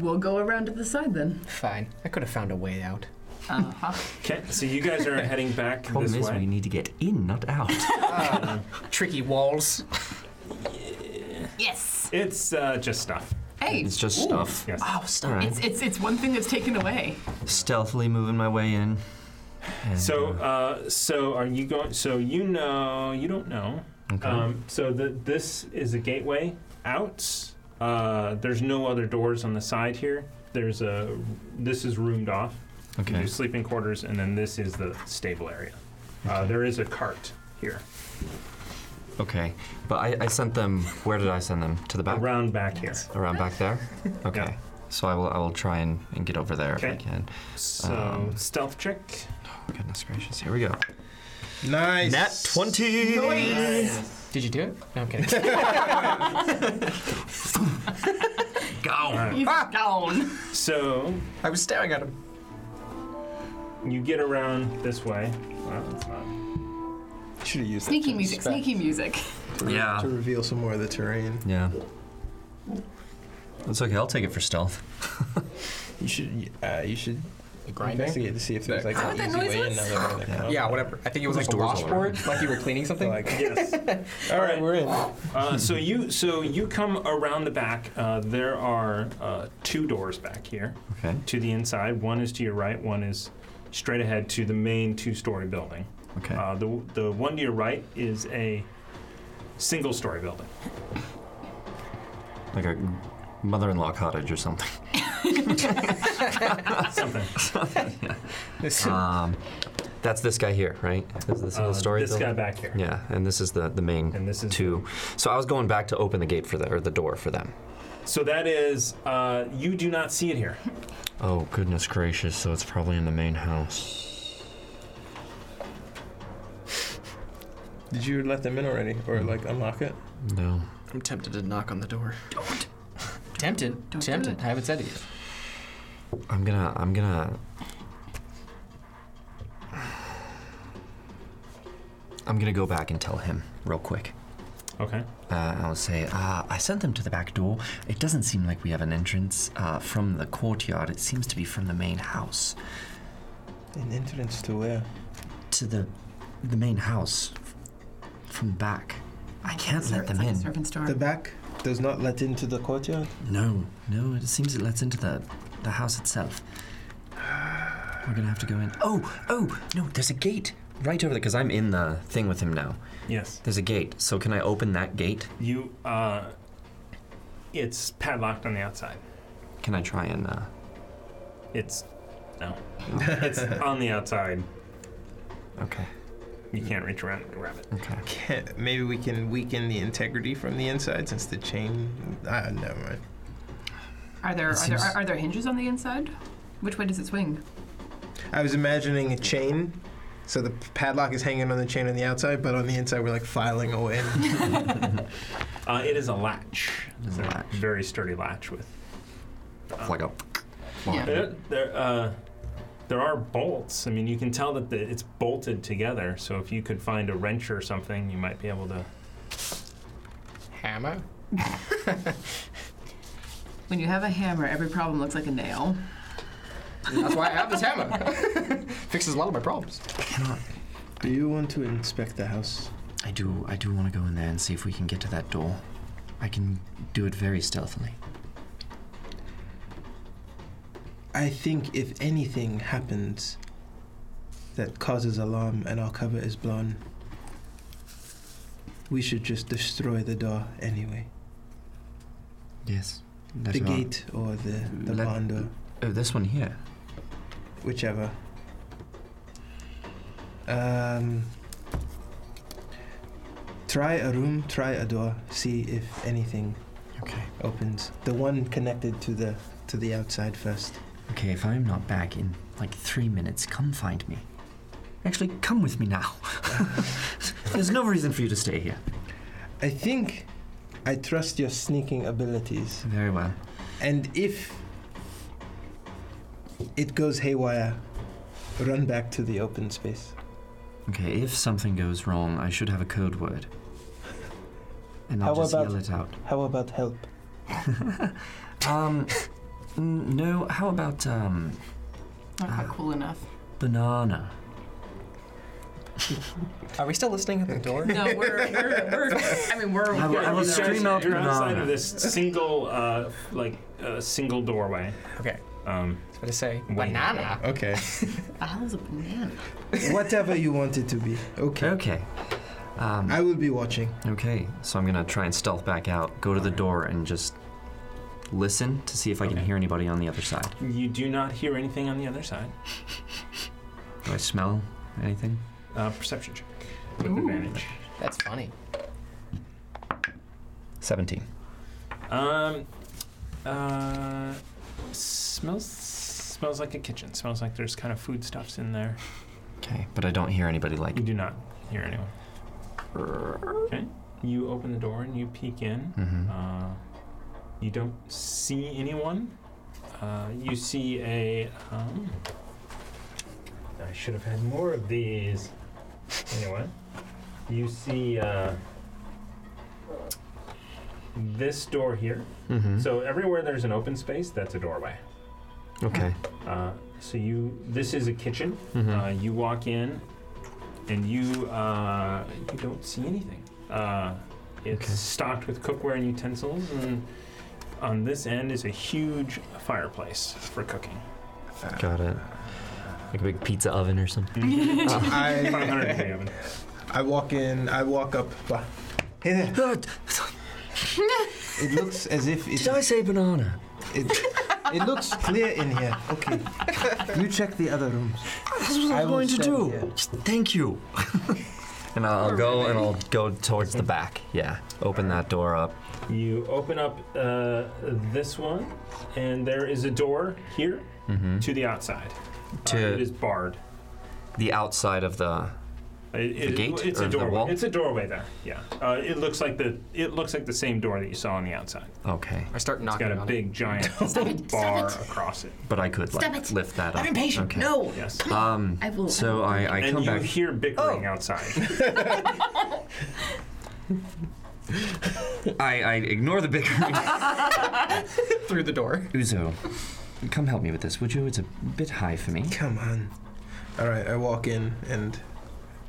We'll go around to the side then. Fine. I could have found a way out. Uh-huh. Okay, so you guys are heading back Problem this is, way. we need to get in, not out. tricky walls. Yes. It's uh, just stuff. Hey. It's just stuff. Yes. Oh, All stuff. right. It's, it's, it's one thing that's taken away. Stealthily moving my way in. So, uh, so are you going? So you know, you don't know. Okay. Um, so the, this is a gateway out. Uh, there's no other doors on the side here. There's a. This is roomed off. Okay. Your sleeping quarters, and then this is the stable area. Uh, there is a cart here. Okay, but I, I sent them. Where did I send them? To the back. Around back here. Around back there. Okay. So I will I will try and, and get over there Okay. if I can. So Um, stealth check. goodness gracious, here we go. Nice. Nat twenty. Did you do it? No, I'm kidding. All right. He's gone. So I was staring at him. You get around this way. Well, that's not. Should have used that Sneaky to music, spec- sneaky music. to- Yeah. To reveal some more of the terrain. Yeah. That's okay. I'll take it for stealth. You should. Uh, you should. grinding? Investigate to see if there's like Is that an what easy that noise way in. was? Another way Yeah. to come. Yeah, whatever. I think it was There's like a doors all around. washboard, like you were cleaning something. Like, Yes. All right, we're in. Uh, so you so you come around the back. Uh, there are uh, two doors back here Okay. to the inside. One is to your right. One is straight ahead to the main two-story building. Okay. Uh, the the one to your right is a single-story building. Like a mother-in-law cottage or something. Something. uh, Um, that's this guy here, right? Is this Uh, the story? this building? guy back here. Yeah, and this is the the main And this is two. So I was going back to open the gate for them or the door for them. So that is uh, you do not see it here. Oh goodness gracious! So it's probably in the main house. Did you let them in already, or like unlock it? No. I'm tempted to knock on the door. Don't. Tempted. tempted. I haven't said it yet. I'm gonna. I'm gonna. I'm gonna go back and tell him real quick. Okay. Uh, I'll say, uh, I sent them to the back door. It doesn't seem like we have an entrance uh, from the courtyard. It seems to be from the main house An entrance to where? to the the main house f- from the back. I can't let them in. Servant's door. The back does not let into the courtyard. No, no. It seems it lets into the the house itself. We're gonna have to go in. Oh, oh, no. There's a gate right over there because I'm in the thing with him now. Yes. There's a gate. So can I open that gate? You. Uh, it's padlocked on the outside. Can I try and? Uh, It's no. it's on the outside. okay. You can't reach around and grab it. Okay. Can't, maybe we can weaken the integrity from the inside since the chain. Ah, never mind. Are there It are, there seems- are, are there hinges on the inside? Which way does it swing? I was imagining a chain. So the padlock is hanging on the chain on the outside, but on the inside we're like filing away. Uh, it is a latch. It's a Latch. very sturdy latch with. It's like a. Yeah. There, there, uh, there are bolts. I mean, you can tell that the, it's bolted together. So if you could find a wrench or something, you might be able to. Hammer. When you have a hammer, every problem looks like a nail. That's why I have this hammer. Fixes a lot of my problems. Do you want to inspect the house? I do. I do want to go in there and see if we can get to that door. I can do it very stealthily. I think if anything happens that causes alarm and our cover is blown, we should just destroy the door anyway. Yes. the gate or the, the Let- barn door, Oh, this one here. whichever. Um, try a room, try a door, see if anything opens. The one connected to the to the outside first. Okay, if I'm not back in like three minutes, come find me. Actually, come with me now. There's no reason for you to stay here. I think I trust your sneaking abilities. Very well. And if it goes haywire, run back to the open space. Okay, if something goes wrong, I should have a code word. And I'll How just about- yell it out. How about help? Um, n- no, how about, um, Not quite cool enough. banana? Are we still listening at the door? No, we're, we're, we're I mean, we're. I will- I will You guys- stream out You're outside banana. of this single, uh, like, uh, single doorway. Okay. Um, I was about to say banana. Okay. The hell's a banana? Whatever you want it to be. Okay. Okay. Um, I will be watching. Okay, so I'm gonna try and stealth back out, go to the door, and just listen to see if I can hear anybody on the other side. You do not hear anything on the other side. Do I smell anything? Uh, perception check with advantage. That's funny. 17. Um, uh, smells smells like a kitchen. Smells like there's kind of foodstuffs in there. Okay, but I don't hear anybody like. You do not hear anyone. Okay. You open the door and you peek in. Mhm. Uh, you don't see anyone. Uh, you see a. Um, I should have had more of these. Anyway, you see uh, this door here. Mhm. So everywhere there's an open space, that's a doorway. Okay. Uh, so you, this is a kitchen. Mhm. Uh, you walk in, and you uh, you don't see anything. Uh, it's stocked with cookware and utensils, and on this end is a huge fireplace for cooking. Got it. Like a big pizza oven or something. I, I walk in, I walk up. beh- Hey there. it looks as if it's. Did I say banana? It, it looks clear in here. Okay. You check the other rooms. That's what I I'm will going to stand do. here. Thank you. and I'll, I'll go and I'll go towards the back. Yeah. Open that door up. You open up uh, this one, and there is a door here Mhm. to the outside. Uh, To it is barred. The outside of the, the It- gate It's or a the doorway. wall. It's a doorway there. Yeah. Uh, it looks like the it looks like the same door that you saw on the outside. Okay. I start It's knocking got a on big it. giant Stop it, stop bar it. across it. But I could Stop like it. lift that up. I'm impatient. Okay. No. Yes. Come on. Um. I will- So I, I and come you back. hear bickering outside. I, I ignore the bickering. Through the door. Uzo, come help me with this, would you? It's a bit high for me. Come on. All right, I walk in and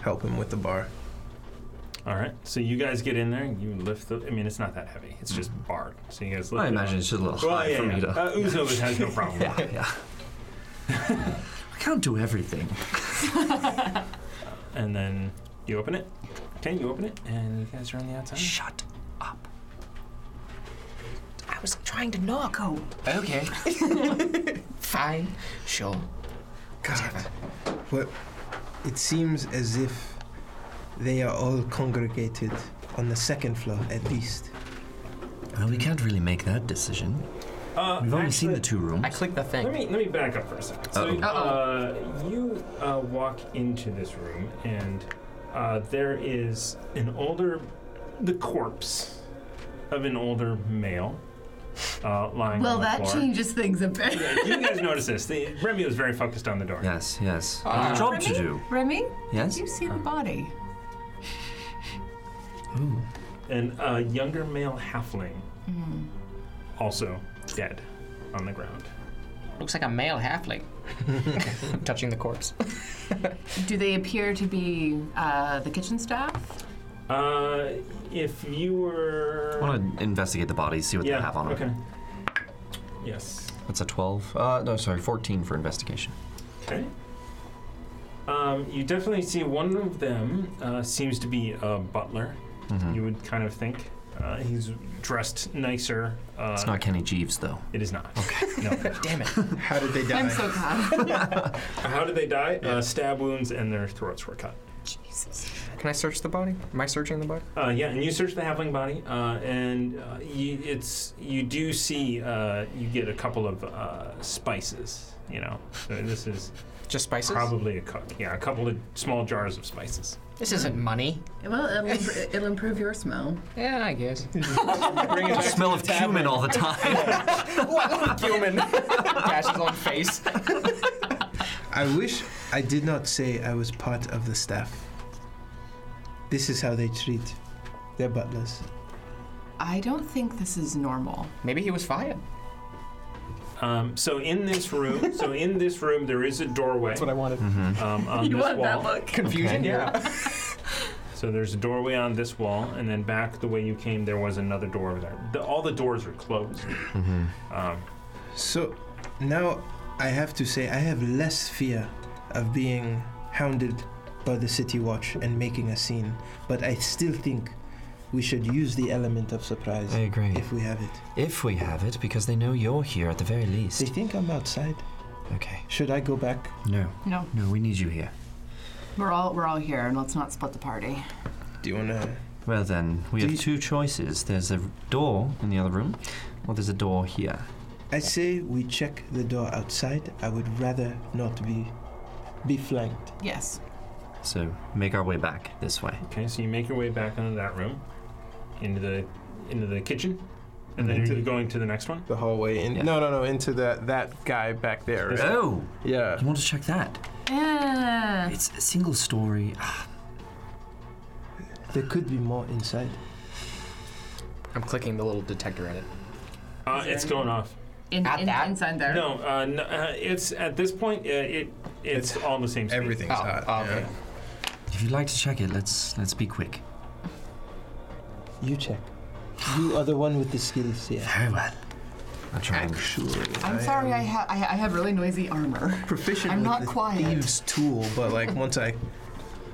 help him with the bar. All right. So you guys get in there and you lift the. I mean, it's not that heavy. It's just barred. So you guys lift. I it imagine up. it's just a little Well, high yeah, for me yeah. to. Uh, Uzo has no problem. yeah, yeah. I can't do everything. And then you open it. Okay, you open it, and you guys are on the Mm. outside. Shut. I was trying to knock. Oh. Okay. Fine. Sure. God. What? It seems as if they are all congregated on the second floor, at least. Well, we can't really make that decision. Uh, We've only seen the two rooms. I clicked the thing. Let me let me back up for a second. So Uh-oh. uh, you uh, walk into this room, and uh, there is an older, the corpse of an older male uh, lying Well, on the that floor. changes things a bit. Yeah, you guys notice this. The, Remy was very focused on the door. Yes, yes. Uh, a job to Remy? do. Remy? Yes? You see the body. And a younger male halfling, Mm. also dead on the ground. Looks like a male halfling. Touching the corpse. Do they appear to be uh, the kitchen staff? Uh, if you were. I want to investigate the bodies, see what Yeah, they have on them. okay. Yes. That's a 12. Uh, no, sorry, 14 for investigation. Okay. Um, you definitely see one of them uh, seems to be a butler. Mhm. You would kind of think uh, he's dressed nicer. Uh, it's not Kenny Jeeves, though. It is not. Okay. No. Damn it. How did they I'm so glad. How did they die? Uh, stab wounds and their throats were cut. Can I search the body? Am I searching the body? Uh, yeah, and you search the halfling body, uh, and uh, you, it's you do see uh, you get a couple of uh, spices. You know, so this is just spices. Probably a cook. Yeah, a couple of small jars of spices. This isn't money. well, it'll, impr- it'll improve your smell. Yeah, I guess. The smell of cumin all the time. what? Human. Dashes on face. I wish I did not say I was part of the staff. This is how they treat their butlers. I don't think this is normal. Maybe he was fired. Um, so in this room, so in this room, there is a doorway. That's what I wanted. Um, on You this want wall. that look? Confusion, Okay. yeah. So there's a doorway on this wall, and then back the way you came, there was another door over there. The, all the doors are closed. Mm-hmm. Um, So now I have to say I have less fear of being hounded by the city watch and making a scene, but I still think we should use the element of surprise I agree. if we have it. If we have it, because they know you're here at the very least. They think I'm outside. Okay. Should I go back? No. No, No, we need you here. we're all we're all here, and let's not split the party. Do you want to? Well, then, we have two choices. There's a door in the other room, or there's a door here. I say we check the door outside. I would rather not be be flanked. Yes. So, make our way back this way. okay, so you make your way back into that room, into the into the kitchen, and then Into- you're going to the next one. The hallway. In, Yeah. No, no, no. Into that that guy back there. This right? guy. Oh! Yeah. You want to check that? Yeah. It's a single story. Ah, There could be more inside. I'm clicking the little detector in it. Uh, it's going off. In, At in, that? inside there. No, uh, no uh, it's at this point uh, it it's, all the same. Speed. everything's Oh, hot, oh, yeah. okay. If you'd like to check it, let's let's be quick. You check. You are the one with the skills here. Very well. I'll try and I'm sorry. I have I, I have really noisy armor. proficient I'm with not the quiet. thieves tool, but like once I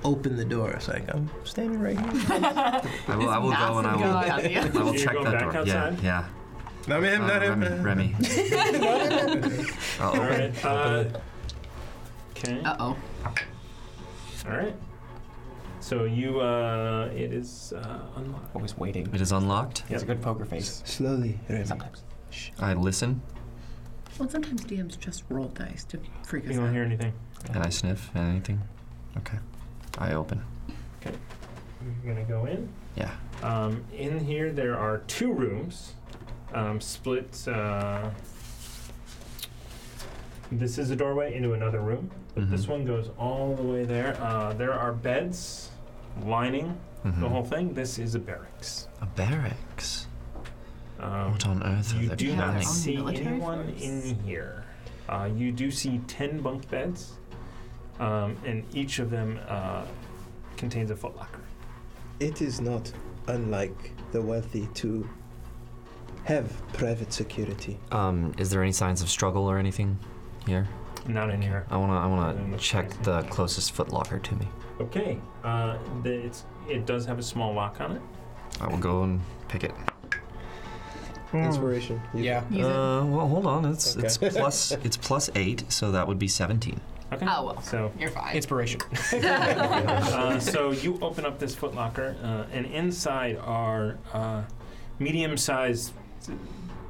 open the door, it's like I'm standing right here. I will, I will go and I will, massive guy on you. I will You're check going that back door. Yeah, outside? yeah. Not him, Uh, not him. Remy, Remy. I'll All open Oh. it. right. Uh, okay. Uh oh. All right. So you, uh, it is uh, unlocked. Always waiting. It is unlocked. He has a good poker face. Slowly, Remy. Sometimes. I listen Well, sometimes DMs just roll dice to freak You us don't out. hear anything. and I sniff and anything. Okay. I open. You're gonna go in. Yeah. Um, in here, there are two rooms, um, split. Uh, this is a doorway into another room, but this Mhm. one goes all the way there. Uh, there are beds lining the Mhm. whole thing. This is a barracks. A barracks. Um, What on earth are You they do have not planning? their own see military anyone force? in here. Uh, you do see 10 bunk beds, um, and each of them uh, contains a footlocker. It is not unlike the wealthy to have private security. Um, is there any signs of struggle or anything here? Not in here. I wanna I Mm, wanna that's check crazy. the closest footlocker to me. Okay. Uh, the, it's, it does have a small lock on it. I will go and pick it. Inspiration. You- Yeah. Use it. Uh, well, hold on. It's it's Okay. plus it's plus eight, so that would be seventeen. Okay. Oh well. So, You're fine. Inspiration. uh, so you open up this footlocker, uh, and inside are uh, medium-sized,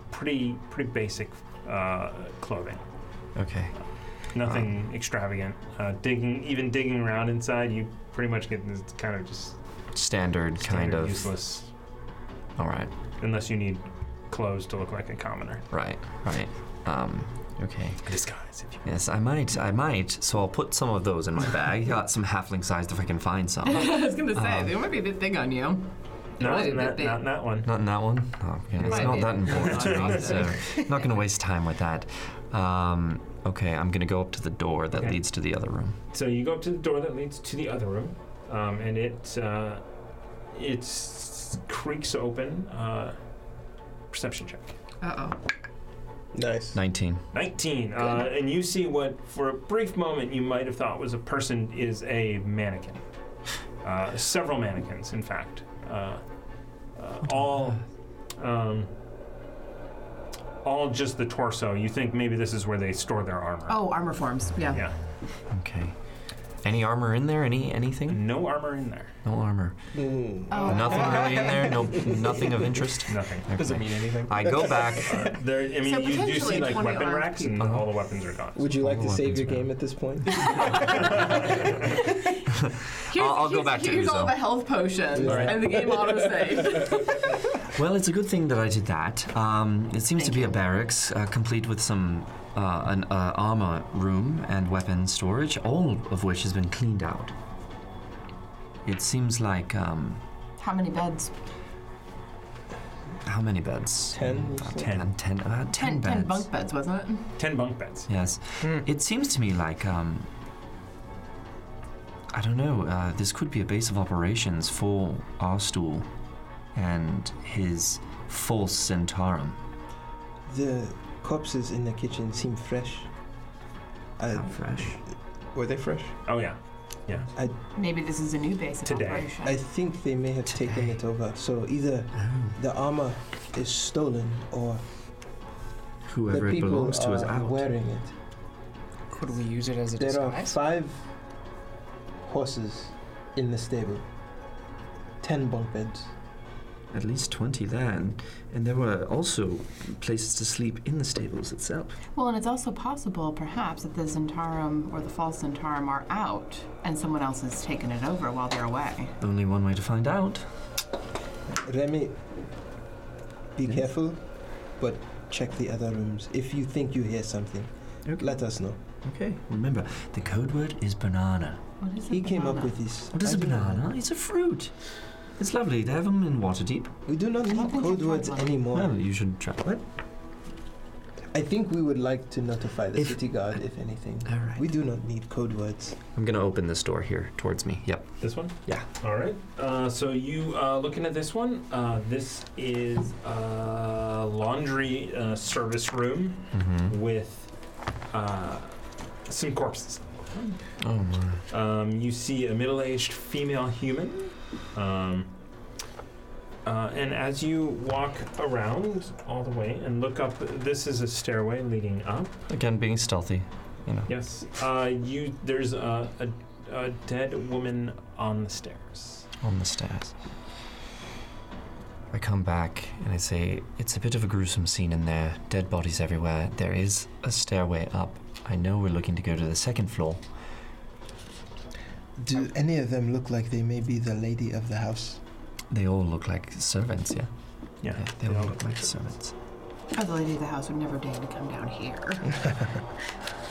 pretty pretty basic uh, clothing. Okay. Nothing extravagant. Uh, digging, even digging around inside, you pretty much get this kind of just Standard, kind standard of. useless, All right. unless you need clothes to look like a commoner. Right. Right. Um. Okay. Disguise, if you. Yes, I might. I might. So I'll put some of those in my bag. Got some halfling sized if I can find some. I was gonna say Um, they might be a bit big on you. Not, Really in big that, thing. not in that one. Not in that one. Oh, okay, Might it's not be. that important to me, Might so I'm not going to waste time with that. Um, okay, I'm gonna go up to the door that Okay. leads to the other room. So you go up to the door that leads to the other room, um, and it uh, it creaks open. Uh, perception check. Uh oh. Nice. 19. 19. Uh, and you see what, for a brief moment, you might have thought was a person is a mannequin. Uh, several mannequins, in fact. Uh, uh, all, um, all just the torso. You think maybe this is where they store their armor. Oh, armor forms. Yeah. Yeah. Okay. Any armor in there? Any anything? No armor in there. No armor. Hmm. Oh. Nothing really in there. No, nothing of interest. Nothing. Doesn't mean anything. I go back. Uh, there, I mean, So you do see potentially like 20 weapon armed racks, and people. all the weapons are gone. Would you like All to the save weapons your game at this point? Here's, I'll- I'll go here's- back to Here's all Uzo. the health potions, All right. and the game autosave. Well, it's a good thing that I did that. Um, it seems to be a barracks, uh, complete with some uh, an uh, armor room and weapon storage, all of which has been cleaned out. It seems like um, How many beds? how many beds? Ten. Ten. Ten. About Ten, ten, beds. ten bunk beds, wasn't it? Ten bunk beds. Yes. Hmm. It seems to me like, um, I don't know, uh, this could be a base of operations for Arstool and his false Centaurum. The corpses in the kitchen seem fresh. How fresh? Were they fresh? Oh yeah, yeah. I, Maybe this is a new base of operation. I think they may have taken it over. So either Oh. the armor is stolen or Whoever the it people belongs to are is out. wearing it. Could we use it as a there disguise? are five horses in the stable. Ten bunk beds. At least 20 there, and, and there were also places to sleep in the stables itself. Well, and it's also possible, perhaps, that the Zentarum or the false Zentarum are out, and someone else has taken it over while they're away. Only one way to find out. Remy, be careful, but check the other rooms. If you think you hear something, let us know. Okay. Remember, the code word is banana. What is a He came up banana? with this. What is a I don't know. banana? It's a fruit. It's lovely. They have them in Waterdeep. We do not need code words anymore. Well, you should try. What? I think we would like to notify the If- city guard if anything. We do not need code words. I'm gonna open this door here towards me. Yep. This one? Yeah. All right. Uh, so you uh, looking at this one? Uh, this is uh, laundry uh, service room Mhm. with uh, some corpses. Oh my. Um, you see a middle-aged female human, um, uh, and as you walk around all the way and look up, this is a stairway leading up. Again, being stealthy. You know. Yes. Uh, you there's a, a, a dead woman on the stairs. On the stairs. I come back and I say, it's a bit of a gruesome scene in there. Dead bodies everywhere. There is a stairway up. I know we're looking to go to the second floor. Do any of them look like they may be the lady of the house? They all look like servants, yeah? Yeah. they, all look like servants. Oh, the lady of the house would never deign to come down here.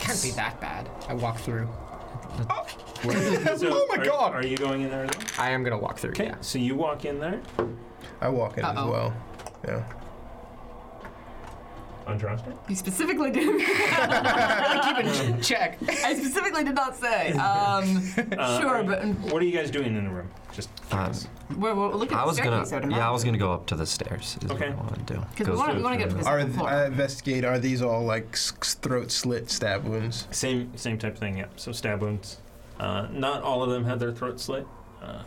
Can't be that bad. I walk through. So oh my are- god! Are you going in there? As well? I am gonna walk through. Okay, so you walk in there. I walk in as Uh-oh. well. Yeah. Andraste? You specifically did. in check. I specifically did not say. Um, Uh, sure, but What are you guys doing in the room? Just Um, we're, we're looking at I was the gonna, staircase, so to yeah, I not- was gonna go up to the stairs. Is Okay. what I want to do. 'Cause we Goes wanna- we through wanna get to the Are second floor. I investigate? Are these all like s- s- throat slit stab wounds? Same same type of thing, yeah. So stab wounds. Uh, not all of them had their throat slit. Uh,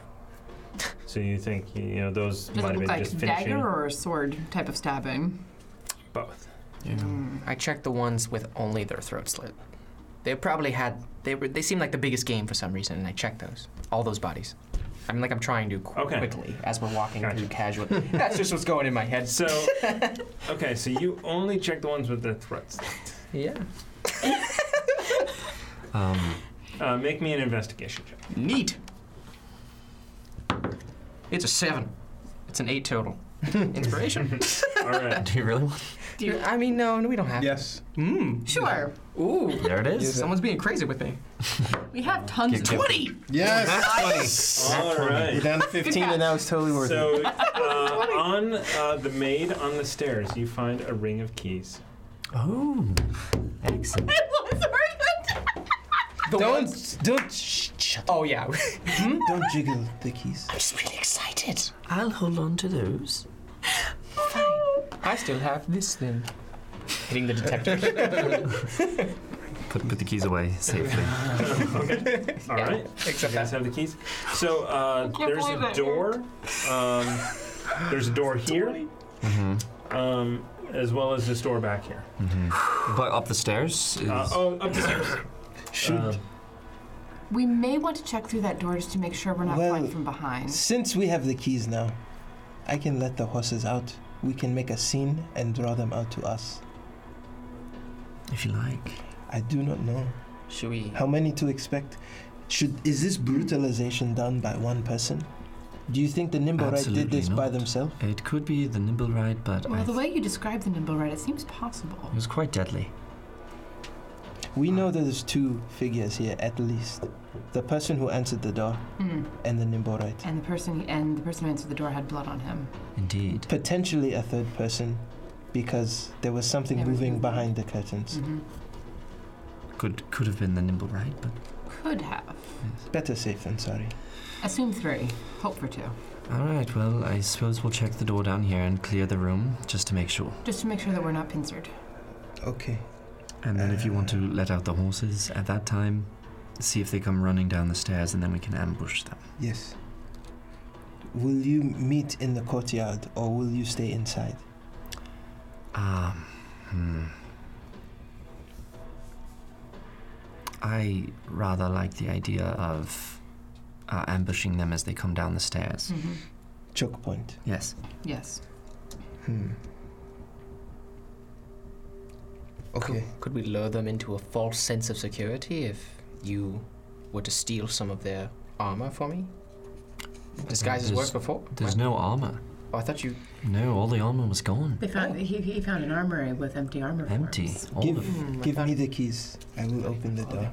so you think you know those Does might it have look been like just finishing dagger or sword type of stabbing? Hmm. both. I checked the ones with only their throat slit. They probably had. They were. They seemed like the biggest game for some reason, and I checked those. All those bodies. I'm like I'm trying to qu- Okay. quickly as we're walking Gotcha. through casually. That's just what's going in my head. So okay, so you only check the ones with their throat slit. Yeah. Um, Uh, make me an investigation check. Neat. It's a seven. It's an eight total. Inspiration. All right. do you really want? Do you, I mean, no, no, we don't have. Yes. Mm. Sure. Ooh. There it is. Someone's being crazy with me. We have tons of Get- get- Yes. All We're right. down to 15, and now it's totally worth it. So uh, on uh, the maid on the stairs, you find a ring of keys. Oh, excellent. Don't, don't. Sh- sh- oh yeah. Don't jiggle the keys. I'm just really excited. I'll hold on to those. I still have this thing. Hitting the detector. Put, put the keys away safely. okay. All right. Except you guys have the keys. So uh, can't there's believe a that door. Um, there's a door here, um, as well as this door back here. Mm-hmm. But up the stairs? Is... Uh, oh, up the stairs. Um, Shoot. Um, We may want to check through that door just to make sure we're not Well, going from behind. Since we have the keys now, I can let the horses out. We can make a scene and draw them out to us. If you like. I do not know. Should we? How many to expect? Should is this brutalization done by one person? Do you think the Nimborite did Absolutely this by not. themselves? It could be the nimble ride, but I Well, the way you describe the nimble red, it seems possible. it was quite deadly. We know that there's two figures here at least. The person who answered the door Mm. and the Nimborite. And the person and the person who answered the door had blood on him. Indeed. Potentially a third person because there was something There was moving behind the curtains. hmm Could could have been the nimble ride, but Could have. Better safe than sorry. Assume three. Hope for two. all right. Well, I suppose we'll check the door down here and clear the room just to make sure. Just to make sure that we're not pincered. Okay. And then, if you want to let out the horses at that time, see if they come running down the stairs, and then we can ambush them. Yes. Will you meet in the courtyard or will you stay inside? Um, hmm. I rather like the idea of uh, ambushing them as they come down the stairs. Mm-hmm. hmm Choke point. Yes. Yes. Hmm. Okay. Could we lure them into a false sense of security if you were to steal some of their armor for me? Disguises There's- worked before. There's no armor. Oh, I thought you. No, all the armor was gone. They found he, he found an armory with empty armor. Empty. All Give, of it. give me the keys. I will open the door.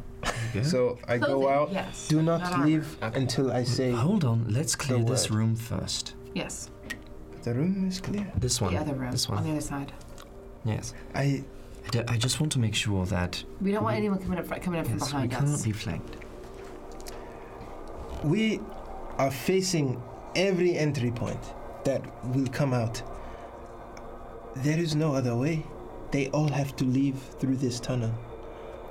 Yeah. So I go Clothing, out. Yes. Do not, Not armor. leave until I say Hold on, let's clear this word. room first. Yes. the room is clear. This one. The other room This on one. the other side. Yes. I I, d- I just want to make sure that We don't want anyone coming up fr- coming up from Mm-hmm. yes, we behind cannot us. be flanked. we are facing every entry point that will come out. There is no other way. They all have to leave through this tunnel.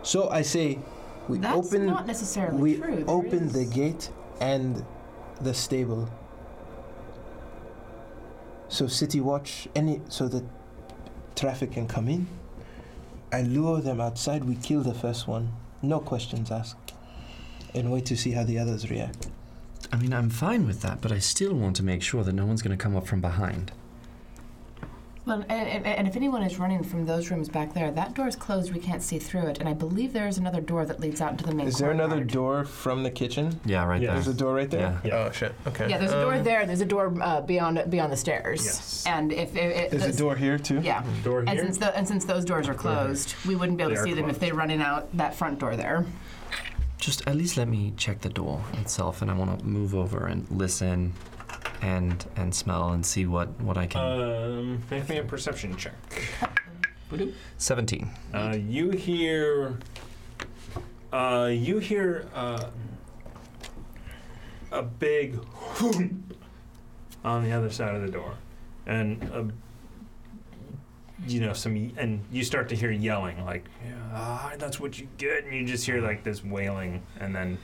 So I say we That's open not necessarily we true. There open the is- gate and the stable. So city watch any so that traffic can come in. I lure them outside. We kill the first one. No questions asked. And wait to see how the others react. I mean, I'm fine with that, but I still want to make sure that no one's going to come up from behind. Well, and, and, and if anyone is running from those rooms back there, that door is closed. We can't see through it. And I believe there is another door that leads out into the main. Is there another courtyard. door from the kitchen? Yeah, right Yeah. there. There's a door right there. Yeah. Oh shit. Okay. Yeah, there's a door Um, there. There's a door uh, beyond beyond the stairs. Yes. And if it, it, There's a door here too. Yeah. Door And here. since, tho- and since those doors are closed, we wouldn't be able to They are see them closed. if they're running out that front door there. Just at least let me check the door itself, and I want to move over and listen, and and smell and see what what I can. Um, make me a perception check. Seventeen. Uh, you hear. Uh, you hear uh, a big on the other side of the door, and a, you know some, ye- and you start to hear yelling like, "Ah, that's what you get," and you just hear like this wailing, and then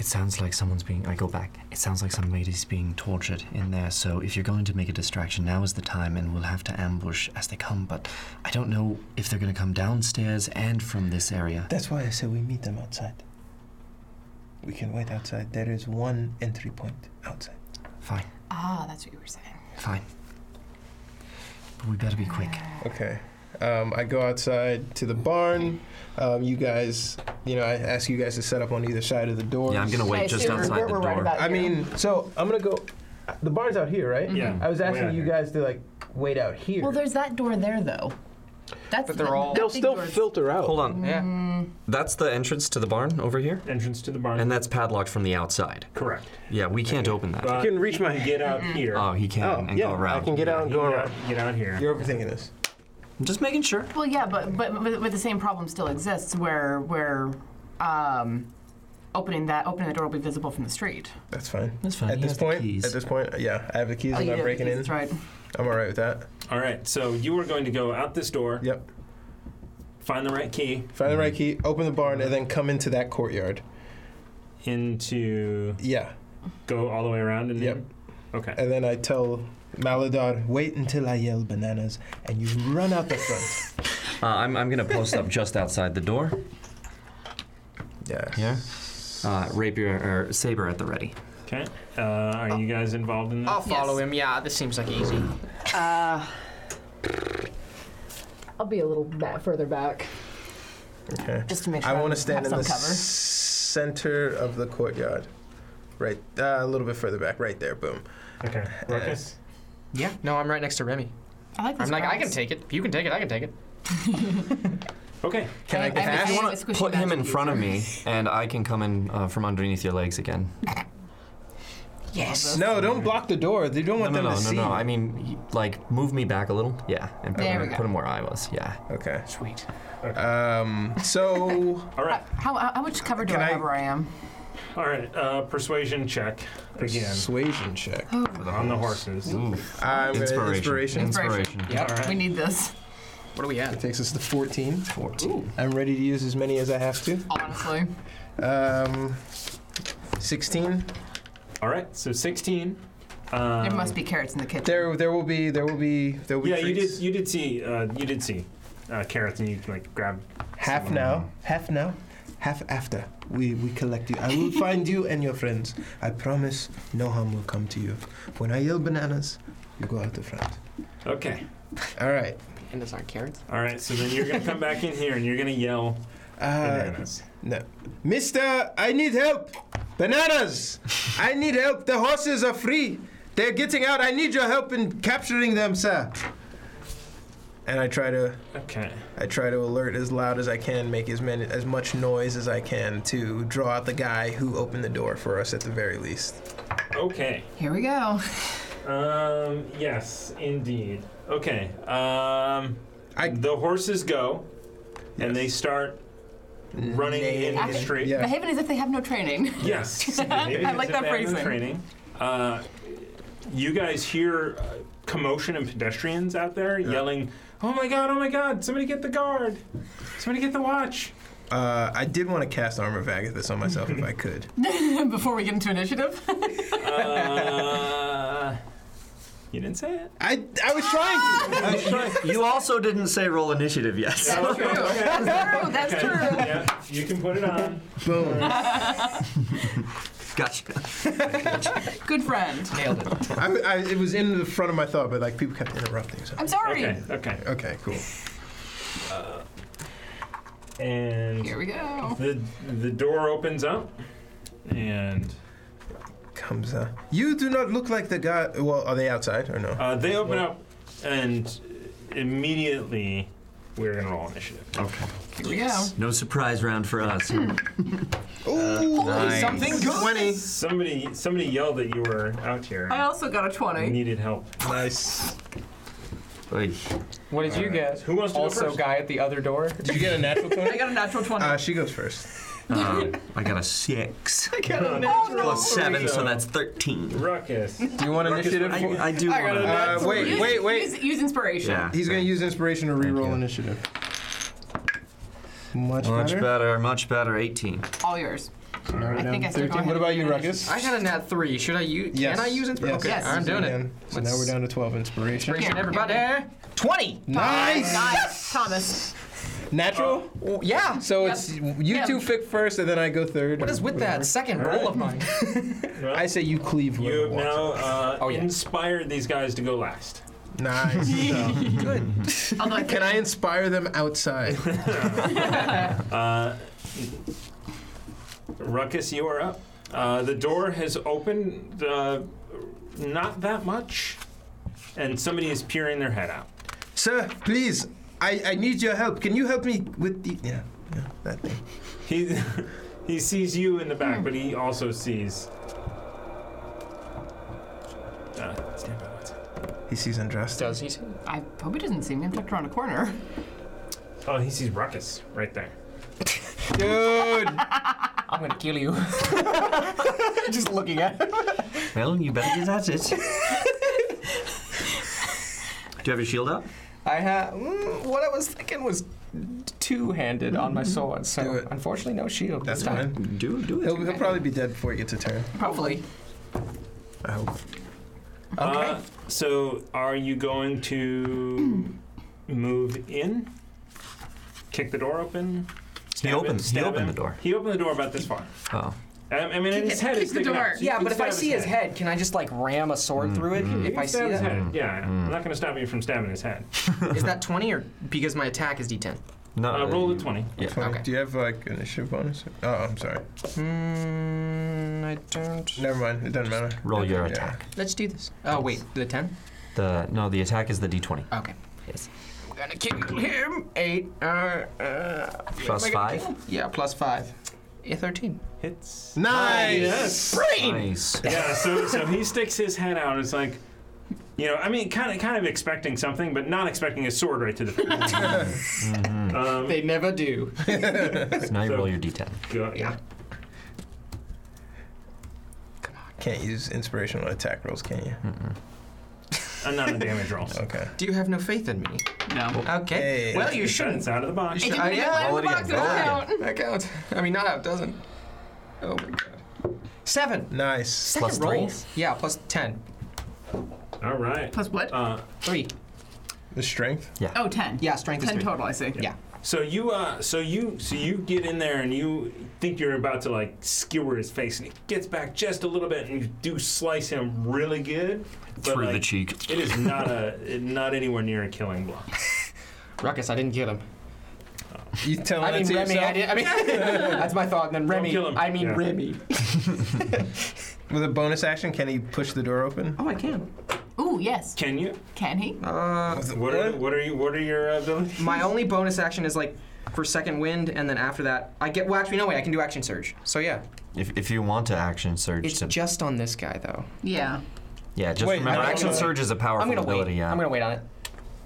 It sounds like someone's being. I go back. It sounds like somebody's being tortured in there. So if you're going to make a distraction, now is the time, and we'll have to ambush as they come. But I don't know if they're going to come downstairs and from this area. That's why I say we meet them outside. We can wait outside. There is one entry point outside. Fine, Ah, that's what you were saying. fine. But we better be quick. Okay. Um, I go outside to the barn. Um, you guys, you know, I ask you guys to set up on either side of the door. Yeah, I'm gonna wait I just assume we're- outside the we're right door. about I here. mean, so I'm gonna go. The barn's out here, right? Yeah, I was way asking out you here. guys to like wait out here. well, there's that door there though. That's But they're the- that all- They'll big still door's- filter out. Hold on. Yeah. That's the entrance to the barn over here, entrance to the barn. and that's padlocked from the outside. Correct. Yeah, we can't open that. But can reach you my- get out here. Oh, he can Oh, and yeah, go I around. can get out and You go can around. Get out here. You're overthinking this. I'm just making sure. Well, yeah, but but but, but the same problem still exists where where um, opening that opening the door will be visible from the street. That's fine. That's fine. At You this have Uh, the point, keys. at this point, yeah, I have the keys. Oh, I'm you not have the breaking keys, in. that's right. I'm all right with that. All right, so you are going to go out this door. Yep. Find the right key. Find the right key. Open the barn and then come into that courtyard. Into. Yeah. Go all the way around and. Yep. Okay. And then I tell Maladar, wait until I yell bananas, and you run out the front. Uh, I'm, I'm gonna post up just outside the door. Yeah. Yeah. Uh, rapier or saber at the ready. Okay. Uh, are you guys involved in this? I'll follow him. Yeah, this seems like easy. Uh, I'll be a little bit further back. Okay. Just to make sure I I want have to stand in some the cover. center of the courtyard, right uh, a little bit further back, right there. Boom. Okay. Ruckus? Yeah. No, I'm right next to Remy. I like I'm like, I can take it. You can take it. I can take it. okay. Can I, I- can I I, have a wanna squishy put him in magic front of me, and I can come in uh, from underneath your legs again? Yes. No, don't block the door. They don't No, want no, them no, to no, see. no. I mean, like, move me back a little. Yeah, and put, There him, we go. put him where I was. Yeah. Okay. Sweet. Um. So. All right. How, how, how much cover do I, have where I am? All right. Uh, persuasion check again. Persuasion check. Oh, On the horses. I'm gonna- Inspiration. inspiration. Inspiration. Yep. We need this. What are we It at? takes us to 14. 14. I'm ready to use as many as I have to. Honestly, Um, 16. All right. So 16. there Um, must be carrots in the kitchen. There, there will be, there will be, there will be. Yeah, you did. treats. You did see. Uh, you did see uh, carrots, and you like grabbed Half someone. now, half now, half after. We we collect you. I will find you and your friends. I promise, no harm will come to you. When I yell bananas, you go out the front. Okay. All right. And those aren't carrots. All right. So then you're gonna come back in here, and you're gonna yell Uh, bananas. no, Mister, I need help. Bananas, I need help. The horses are free. They're getting out. I need your help in capturing them, sir. And I try to Okay. I try to alert as loud as I can, make as many, as much noise as I can to draw out the guy who opened the door for us at the very least. Okay. Here we go. Um. Yes, indeed. Okay. Um. I- the horses go, and they start running in the Actually- street. Yeah. Behaving as if they have no training. Yes. I Maybe it's like a that bad phrasing. Training. Uh, you guys hear uh, commotion and pedestrians out there yelling, "Oh my god! Oh my god! Somebody get the guard! Somebody get the watch!" Uh, I did want to cast Armor of Agathis on myself if I could. Before we get into initiative, Uh, you didn't say it. I, I was trying to. I was trying. You also didn't say roll initiative yet. Okay, okay. true. That's Okay, true. Yeah, you can put it on. Boom. Gotcha. Good friend. Nailed it. I, I, it was in the front of my thought, but like people kept interrupting. So. I'm sorry. Okay, okay. Okay, cool. And Here we go. the the door opens up, and Comes up. You do not look like the guy. Well, are they outside or no? uh, they open up, and immediately we're gonna roll initiative. Here we go. No surprise round for us. Uh, Ooh, Something good. twenty. Somebody somebody yelled that you were out here. I also got a and 20. Needed help. Nice. Oy. What did you get? Who wants to go also first? guy at the other door. Did you get a natural I twenty? got a natural 20. Uh, she goes first. Uh, I got a six plus seven, so that's thirteen. Ruckus. Do you want initiative? I, for- I do I got want a to. Uh, wait, use, wait, wait. Use, use inspiration. Yeah. He's gonna use inspiration to reroll you. initiative. Much, Much better. better, much better. 18. All yours. Narrowed I down think I to still go 13. ahead What about and you, finish. Ruckus? I got a nat three. Should I use? Yes. Can I use inspiration? Yes. Okay, Yes. I'm doing it. Again. So now we're down to 12 inspiration. Inspiration, Here. everybody. Twenty. Nice! Nice. Thomas. Natural? Oh, yeah. so Yep. it's you Yep. two pick first and then I go third. What is with that second roll of mine? I say you cleave You whoever have walks now uh, Oh, yeah. inspired these guys to go last. in. Nice. Although I Can I inspire them outside? Uh, Ruckus, you are up. Uh, the door has opened uh, not that much, and somebody is peering their head out. Sir, please. I, I need your help. Can you help me with the yeah, yeah, that thing. He he sees you in the Hmm. back, but he also sees. Uh, stand by, what's up? He sees Andraste. Does he see? I hope he doesn't see me. I'm tucked around a corner. Oh, he sees Ruckus right there. Dude! I'm gonna kill you. Just looking at him. Well, you better get at it. Do you have your shield up? I have. Mm, what I was thinking was two handed on my sword, so unfortunately, no shield. That's this time. fine. Do do it. He'll, he'll probably be dead before he gets a turn. Hopefully. I hope. Uh, so, are you going to move in? Kick the door open? Stab him, opens- he stab opened him? the door. He opened the door about this far. Oh. I, I mean, his head is sticking out. so you Yeah, can but if I stab see his head. head, can I just like ram a sword through it? You If can I see stab his head. that, Yeah, Hmm. I'm not going to stop you from stabbing his head. is that twenty or because my attack is D10? No. Uh, roll a 20. Yeah. Okay. Do you have like an issue bonus? Oh, I'm sorry. Mm, I don't. Never mind. It doesn't matter. Roll your Yeah. attack. Let's do this. Oh wait, the ten. The no, the attack is the d20. Okay. Yes. I'm gonna kill him. Eight. Uh, uh, Plus am I gonna five? kill him? Yeah, plus five. Yeah, thirteen. Hits. Nice. Yes. Brains. yeah, so, so he sticks his head out. It's like, you know, I mean, kind of kind of expecting something, but not expecting a sword right to the face. um, They never do. So now you roll your d10. go, yeah. Can't use inspirational attack rolls, can you? Hmm. Uh, not a damage roll. Okay. Do you have no faith in me? No. Okay. Hey, well, you shouldn't. It's out of the box. You It should- uh, didn't even yeah. land Roll in the it box. It again, roll doesn't it count. That counts. I mean, not out doesn't. Oh my god. Seven. Nice. Second Plus roll. three? Yeah, plus ten. All right. Plus what? Uh, Three. The strength. oh, 10. Yeah, strength is 10 three. total, I see. Yeah. So you, uh, so you, so you get in there and you think you're about to like skewer his face, and he gets back just a little bit, and you do slice him really good but, Through the like, cheek. It is not a, not anywhere near a killing blow. Ruckus, I didn't kill him. You tell I that mean to Remy. I, yourself did, I mean that's my thought. And then Remy. kill him. I mean Yeah. Remy. with a bonus action. Can he push the door open? Oh, I can. Ooh, yes. Can you? Can he? Uh, What are what are you? What are your uh, abilities? my only bonus action is like for second wind, and then after that, I get. Well, actually, no way. I can do action surge. So yeah, If, if you want to action surge it's to just on this guy though. Yeah. yeah, just Wait, remember I- action I'm gonna- surge is a powerful I'm gonna ability. wait. Yeah. I'm gonna wait on it.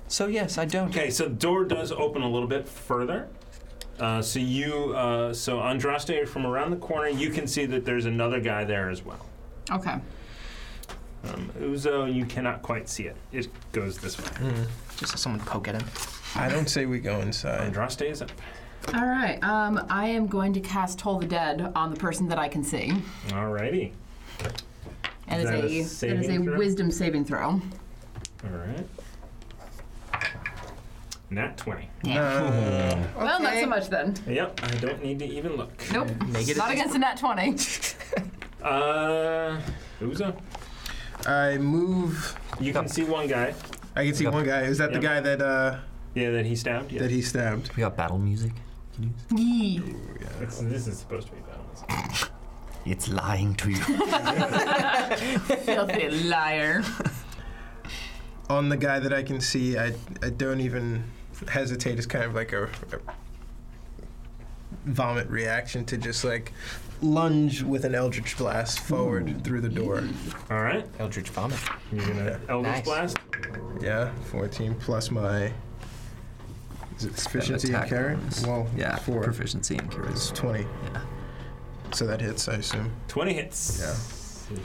So yes, I don't. Okay, so the door does open a little bit further. Uh, so you, uh, so Andraste from around the corner, you can see that there's another guy there as well. Okay. Um, Uzo, you cannot quite see it. It goes this way. Just have someone poke at him. I don't say we go inside. Andraste is up. All right. Um, I am going to cast Toll the Dead on the person that I can see. Alrighty. And Is that a it's a, that is a saving throw? wisdom saving throw. All right. Nat 20. Well, not so much then. Yep, I don't need to even look. Nope. Make it a Not against a nat 20. Uh, Uzo, I move. you can see one guy. I can see one guy. Is that the Yep. guy that uh Yeah, that he stabbed. Yeah. that he stabbed? We got battle music. Yee. It's- this is supposed to be balanced. It's lying to you. Filthy liar. On the guy that I can see, I I don't even hesitate. It's kind of like a, a vomit reaction to just like lunge with an eldritch blast forward through the door. All right. Eldritch vomit. You're gonna Eldritch Nice. Blast. Yeah, 14 plus my. Is it proficiency in attack carry? bonus. Well, yeah, four. proficiency in charisma. It's 20. So that hits, I assume. 20 hits. Yeah.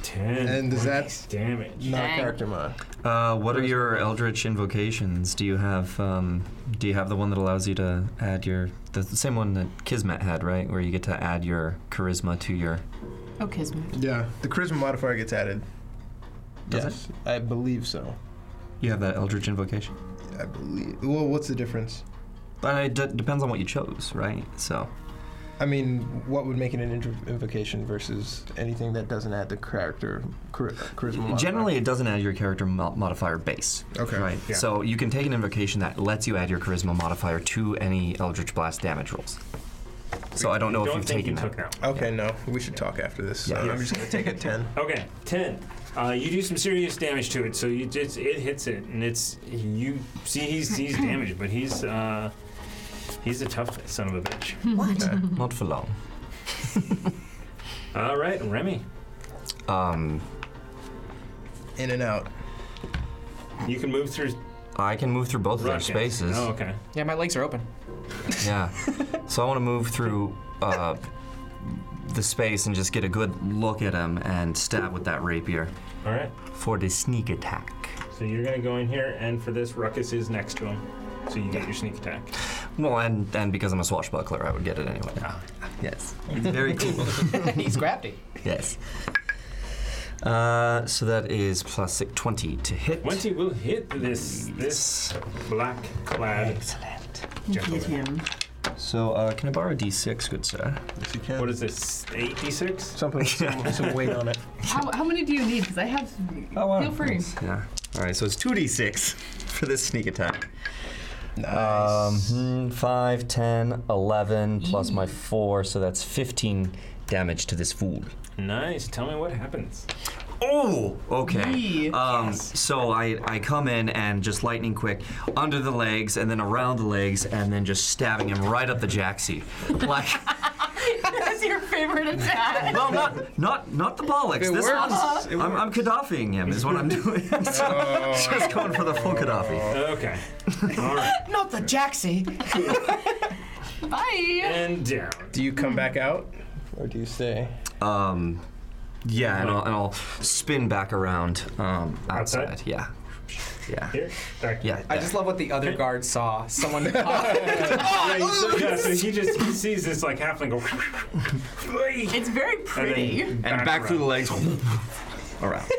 10 And does that damage. not Dang. character mod? Uh, what are your Eldritch invocations? Do you have um, Do you have the one that allows you to add your the same one that Kismet had, right? Where you get to add your charisma to your Oh, Kismet. Yeah, the charisma modifier gets added. Does yes, I believe so. You have that Eldritch invocation. I believe. Well, what's the difference? But it d- depends on what you chose, right? So I mean, what would make it an inv- invocation versus anything that doesn't add the character char- charisma modifier? generally, it doesn't add your character mo- modifier base. Okay. Right. Yeah. So you can take an invocation that lets you add your charisma modifier to any Eldritch Blast damage rolls. So I don't know if Don't you've think taken you that. took that one. Okay, no, we should talk after this. uh, So Yeah. I'm just gonna take a 10. Okay, ten. Uh, you do some serious damage to it, so you just it hits it, and it's you see he's he's damaged, but he's uh, he's a tough son of a bitch. Not for long. All right, Remy. Um, in and out. You can move through. I can move through both of their Right, yeah. spaces. Oh, okay. Yeah, my legs are open. Yeah. so I want to move through uh, the space and just get a good look at him and stab with that rapier. All right. For the sneak attack. So you're gonna go in here, and for this, Ruckus is next to him. So you get your sneak attack. Well, and and because I'm a swashbuckler, I would get it anyway. Ah, yes. Very cool. He's crafty. yes. Uh, so that is plus six, 20 to hit. 20 will hit this this black clad gentleman. So uh, can I borrow a d6, good sir? Yes, you can. What is this? 86? Something with some, some weight on it. How, how many do you need? Because I have. Oh, Feel free. Yeah. All right, so it's 2d6 for this sneak attack. Nice. Mm. Um, hmm, 5, 10, 11, plus my 4, so that's 15 damage to this fool. Nice. Tell me what happens. Oh, okay. Um, so I, I come in and just lightning quick under the legs and then around the legs and then just stabbing him right up the jacksie. Like, That's your favorite attack. well, not not not the It bollocks. This works. Oh. one's It I'm, I'm Gaddafiing him is what I'm doing. So, just going for the full Gaddafi. Okay. Not the Jaxie. Bye. And down. Do you come back out, or do you stay? Um, yeah, and I'll, and I'll spin back around um, outside. Yeah, yeah. Here? Yeah. I just love what the other guard saw. Someone. yeah, so, yeah, so he just he sees this like halfling go It's very pretty. and, back through the legs. around.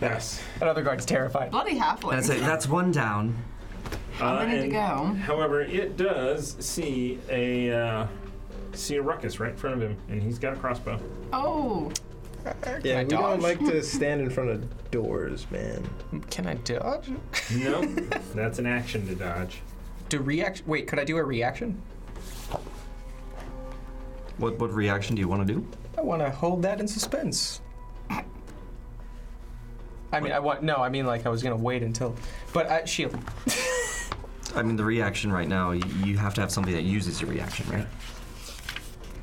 Yes. Another guard's terrified. Bloody halfling. That's it. That's one down. Uh, many to and- go? However, it does see a uh, see a ruckus right in front of him, and he's got a crossbow. Oh. Yeah, I we dodge? don't like to stand in front of doors, man. Can I dodge? No, that's an action to dodge. Do react? Wait, could I do a reaction? What what reaction do you want to do? I want to hold that in suspense. I mean, I want no. I mean, like I was gonna wait until, but I, shield. I mean, the reaction right now. y- You have to have something that uses your reaction, right?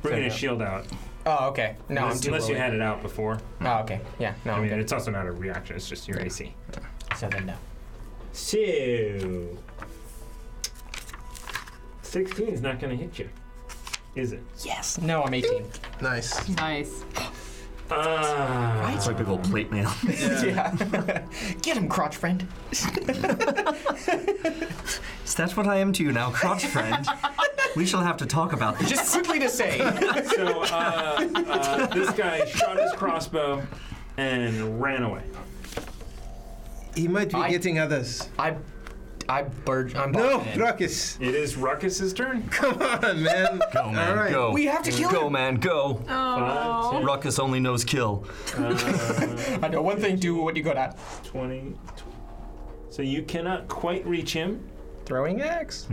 Bringing his Yeah. shield out. Oh, okay. No, unless, I'm too unless you low. had it out before. Oh, okay. Yeah. No. I I'm mean, good. it's also not a reaction; it's just your AC. So then no. So, sixteen is not going to hit you, is it? Yes. No, I'm 18. Nice. Nice. Ah. It's like big old plate mail. Yeah. Get him, crotch friend. So that's what I am to you now, crotch friend. we shall have to talk about this. Just quickly to say. So uh, uh, this guy shot his crossbow and ran away. He might be I- getting others. I, I bird. I'm No, barging in. Ruckus. It is Ruckus's turn. Come on, man. Go, man, All right. go. We have to kill Go, him. man, go. Five, Ruckus only knows kill. I know one thing. Do what you good at. 20. So you cannot quite reach him. Throwing axe.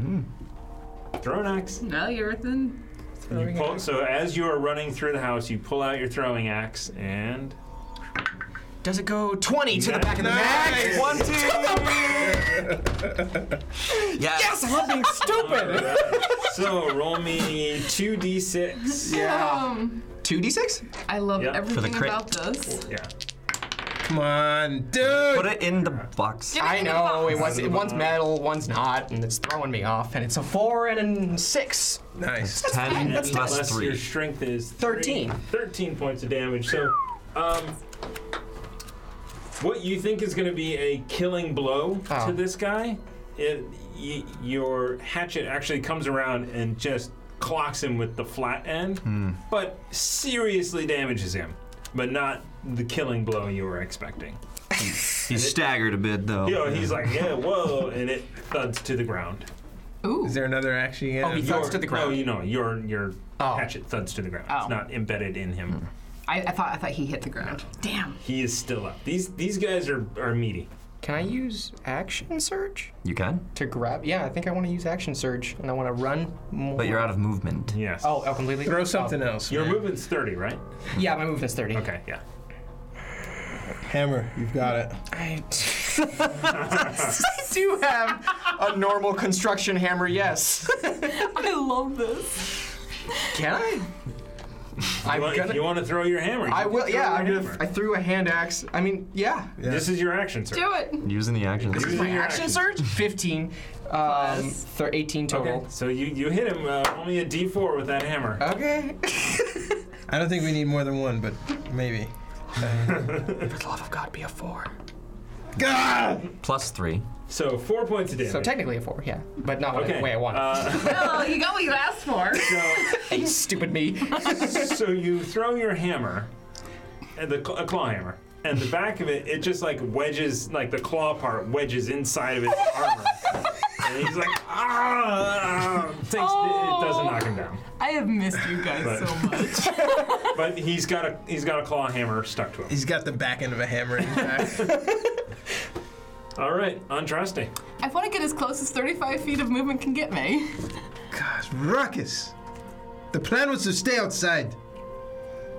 Throw an axe. Well, you're within. You pull, so as you are running through the house, you pull out your throwing axe and Does it go 20 to the back of the neck? Nice. One, two. Yes. Yes, I love being stupid. so roll me two d6. Um, 2d6? I love Yep. For the everything crit. about this. Yeah. Come on, dude. Put it in the box. I know, it was, it, one's metal, one's not, and it's throwing me off. And it's a 4 and a 6. Nice. Ten And plus plus your three. strength is Thirteen. three- 13 points of damage. So, um, what you think is going to be a killing blow Oh. to this guy, it, y- your hatchet actually comes around and just clocks him with the flat end, Hmm. but seriously damages him, but not the killing blow you were expecting. He's staggered a bit Oh, though. You know, he's like, yeah, whoa, and it thuds to the ground. Ooh. Is there another action? Yeah. Oh, he thuds Your- to the ground. No, you know, your your Oh. hatchet thuds to the ground. Oh. It's not embedded in him. I, I thought I thought he hit the ground. Damn. He is still up. These these guys are, are meaty. Can I use action surge You can, to grab? Yeah, I think I want to use action surge, and I want to run more. but you're out of movement. Yes. Oh, oh, completely. Throw something else. Your movement's 30, right? Oh, yeah, my movement's 30. Okay, yeah. Hammer. You've got it. I, I do have a normal construction hammer, yes. I love this. Can I? You want, you want to throw your hammer? you I can will. throw Yeah, your I'm gonna, hammer. I threw a hand axe. I mean, yeah. This is your action, sir. Do it. Using the action. This is my action surge. Fifteen. Um, thir- eighteen total. Okay, so you, you hit him. Uh, only a D4 with that hammer. Okay. I don't think we need more than one, but maybe. For the love of God, be a four. Plus three. So four points of damage. So technically a four, yeah, but not okay. the way I want. uh, well, you got what you asked for. it. Stupid me. so you throw your hammer, and the cl- a claw hammer, and the back of it, it just like wedges, like the claw part wedges inside of his armor. and he's like, ah! Takes, It doesn't knock him down, I have missed you guys But- so much. but he's got a he's got a claw hammer stuck to him. He's got the back end of a hammer. In his back. All right, untrusting. I want to get as close as 35 feet of movement can get me. Gosh, ruckus. The plan was to stay outside.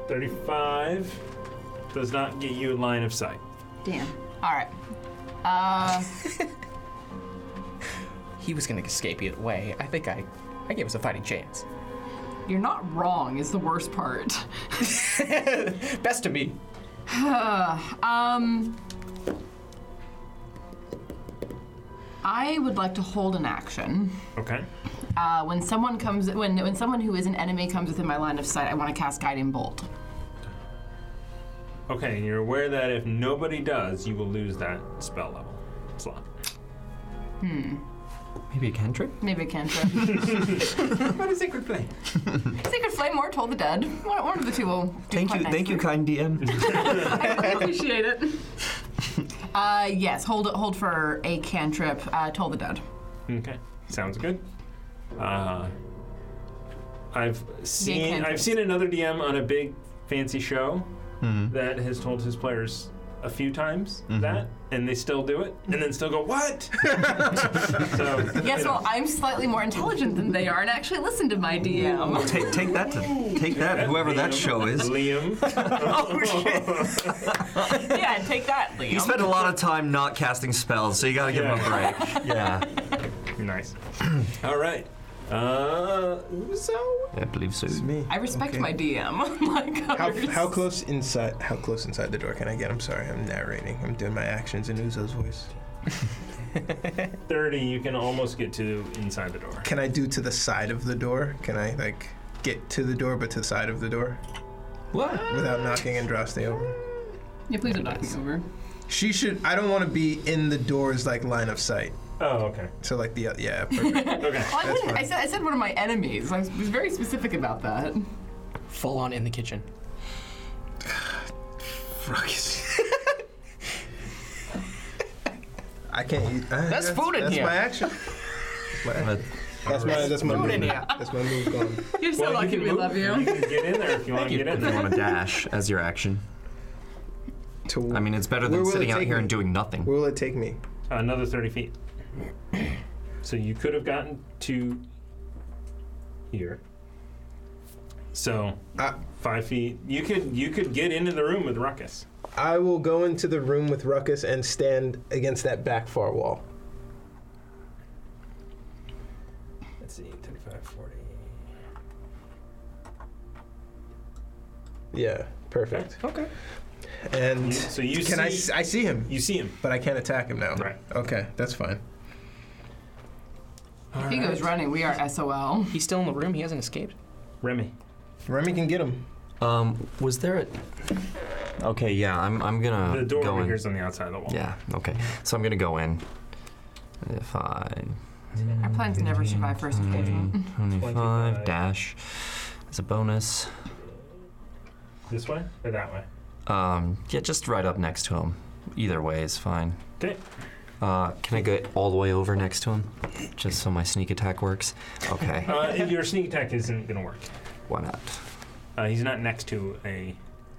35 does not get you in line of sight. Damn. All right. Uh, He was gonna escape either way. I think I, I gave us a fighting chance. you're not wrong, is the worst part. Best to be. um, I would like to hold an action. Okay. Uh, when someone comes, when when someone who is an enemy comes within my line of sight, I want to cast Guiding Bolt. Okay, and you're aware that if nobody does, you will lose that spell level slot. Hmm. Maybe a cantrip? Maybe a cantrip. what is Sacred Flame? Sacred Flame or Toll the Dead. One, one of the two will. Do Thank quite you, thank you, nicely. kind DM. I appreciate it. Uh, yes, hold hold for a cantrip. Uh, Toll the Dead. Okay, sounds good. Uh, I've seen cantrips. I've seen another DM on a big fancy show that has told his players a few times that, and they still do it, and then still go what? so Yes, well, I'm slightly more intelligent than they are, and actually listen to my Oh, DM. take, take that to take that, whoever that show is. Liam. oh shit. yeah, take that, Liam. He spent a lot of time not casting spells, so you gotta give him a break. Yeah. nice. All right. Uh, so I believe so. It's me. I respect Okay. my DM. like How, how close inside? How close inside the door can I get? I'm sorry, I'm narrating. I'm doing my actions in Uzo's voice. thirty, you can almost get to inside the door. Can I do to the side of the door? Can I like get to the door but to the side of the door? What? Without knocking Andraste over. Yeah, please don't knock me over. She should. I don't want to be in the door's like line of sight. Oh, okay. So like the yeah. Perfect. Okay. Well, I, That's didn't, I, said, I said one of my enemies. I was was very specific about that. Full on in the kitchen. Ruckus. I can't eat. ah, That's food in that's here. my action. But That's my that's my Food in move. here. That's my move gone. You're so Well, you lucky can we move. love You you. can get in there if you want to you, get in if you there. want to dash as your action. To I mean, it's better Where than will it sitting out take here me? and doing nothing. where will it take me? Another thirty feet. So you could have gotten to here. So Uh, five feet. You could you could get into the room with Ruckus. I will go into the room with Ruckus and stand against that back far wall. Let's see, 35, 40. Yeah, perfect. Okay. And You- so you can I see- s- I see him, You see him. but I can't attack him now. Right. Okay, that's fine. If he goes running, we are SOL. He's still in the room. He hasn't escaped. Remy. Remy can get him. Um, was there a? Okay, yeah, I'm I'm gonna The door go over in. here is on the outside of the wall. Uh, Yeah, okay. So I'm gonna go in. If I Our plans never survive first engagement. 25 dash as a bonus. This way or that way? Um, yeah, just right up next to him. Either way is fine. 'Kay. Uh, can I get all the way over next to him, just so my sneak attack works? Okay, Uh, if your sneak attack isn't gonna work. why not? Uh, he's not next to a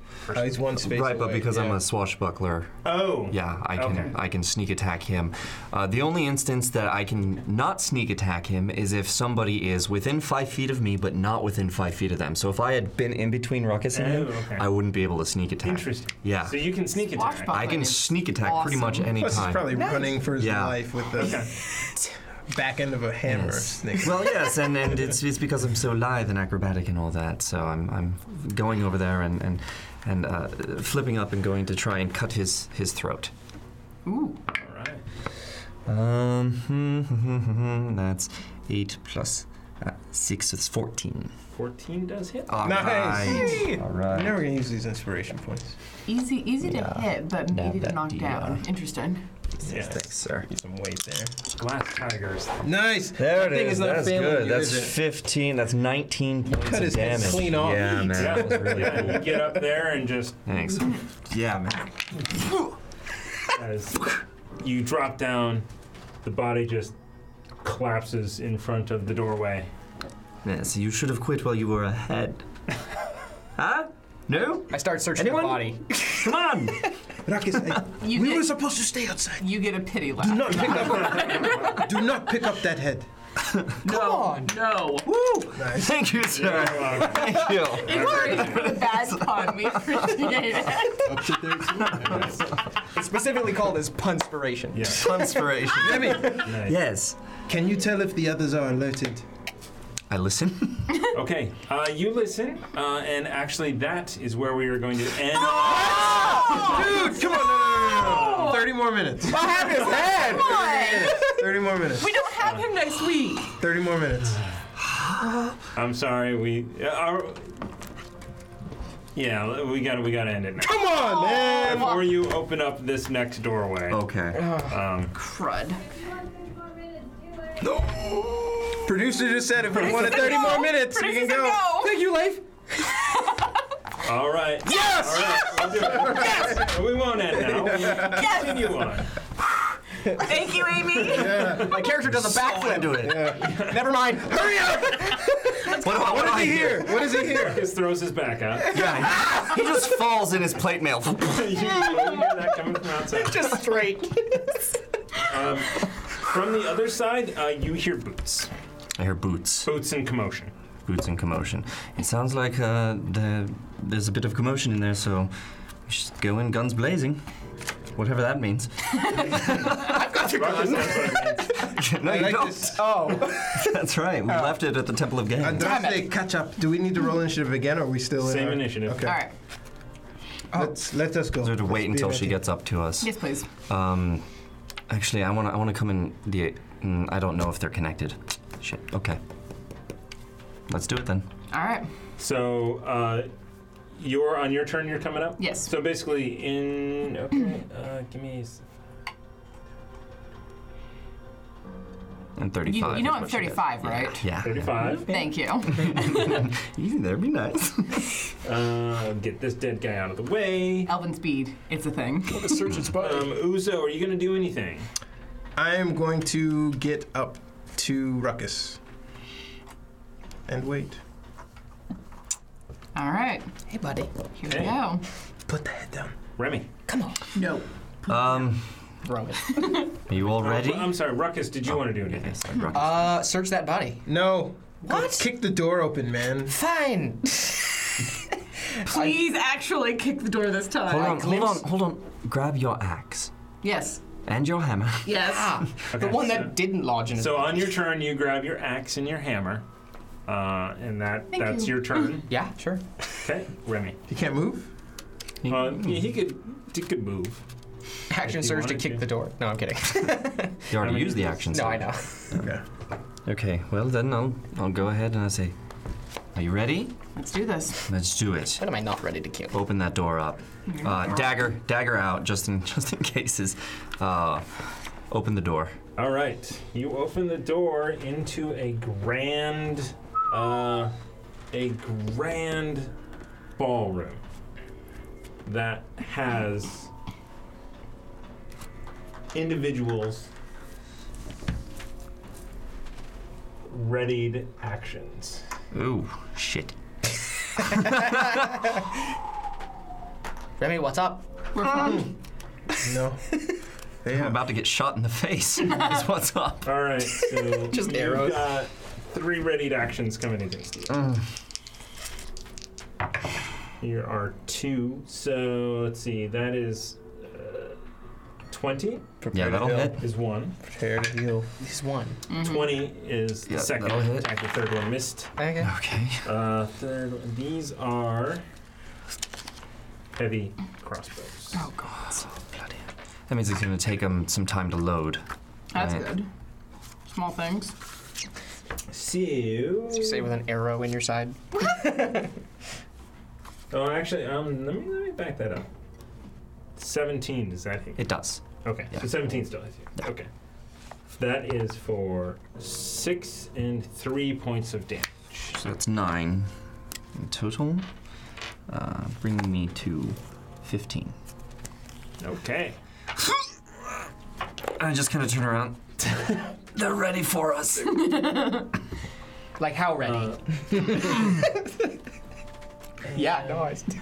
Oh, person. he's one space right, but away, because I'm yeah. a swashbuckler, oh. Yeah, I can Okay. I can sneak attack him. Uh, the only instance that I can not sneak attack him is if somebody is within five feet of me, but not within five feet of them. So if I had been in between Ruckus and him, Oh, okay. I wouldn't be able to sneak attack. Interesting. Yeah. So you can sneak attack. Swashbuck- I can It's sneak attack pretty much awesome. any Plus, he's time. probably running for his Yeah. life with the. Okay. back end of a hammer snake. Well, yes, and, and it's, it's because I'm so lithe and acrobatic and all that. So I'm, I'm going over there and and, and uh, flipping up and going to try and cut his his throat. Ooh. All right. Um, hmm, hmm, hmm, hmm, that's eight plus uh, six. It's fourteen. 14 does hit. All right. All right. Now we're gonna use these inspiration points. Easy, easy to Yeah. hit, but Nab easy to that knock D, down. Interesting. Yeah. Thanks, sir. Get some weight there. Glass tigers. Nice. There That it thing is. is not That's failing good. you, That's is it? 15. That's 19 points cut of his head damage. clean off. Yeah, man. Yeah. That was really Yeah, cool. you get up there and just. Thanks. Yeah, man. As you drop down, the body just collapses in front of the doorway. Yes, you should have quit while you were ahead. huh? No? I start searching Anyone? the body. Come on! You we get- were supposed to stay outside. You get a pity laugh. Do not pick up. do not pick up that head. Come on. No. Woo! Nice. Thank you, sir. Thank you. It's great for the bad pun. We appreciate it. It's specifically called as punspiration. Yeah. Conspiration. Demi, Yes. can you tell if the others are alerted? I listen. Okay, uh, you listen, uh, and actually, that is where we are going to end. Dude, come on! Oh. No! 30 more minutes. What happened to his head? Come on. 30 more minutes. We don't have him next week. 30 more minutes. I'm sorry, we. Uh, our, yeah, we got to we got to end it now. Come on, man! Before you open up this next doorway. Okay. Um, Crud. Producer just said if we wanted 30 more minutes, we can Producer said go. no. Thank you, life. all right. Yes. All right. We'll do it. Yes. We won't end now. We'll continue on. Thank you, Amy. My character does a backflip. do it. Never mind. Hurry up! What, do I- what do What I is he do? here? What is he here? Marcus throws his back out. Yeah, he just falls in his plate mail. you you hear that coming from outside. Just straight. Um, from the other side, uh, you hear boots, I hear boots. boots in commotion. boots in commotion. It sounds like uh, the, there's a bit of commotion in there, so we should go in guns blazing. Whatever that means. Marcus, that's what I mean. no, you like don't. this. Oh. That's right. We left it at the Temple of Gang. Andraste, catch up. Do we need to roll initiative again, or are we still in Same our- initiative. Okay. All right. Let's, let us go. Oh. So to wait Let's be until she ready. gets up to us. Yes, please. Um, actually, I want to. I want to come in the. mm, I don't know if they're connected. Shit. Okay. Let's do it then. All right. So uh, you're on your turn. You're coming up. Yes. So basically, in okay, uh, give me. s- And You, 35. you know is I'm what she did. 35, right? Yeah. 35. Thank you. Easy there. Be nice. Uh, get this dead guy out of the way. Elven speed. It's a thing. The surgeon's body. Um, Uzo, are you going to do anything? I am going to get up to Ruckus. And wait. All right. Hey, buddy. Here Hey. we go. Put the head down. Remy. Come on. No. um, Throw it. are you all ready? Oh, I'm sorry, Ruckus, did you want to do anything? Okay, sorry, Rocket. Uh, search that body. No. What? Kick the door open, man. Fine. Please actually kick the door this time. Hold on, hold on, glimpse- hold on. Grab your axe Yes. and your hammer. Yes. Ah, the Okay, one so- that didn't lodge in his. So uh, on your turn, you grab your axe and your hammer, uh, and that that's your turn. yeah, sure. Okay, Remy. He can't move? Uh, yeah, he could he could move. Action you surge to wanted kick to. the door. No, I'm kidding. You already many used the is- action. no, so- I know. Okay. Okay, well then I'll I'll go ahead and I say, are you ready? Let's do this. Let's do it. What am I not ready to kill? Open that door up. Uh, dagger, dagger out, just in just in cases. Uh, open the door. All right, you open the door into a grand, uh, a grand ballroom that has individuals readied actions. Ooh, shit. Remy, what's up? We're fine. No. They I'm have. about to get shot in the face. is what's up? All right, so Just you've arrows. got three readied actions coming against you. Here are two. So let's see. That is uh, 20. Prepare that'll to heal hit. Is one. Prepare to heal. Is one. Mm-hmm. 20 is the Yeah, second that'll hit. attack. The third one missed. Okay. Okay. Uh, third. one- These are heavy crossbows. Oh god. That means it's going to take him some time to load. That's right? good. Small things. So. Did you say with an arrow in your side? Oh, actually, um, let me let me back that up. 17 does that hit? It does. Okay, so 17 still hits you. Okay. That is for six and three points of damage. So that's nine in total, uh, bringing me to 15. Okay. I just kind of turn around. They're ready for us. like how ready? yeah, no, I, st-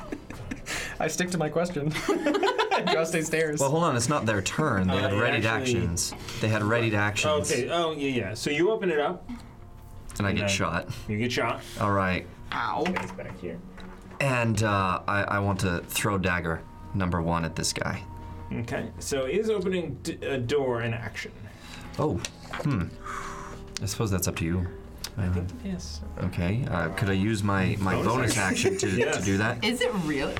I stick to my question. Just stay stairs. Well, hold on, it's not their turn. Oh, They Uh, had it readied actually- actions. They had readied actions. Okay. Oh yeah, yeah. So you open it up. And I get Okay. shot. You get shot. All right. Ow. It's back here. And uh, I, I want to throw dagger number one at this guy. Okay. So is opening d- a door an action? Oh, hmm. I suppose that's up to you. I think Yes. Okay. Uh, could I use my, my Bonus bonus action. action to, to Yes. do that? Is it really?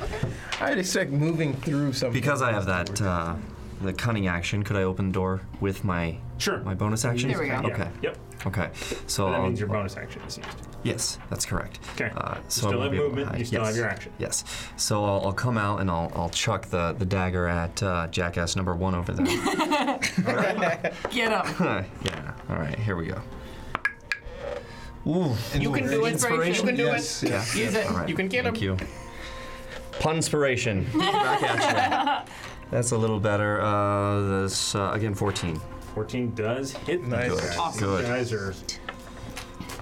I'd expect moving through something. Because I have that uh, the cunning action, could I open the door with my sure my bonus action? There we go. Yeah. Okay. Yep. Okay. So that I'll- means your bonus action is used. Yes, that's correct. Okay. Uh, You so I still won't have be able to movement, hide. you still yes. have your action. Yes. So I'll, I'll come out and I'll, I'll chuck the, the dagger at uh, jackass number one over there. Get him. Oh, yeah. All right. Here we go. Ooh. You can do it. You can do Yes, it. yes, Use yes. it. All right, You can get him. Thank you. Punspiration. That's a little better. Uh, this uh, again, 14. 14 does hit. Nice. Good. Good. Awesome. You guys are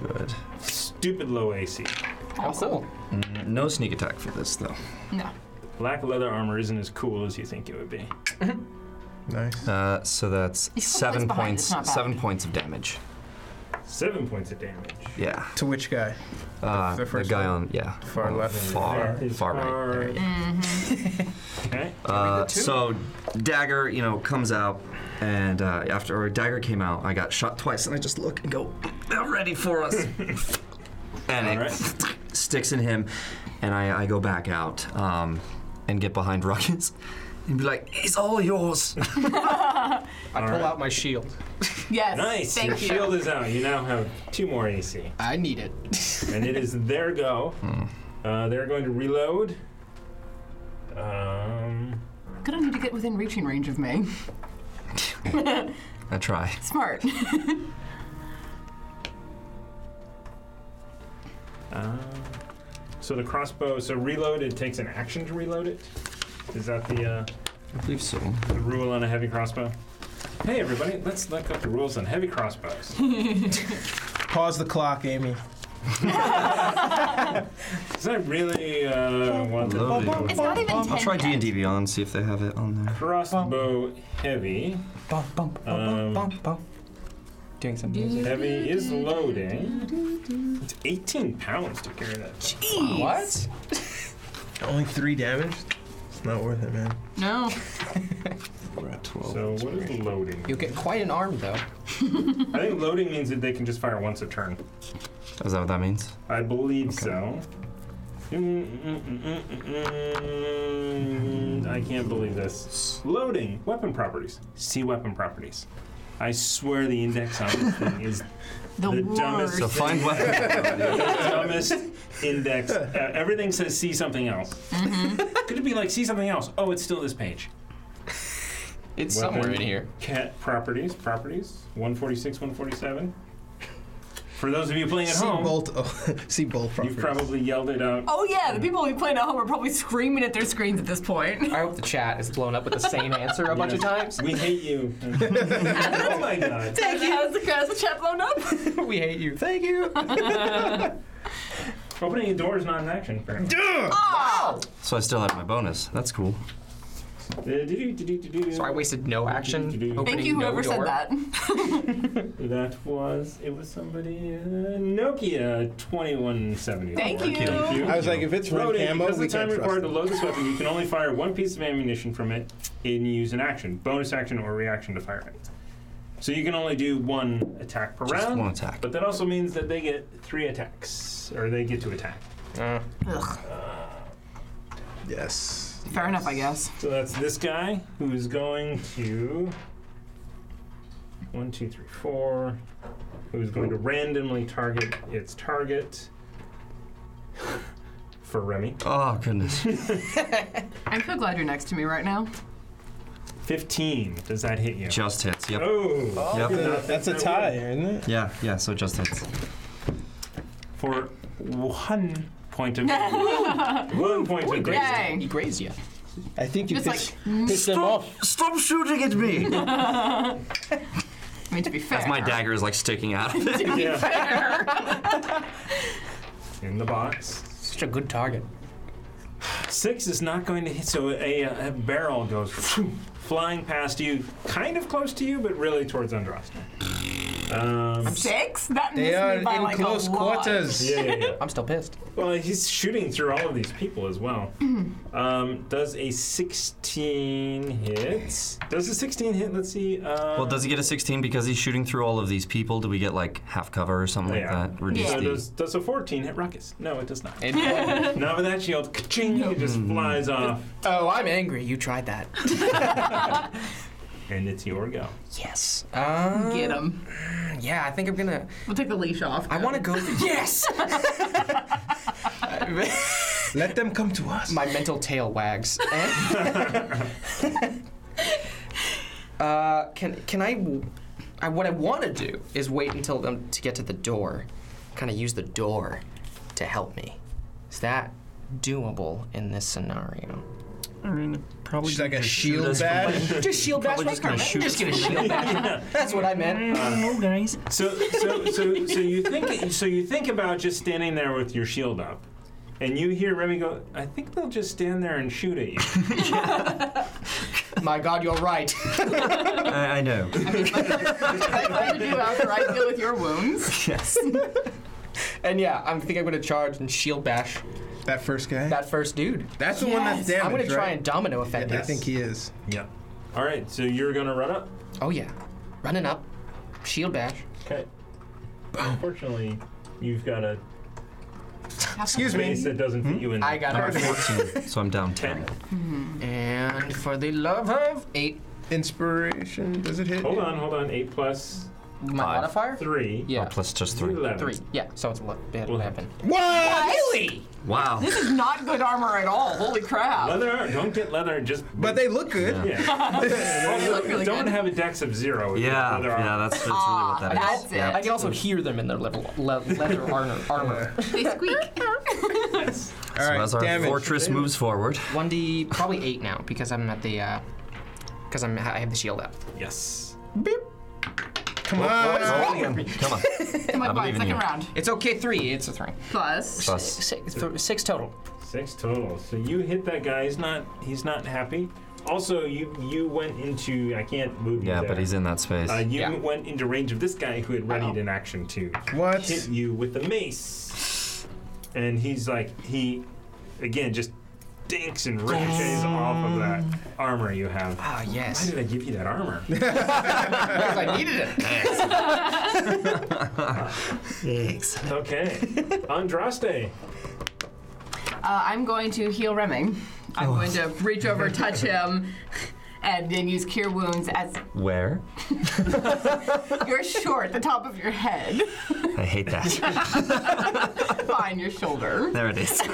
good. Stupid low AC. Also, Mm, No sneak attack for this though. No. Black leather armor isn't as cool as you think it would be. Nice. Uh, so that's He's still seven points behind, points. it's not bad. Seven points of damage. Seven points of damage. Yeah. To which guy? Uh, The the, first guy one? on yeah. Far on left. Far There. far right. Or- okay. Uh, so dagger, you know, comes out, and uh, after or dagger came out, I got shot twice, and I just look and go, they're ready for us, and it sticks in him, and I, I go back out um, and get behind Ruckus and be like, it's all yours. I pull All right. out my shield. Yes. Nice. Thank Your you. shield is out. You now have two more AC. I need it. and it is their go. Hmm. Uh, they're going to reload. Um, Good on you to get within reaching range of me. I try. Smart. uh, so the crossbow. So reload. It takes an action to reload it. Is that the uh, I believe so. the rule on a heavy crossbow? Hey everybody, let's look up the rules on heavy crossbows. Pause the clock, Amy. Because I really uh, want to. Loaded. It's not even I'll 10 try D yet. and D Beyond, see if they have it on there. crossbow heavy. Um, Doing some music. Heavy is loading. It's 18 pounds to carry that. Jeez. What? Only three damage? It's not worth it, man. No. We're at 12. So what is loading? You get quite an arm though. I think loading means that they can just fire once a turn. Is that what that means? I believe so. Mm, I can't believe this. Loading weapon properties. See weapon properties. I swear the index on this thing is The dumbest. worst. So find thing- weapon properties. the dumbest index. Uh, everything says see something else. Could it be like see something else? Oh, it's still this page. It's somewhere in here. Cat properties, properties, 146, 147. For those of you playing at See home, bolt. Oh, see bolt you've probably yelled it out. Oh yeah, the people who playing at home are probably screaming at their screens at this point. I hope the chat is blown up with the same answer a bunch of times. We hate you. oh my god. Thank you. How's the, how's the chat blown up? we hate you. Thank you. Opening a door is not an action. apparently. So I still have my bonus. That's cool. Uh, So I wasted no action. Thank opening you, no whoever said door. that. that was it was somebody uh, Nokia 2170. Thank you. I was like, if it's red Rode in, camo, because we the time can't trust required to load this weapon, you can only fire one piece of ammunition from it and use an action, bonus action, or reaction to fire it. So you can only do one attack per Just round. one attack. But that also means that they get three attacks, or they get to attack. Ugh. Yes. Fair enough, I guess. So that's this guy who's going to one, two, three, four. Who's going to randomly target its target for Remy? Oh goodness. I'm so glad you're next to me right now. Fifteen. Does that hit you? Just hits. Yep. Oh. Yep. That's a tie, isn't it? Yeah. Yeah. So just hits. For one point of one point of grazed damage. He grazed you. I think you Just piss, like- piss them off. Stop shooting at me. I mean, to be fair. That's my dagger is like sticking out. of it. To be Yeah. fair. In the box. Such a good target. Six is not going to hit, so a, a barrel goes flying past you, kind of close to you, but really towards Andraste. Um, Six? That They missed are me by in like close a lot. quarters. yeah, yeah, yeah. I'm still pissed. Well, he's shooting through all of these people as well. Um, does a 16 hit? Does a 16 hit? Let's see. Uh, well, does he get a 16 because he's shooting through all of these people? Do we get like half cover or something Yeah. like that? Reduce So the- does, does a 14 hit Ruckus? No, it does not. It- Not with that shield. Ka-ching, It just Mm-hmm. flies off. oh, I'm angry. You tried that. And it's your go. Yes. Uh, Get him. yeah, I think I'm gonna. We'll take the leash off. I want to go. yes. Let them come to us. My mental tail wags. uh, can can I, I? What I want to do is wait until them to get to the door, kind of use the door to help me. Is that doable in this scenario? I mean, probably. She's like a shield badge. Just shield bash Probably my just gonna permit. shoot. Just gonna shield bash. That's what I meant. no, guys. So, so, so, so you think so you think about just standing there with your shield up, and you hear Remy go. I think they'll just stand there and shoot at you. My God, you're right. I, I know. I fired you after I deal with your wounds. yes. and yeah, I think I'm gonna charge and shield bash That first guy. that first dude. that's the one that's Yes. damaged, I'm gonna try right? and domino effect I this. think he is. yeah. All right. So you're gonna run up. Oh yeah, running up, shield bash. Okay. Unfortunately, you've got a Excuse base me. that doesn't fit you in. I got I'm it. at 14, so I'm down 10. And for the love of eight, Inspiration. Does it hit? Hold you? on, hold on. Eight plus my Five. modifier. three. Yeah, Oh, plus just three. Eleven. three. Yeah, so it's eleven. eleven. What? Really? Wow. This is not good armor at all. Holy crap. Leather. ar- Don't get leather. Just. But they look good. Yeah. They look really don't good. have a dex of zero. Yeah, Leather armor. yeah, that's, that's really what that is. That's it. I can also hear them in their level, le- leather armor. armor. They squeak. All right. So as our damage. fortress moves forward, One D, probably eight now because I'm at the, uh, because I'm I have the shield up. Yes. Come Oh, on. come on. Come on, come on, believe in second you. round. It's okay, three. It's a three. Plus. Plus, Six, th- six total. Six total. So you hit that guy. He's not. He's not happy. Also, you you went into. I can't move yeah, you. but he's in that space. Uh, you Yeah. went into range of this guy who had readied an action to What? hit you with the mace, and he's like he, again just dinks and ricochets off of that armor you have. Ah Why yes, did I give you that armor? because I needed it. Thanks. okay, Andraste. Uh, I'm going to heal Remy. I'm going to reach over, touch him, and then use cure wounds as Where? you're short, the top of your head. I hate that. Fine, your shoulder. there it is. Uh,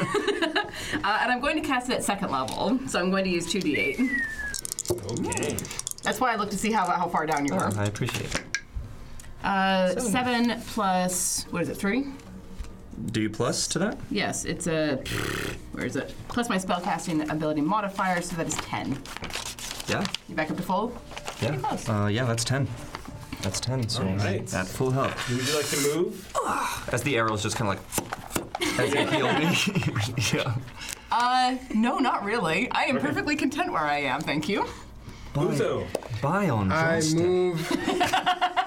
and I'm going to cast it at second level, so I'm going to use 2d8. Okay. That's why I looked to see how, how far down you were. I appreciate it. Uh, seven plus, what is it, three? Do you plus to that? Yes, it's a, where is it? Plus my spellcasting ability modifier, so that is 10. Yeah. You back up to full? Yeah. close. Uh, yeah, that's 10. That's 10, so Alright. at full health. Would you like to move? As the arrow's just kind of like. As you heal me. yeah. Uh, no, not really. I am perfectly content where I am, thank you. Buzo. Buy on I Drumstick. move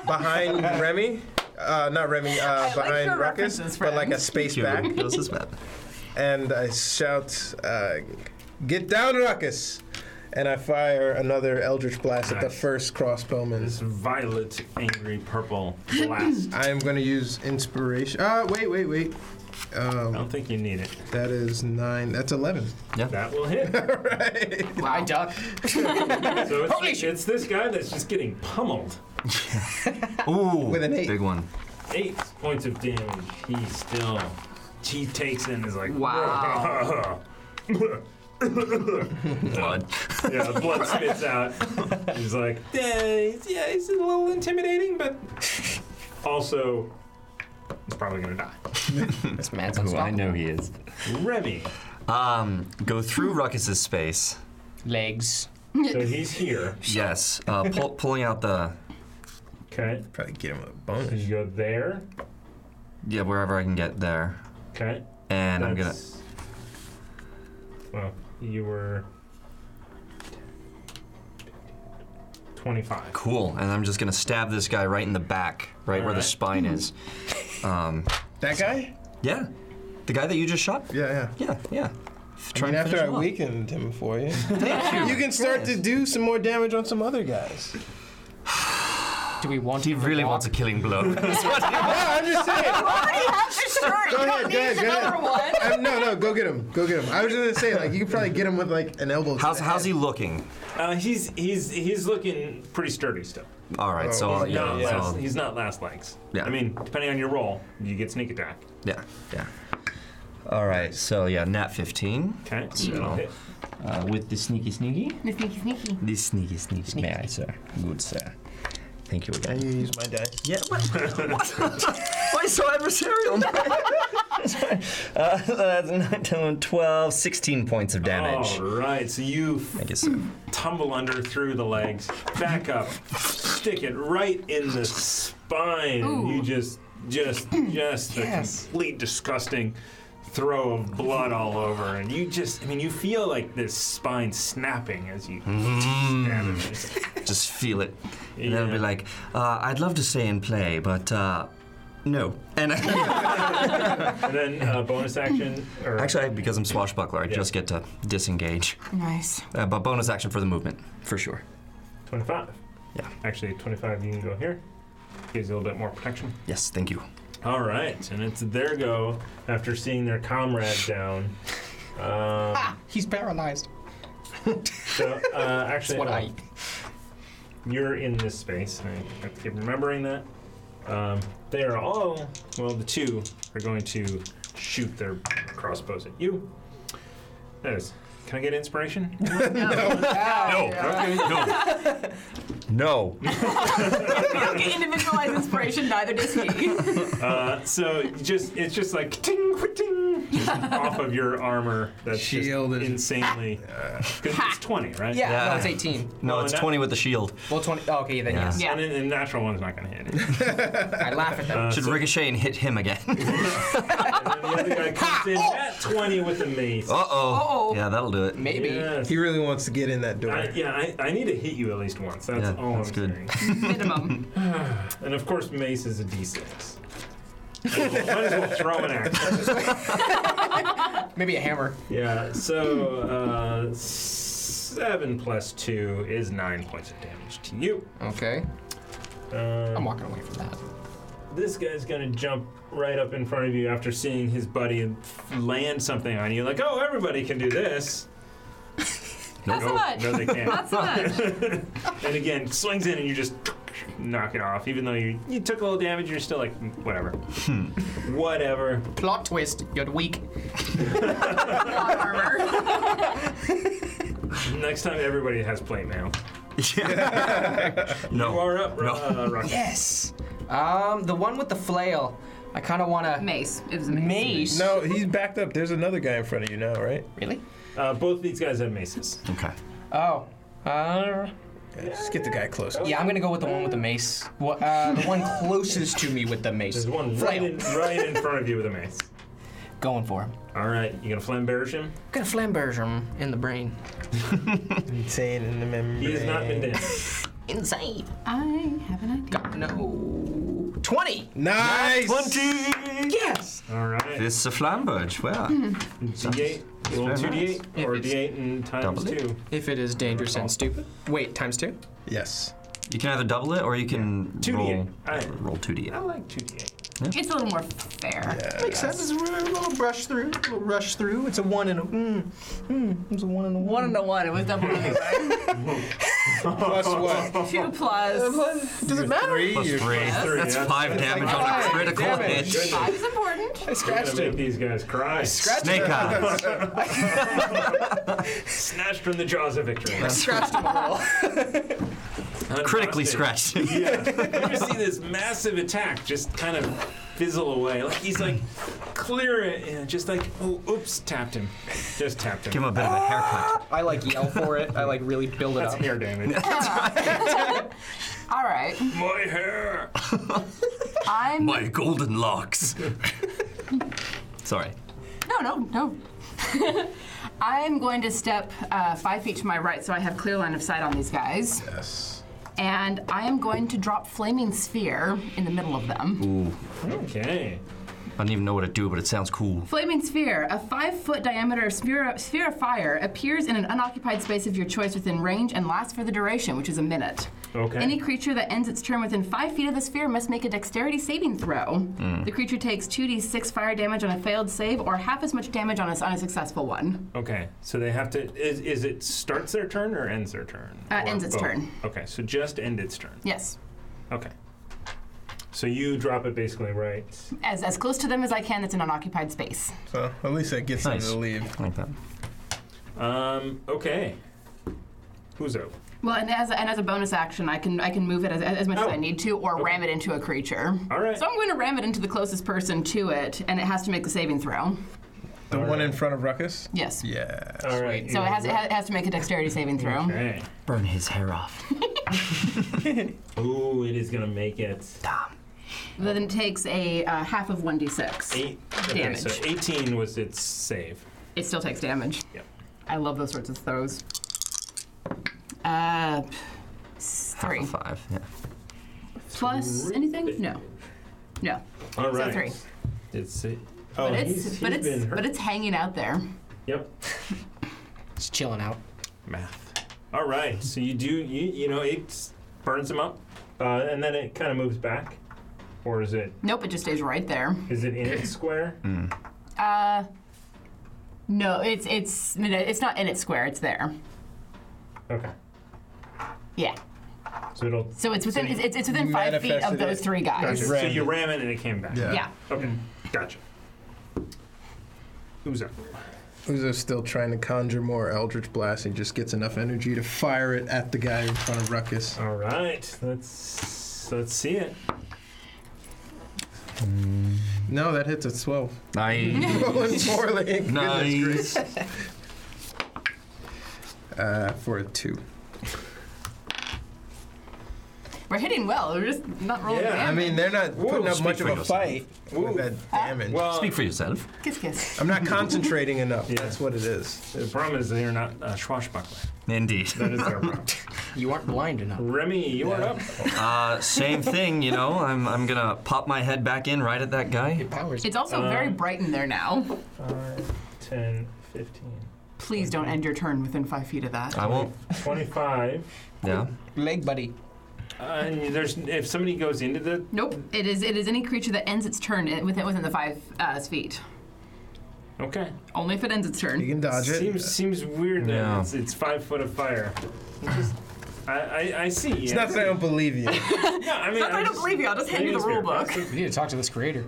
behind Remy. Uh, not Remy, uh, behind Ruckus, but like a space back. And I shout, uh, Get down, Ruckus! And I fire another Eldritch Blast at the first crossbowman. This violet, angry, purple blast. I am going to use Inspiration. Uh, wait, wait, wait. Oh. Um, I don't think you need it. That is nine. That's 11. Yeah. That will hit. I duck. so it's, it's this guy that's just getting pummeled. Ooh, With an eight. big one. Eight points of damage. He still, he takes in is like Wow. blood. yeah, blood spits out. He's like, yeah, he's, yeah, he's a little intimidating, but also he's probably gonna die. This man's who I know he is. Remy. Um, go through Ruckus's space. Legs. So he's here. Yes. Uh, pull, pulling out the. Okay. Probably get him a So bonus. you go there. Yeah, wherever I can get there. Okay. And I'm gonna. That's- Well, you were twenty-five. Cool. And I'm just gonna stab this guy right in the back, right where the Alright. spine is. Um, that guy? Yeah. The guy that you just shot? Yeah, yeah. Yeah, I Try mean, and after finish I him off. weakened him for you, Thank you. you can start to do some more damage on some other guys. Do we want? He really wants a killing blow. yeah, I'm just saying. You Go don't ahead, go need ahead, go another ahead. Um, no, no, go get him. Go get him. I was just gonna say, like, you could probably get him with like an elbow. How's how's he looking? Uh, he's he's he's looking pretty sturdy still. All right. so he's, yeah. not last, so- he's not last legs. Yeah. I mean, depending on your roll, you get sneak attack. Yeah, yeah. All right, so yeah, nat 15. Okay. So, Okay. uh, with the sneaky sneaky. Sneaky, sneaky. The sneaky sneaky. May I, sir? Good, sir. Thank you And again. you use my dice. Yeah, what? Why so adversarial? uh, that's 9, 10, 12, 16 points of damage. Oh. All right, so you f- I guess so. tumble under through the legs, back up, stick it right in the spine. You just, just, just a complete disgusting throw of blood all over, and you just, I mean, you feel like this spine snapping as you Mm-hmm. stab him. It's like, Mm, Just feel it. And then I'll be like, uh, I'd love to stay and play, but uh, no. And And then uh, bonus action, or actually, I- because I'm swashbuckler, I just get to disengage. Nice. Uh, but bonus action for the movement, for sure. 25. Yeah. Actually, 25, you can go here. Gives you a little bit more protection. Yes, thank you. All right, and it's their go after seeing their comrade down. Um, He's paralyzed. so, uh, actually, That's what uh, I. you're in this space. I have to keep remembering that. Um, they are all, well, the two are going to shoot their crossbows at you. That is, can I get inspiration? No. No. No. You don't get individualized inspiration, neither does he. uh, so you just it's just like ting, ting, just off of your armor. That's Shield just is- insanely. Because it's 20, right? Yeah, Yeah. No, it's 18. No, it's and that- 20 with the shield. Well, 20. Oh, okay, then Yeah. yes. And a natural one's not going to hit it. I laugh at them. Should ricochet and hit him again. uh And the other guy comes in at 20 with a mace. oh. Uh-oh. Yeah, that'll do it. Maybe. Yes. He really wants to get in that door. I, yeah, I, I need to hit you at least once. That's Yeah, all that's I'm good. saying. Minimum. And of course, mace is a d6. Might as well throw an axe. Maybe a hammer. Yeah, so uh, 7 plus 2 is 9 points of damage to you. Okay. I'm Um, walking away from that. this guy's gonna jump right up in front of you after seeing his buddy land something on you, like, oh, everybody can do this. Not so no, much. no, they can't. Not so much. And again, swings in and you just knock it off. Even though you you took a little damage, you're still like "Mm, whatever, whatever. Plot twist. You're weak. Not armor. Next time, everybody has plate mail. You No. are up, Ro- uh, Rocky. Yes. Um, the one with the flail. I kind of want to. Mace. It was a mace. Mace. No, he's backed up. There's another guy in front of you now, right? Really? Uh, both these guys have maces. Okay. Oh. Uh, Yeah, just get the guy closer. yeah, I'm gonna go with the one with the mace. What, uh, the one closest to me with the mace. There's one right Flail. in, right in front of you with a mace. going for him. All right, you gonna flamberge him? Gonna flamberge him in the brain. Insane in the membrane. He has not been damaged. Insane. I have an idea. God, no. 20! Nice! 20! Yes! All right. This is a flamberge. Wow. D8. Roll very two nice. D8 or D8 and times Double it. two. If it is dangerous and stupid. Wait, times two? Yes. You can either double it or you can Two roll, D8. roll 2d8. I like two D8. It's a little more fair. Makes sense. It's a little brush through, a little rush through. It's a one and a. Mm, mm, it's a one and a one. and a one. It was double. Plus what? Two plus. Does it matter? Three. Plus you're three. That's yeah. five damage on a five critical damage. hit. Goodness. Five is important. I You're gonna scratched make it. these guys cry. Scratched Snake it. eyes. Snatched from the jaws of victory. Scratched them all. Critically Undaunted. scratched. Yeah. you just see this massive attack just kind of fizzle away. Like he's like clear it and just like oh oops tapped him. Just tapped him. Give him a bit of a haircut. I like yell for it. I like really build it That's up. hair damage. All right. My hair. I'm. My golden locks. Sorry. No, no, no. I'm going to step uh, five feet to my right so I have clear line of sight on these guys. Yes. And I am going to drop Flaming Sphere in the middle of them. Ooh. Okay. I don't even know what to do, but it sounds cool. Flaming Sphere, a five foot diameter sphere, sphere of fire, appears in an unoccupied space of your choice within range and lasts for the duration, which is a minute. Okay. Any creature that ends its turn within five feet of the sphere must make a dexterity saving throw. Hmm. The creature takes 2d6 fire damage on a failed save or half as much damage on a, on a successful one. Okay. So they have to. Is, is it starts their turn or ends their turn? Uh, Or ends its both? turn. Okay. So just end its turn. Yes. Okay. So you drop it basically right. As, as close to them as I can that's an unoccupied space. So at least that gets Nice. him to leave. I like that. Um. Okay. Who's out? Well, and as, and as a bonus action, I can I can move it as, as much as Oh. I need to, or ram it into a creature. All right. So I'm going to ram it into the closest person to it, and it has to make the saving throw. The one in front of Ruckus? Yes. Yeah. All right. So it has, it ha- it has to make a dexterity saving throw. Okay. Burn his hair off. Ooh, it is gonna make it. Then it takes a uh, half of 1d6. Eight. Okay, Damage. So 18 was its save. It still takes damage. Yep. I love those sorts of throws. Uh, s- Half three. of five. Yeah. Plus anything? No. No. All So right. three. It's it. Oh, But it's he's, he's but it's been hurt. but it's hanging out there. Yep. It's chilling out. Math. All right. So you do you you know it burns him up, uh, and then it kind of moves back, or is it Nope, it just stays right there. is it in its square? Mm. Uh, no, it's it's no, it's not in its square. It's there. Okay. Yeah. So it'll. So it's within So you it's, it's, it's within five feet of manifested those it. three guys. Gotcha. So Rammed you it. ram it and it came back. Yeah. Yeah. Okay. Gotcha. Who's up? Uzo's still trying to conjure more Eldritch Blast and just gets enough energy to fire it at the guy in front of Ruckus. All right. Let's let's see it. No, that hits at 12. Nice. Rolling poorly. Goodness nice. gra- Uh, for a 2. We're hitting well. We're just not rolling. Yeah, damage. I mean, they're not Whoa, putting up speak much for of a yourself. fight with that damage. Well, Speak for yourself. kiss kiss. I'm not concentrating enough. Yeah. That's what it is. the problem is they are not uh, swashbuckler. Indeed. That is their problem. You aren't blind enough. Remy, you are up. Uh, same thing, you know. I'm, I'm gonna pop my head back in right at that guy. Powers. It's Uh, also very bright in there now. 5, 10, 15, Please don't end your turn within five feet of that. I won't. 25. Yeah. Leg buddy. Uh, and there's if somebody goes into the Nope. It is it is any creature that ends its turn i- within within the five uh, feet. okay, Only if it ends its You turn. can dodge it. seems seems weird that Yeah. it's, it's five foot of fire. It's just- I, I I see. it's not that I don't believe you. No, I mean, Not that I I'm don't just- believe you. I'll just hand you the Maybe rule it's book. weird. We need to talk to this creator.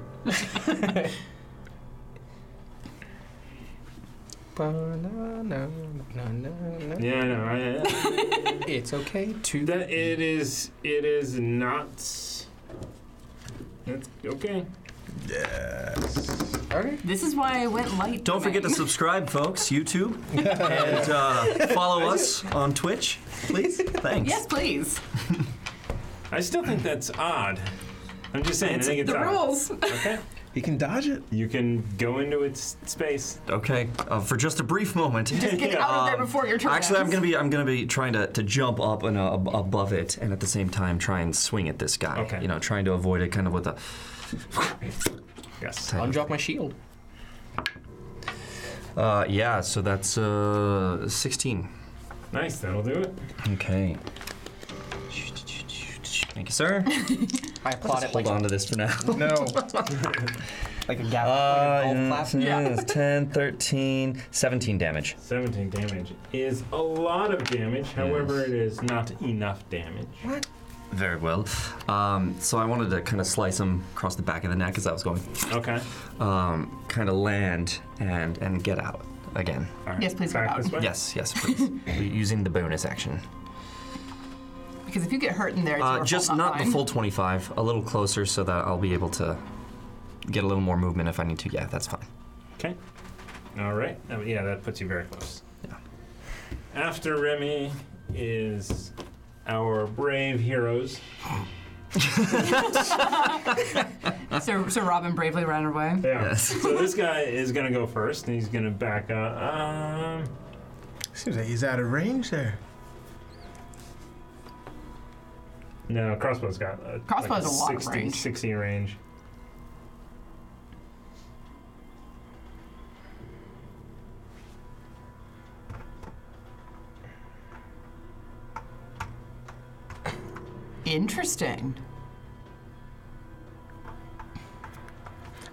Yeah, I know. Right? It's okay to. that it is. It is not. That's okay. yes. Okay. This is why I went light. Don't forget to domain. subscribe, folks. YouTube and uh, follow us on Twitch, please. Thanks. Yes, please. I still think that's odd. I'm just saying. I think it's The odd. rules. Okay. You can dodge it. You can go into its space. Okay, uh, for just a brief moment. Just get out of there Um, before your turn. Actually, I'm ends. gonna be I'm gonna be trying to, to jump up and uh, ab- above it, and at the same time try and swing at this guy. Okay. You know, trying to avoid it, kind of with a. yes. I'll drop my shield. Uh, yeah. So that's uh, 16. Nice, that'll do it. Okay. Thank you, sir. I applaud Let's it like Hold on to this for now. No. like a gap. Uh, yeah, Yeah. yeah, it's 10, 13, 17 damage. 17 damage is a lot of damage. However, it is not enough damage. What? Very well. Um, so I wanted to kind of slice him across the back of the neck as I was going. Okay. Um, kind of land and and get out again. Yes, please go out. Yes, yes, please. Uh, Using the bonus action. Because if you get hurt in there, it's Uh, your just fault, not the mine. full 25. A little closer so that I'll be able to get a little more movement if I need to. Yeah, that's fine. Okay. All right. Um, yeah, that puts you very close. Yeah. After Remy is our brave heroes. so, so Robin bravely ran away. Yeah. so this guy is gonna go first, and he's gonna back up. Um, Seems like he's out of range there. no, crossbow's got a, Crossbow's like a lot of 60 range. 60 range. Interesting.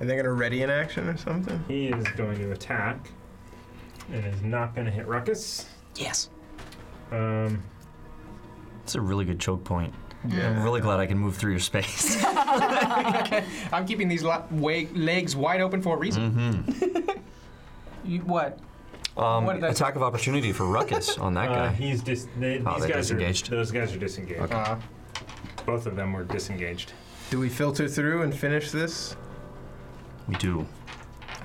Are they gonna ready an action or something? He is going to attack, and is not gonna hit Ruckus. Yes. Um, It's a really good choke point. Yeah. I'm really glad I can move through your space. I'm keeping these la- wa- legs wide open for a Mm-hmm. reason. You, what? Um, What did I- attack of opportunity for Ruckus on that uh, guy. He's dis- they, Oh, these they're guys disengaged. Are, those guys are disengaged. Okay. Uh-huh. Both of them were disengaged. Do we filter through and finish this? We do.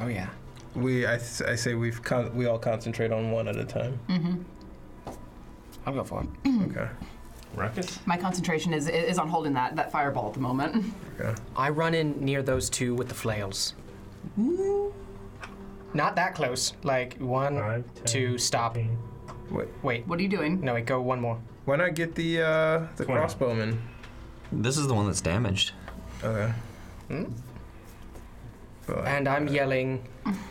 Oh yeah. We I, s- I say we've con- we all concentrate on one at a time. Mm-hmm. I'll go for it. Okay. Ruckus. My concentration is is on holding that that fireball at the moment. I run in near those two with the flails. Mm-hmm. Not that close. Like one, two, stop. Wait. Wait. What are you doing? No, wait, go one more. Why not get the uh, the crossbowman? This is the one that's damaged. Okay. and uh, I'm yelling,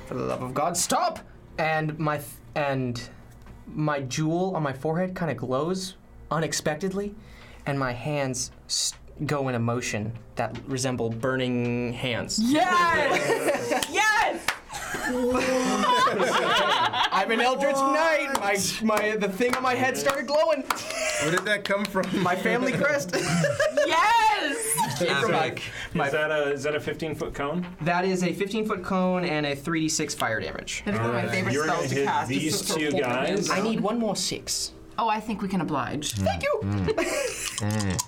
for the love of God, stop! And my th- and my jewel on my forehead kind of glows unexpectedly, and my hands s go in a motion that resemble burning hands. Yes! yes! I'm an Eldritch Knight. My my the thing on my head started glowing. Where did that come from? My family crest. yes! Came from my- is that a is that a 15 foot cone? That is a 15 foot cone and a 3d6 fire damage. That's one of my Alright. favorite You're spells gonna to hit cast, just these to sort two of hold my hands guys. down. I need one more six. Oh, I think we can oblige. Thank you. Mm.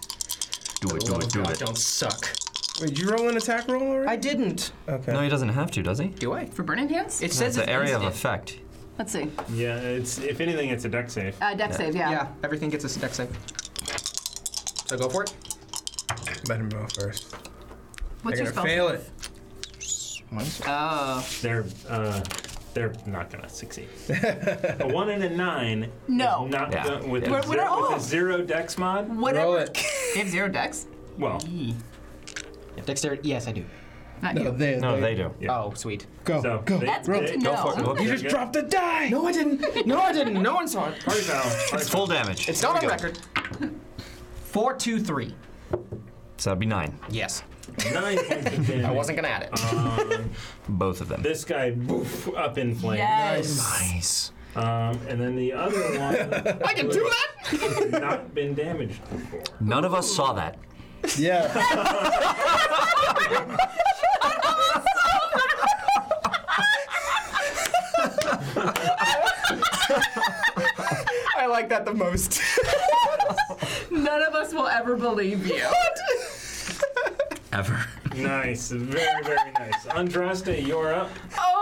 Do it, do it, do it. Don't suck. Wait, did you roll an attack roll already? I didn't. Okay. No, he doesn't have to, does he? Do I? For burning hands? It it's the area of effect. Let's see. Yeah, it's if anything, it's a deck save. Uh, deck save, yeah. Yeah, everything gets a deck save. So go for it. Let him go first. What's They're your gonna spell? fail it. Oh. They're uh, they're not gonna succeed. a one and a nine. No. is Not Yeah. done with, We're- a we're zero, all- with a zero dex mod. Whatever. They have zero decks. Well, dexterity. Yes, I do. Not you. do. Oh, sweet. Go. So go. That's good to know. You just dropped a die. No, I didn't. No, I didn't. No one saw it. Party foul. It's full damage. It's not on record. Four, two, three. So that'd be nine. Yes. Nine points of damage. I wasn't gonna add it. Um, Both of them. this guy boof, up in flames. Yes. Nice. Um, and then the other one. I can do that. has not been damaged before. None of us saw that. Yeah. I like that the most. None of us will ever believe you. Ever. Nice, very very nice. Andraste, you're up. Oh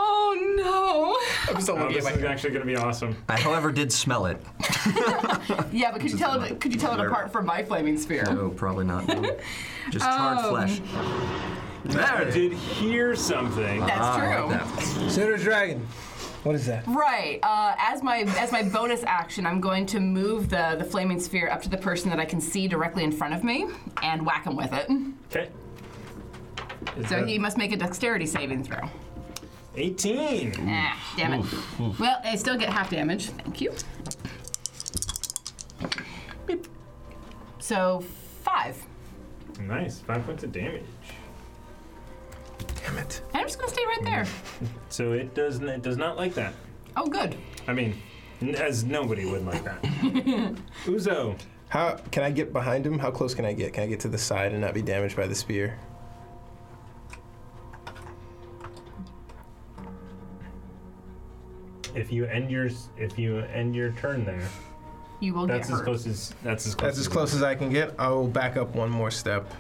I'm still Oh, looking at this my is actually gonna be awesome. I, however, did smell it. no. Yeah, but could you tell it? Could Oh, you tell it apart from my flaming spear? Oh. No, probably not. Just charred Um, flesh. I did hear something. Ah, That's true. Sarah's dragon. What is that? Right. Uh, as my as my bonus action, I'm going to move the the flaming sphere up to the person that I can see directly in front of me and whack him with it. Okay. Is So that- he must make a dexterity saving throw. 18. Ah, damn it. Oof, oof. Well, I still get half damage. Thank you. Beep. So five. Nice. Five points of damage. Damn it. I'm just gonna stay right there. So it does it does not like that. Oh, good. I mean, n- as nobody would like that. Uzo. How can I get behind him? How close can I get? Can I get to the side and not be damaged by the spear? If you end your s- if you end your turn there, You will that's get as hurt. close as that's as close. That's as close as I can get. I will back up one more step.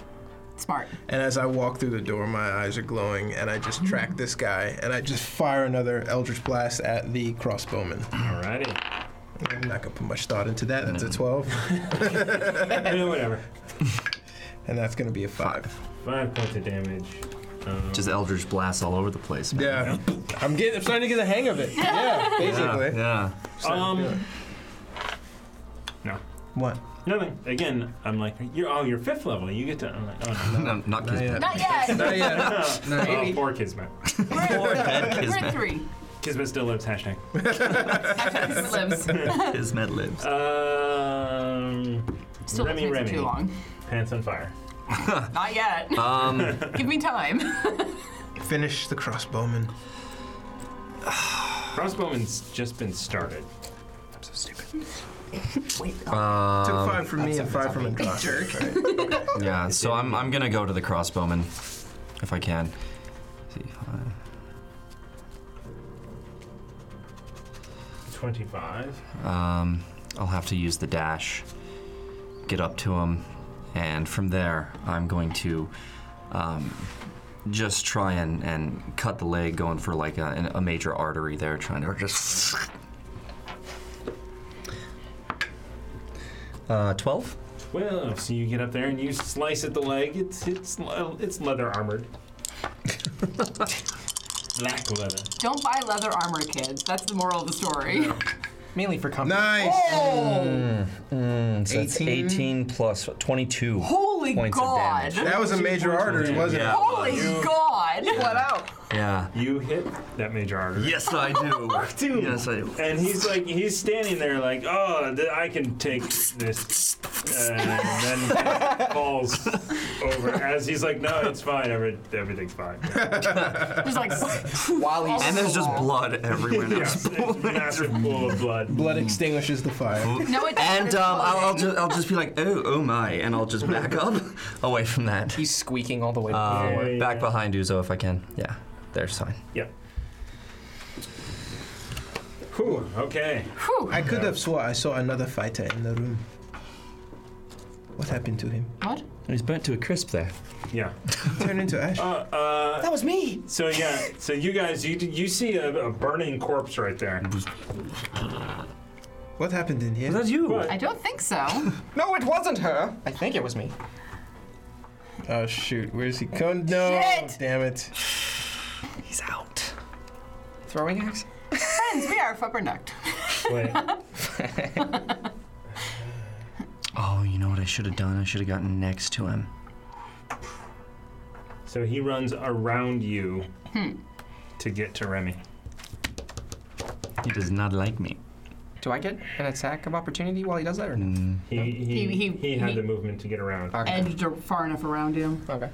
Smart. And as I walk through the door, my eyes are glowing, and I just track this guy, and I just fire another Eldritch Blast at the crossbowman. Alrighty. I'm not gonna put much thought into that. That's a 12. Eh, whatever. And that's gonna be a five. Five points of damage. Um, Just Eldritch blasts all over the place. man. Yeah. I'm getting. I'm starting to get the hang of it. Yeah, basically. Yeah. Um. No. What? Nothing. Again, I'm like, you're oh, you're fifth level. You get to. I'm like, oh no, no not Kismet. Not yet. Oh, Not yet. Not oh, yet. poor Kismet. We're at three. Kismet still lives. Hashtag. Hashtag lives. Kismet lives. Um. Still Remy, lives for Remy. too long. Pants on fire. Not yet. Um. Give me time. Finish the crossbowman. Crossbowman's just been started. I'm so stupid. Um, Took five from me and five from Androsky. Yeah, so I'm, I'm gonna go to the crossbowman if I can. see if I- Twenty-five. Um, I'll have to use the dash, get up to him, and from there I'm going to um, just try and, and cut the leg, going for like a, a major artery there, trying to just. Uh, 12? Well, so you get up there and you slice at the leg. It's it's le- it's leather armored. Black leather. Don't buy leather armor, kids. That's the moral of the story. Mainly for company. Nice. Mm, mm, so 18? that's 18 plus 22. Holy points God. Of damage. That was a major artery, wasn't Yeah. it? Holy God. What out? Yeah. You hit that major artery. Yes, I do. Dude. Yes, I do. And he's like, he's standing there like, oh, th- I can take this. uh, And then he falls over as he's like, no, it's fine. Every, everything's fine. He's like, while he's And there's just blood everywhere. now. Yeah, it's a massive pool of blood. Blood extinguishes the fire. No, it and um, I'll, I'll, just, I'll just be like, oh, oh my, and I'll just back up away from that. He's squeaking all the way. Um, forward. Back behind Uzo if I can. Yeah, there's fine. Yep. Whew, okay. I could have swore I saw another fighter in the room. What happened to him? What? He's burnt to a crisp there. Yeah. Turned into ash. Uh, That was me. So yeah, so you guys, you you see a, a burning corpse right there. What happened in here? That's you. I don't think so. No, it wasn't her. I think it was me. Oh shoot, where's he coming? No, Shit! damn it. He's out. Throwing axe? Friends, we are fuppernucked. Wait. Oh, you know what I should have done? I should have gotten next to him. So he runs around you Hmm. to get to Remy. He does not like me. Do I get an attack of opportunity while he does that or no? Mm. He he, He- he- he had he- the movement to get around. Okay. Edged ar- far enough around you. okay.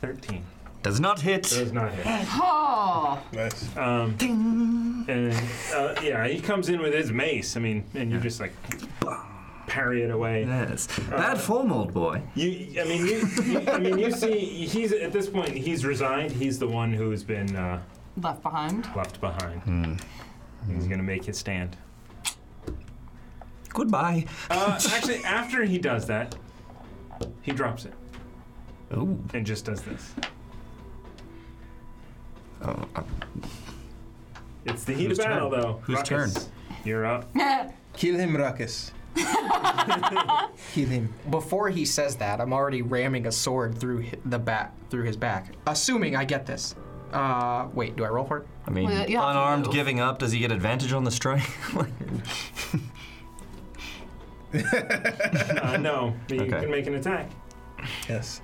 Thirteen Does not Uh, hit. does not hit. Oh, Nice. Um, and uh, yeah, he comes in with his mace. I mean, and you just like parry it away. Yes. uh, Bad form, old boy. You, I mean, you, you, I mean, you see, he's at this point he's resigned. He's the one who has been uh, left behind. left behind. He's gonna make his stand. Goodbye. Uh, actually, after he does that, he drops it Oh. and just does this. oh uh, It's the heat Whose of battle, turn? though. Whose Ruckus, You're up. Kill him, Ruckus. Heal him. Before he says that, I'm already ramming a sword through hi- the back, through his back. Assuming I get this. Uh, wait, do I roll for it? I mean, Well, you have to unarmed move. giving up, does he get advantage on the strike? uh, no, but you Okay. can make an attack. Yes.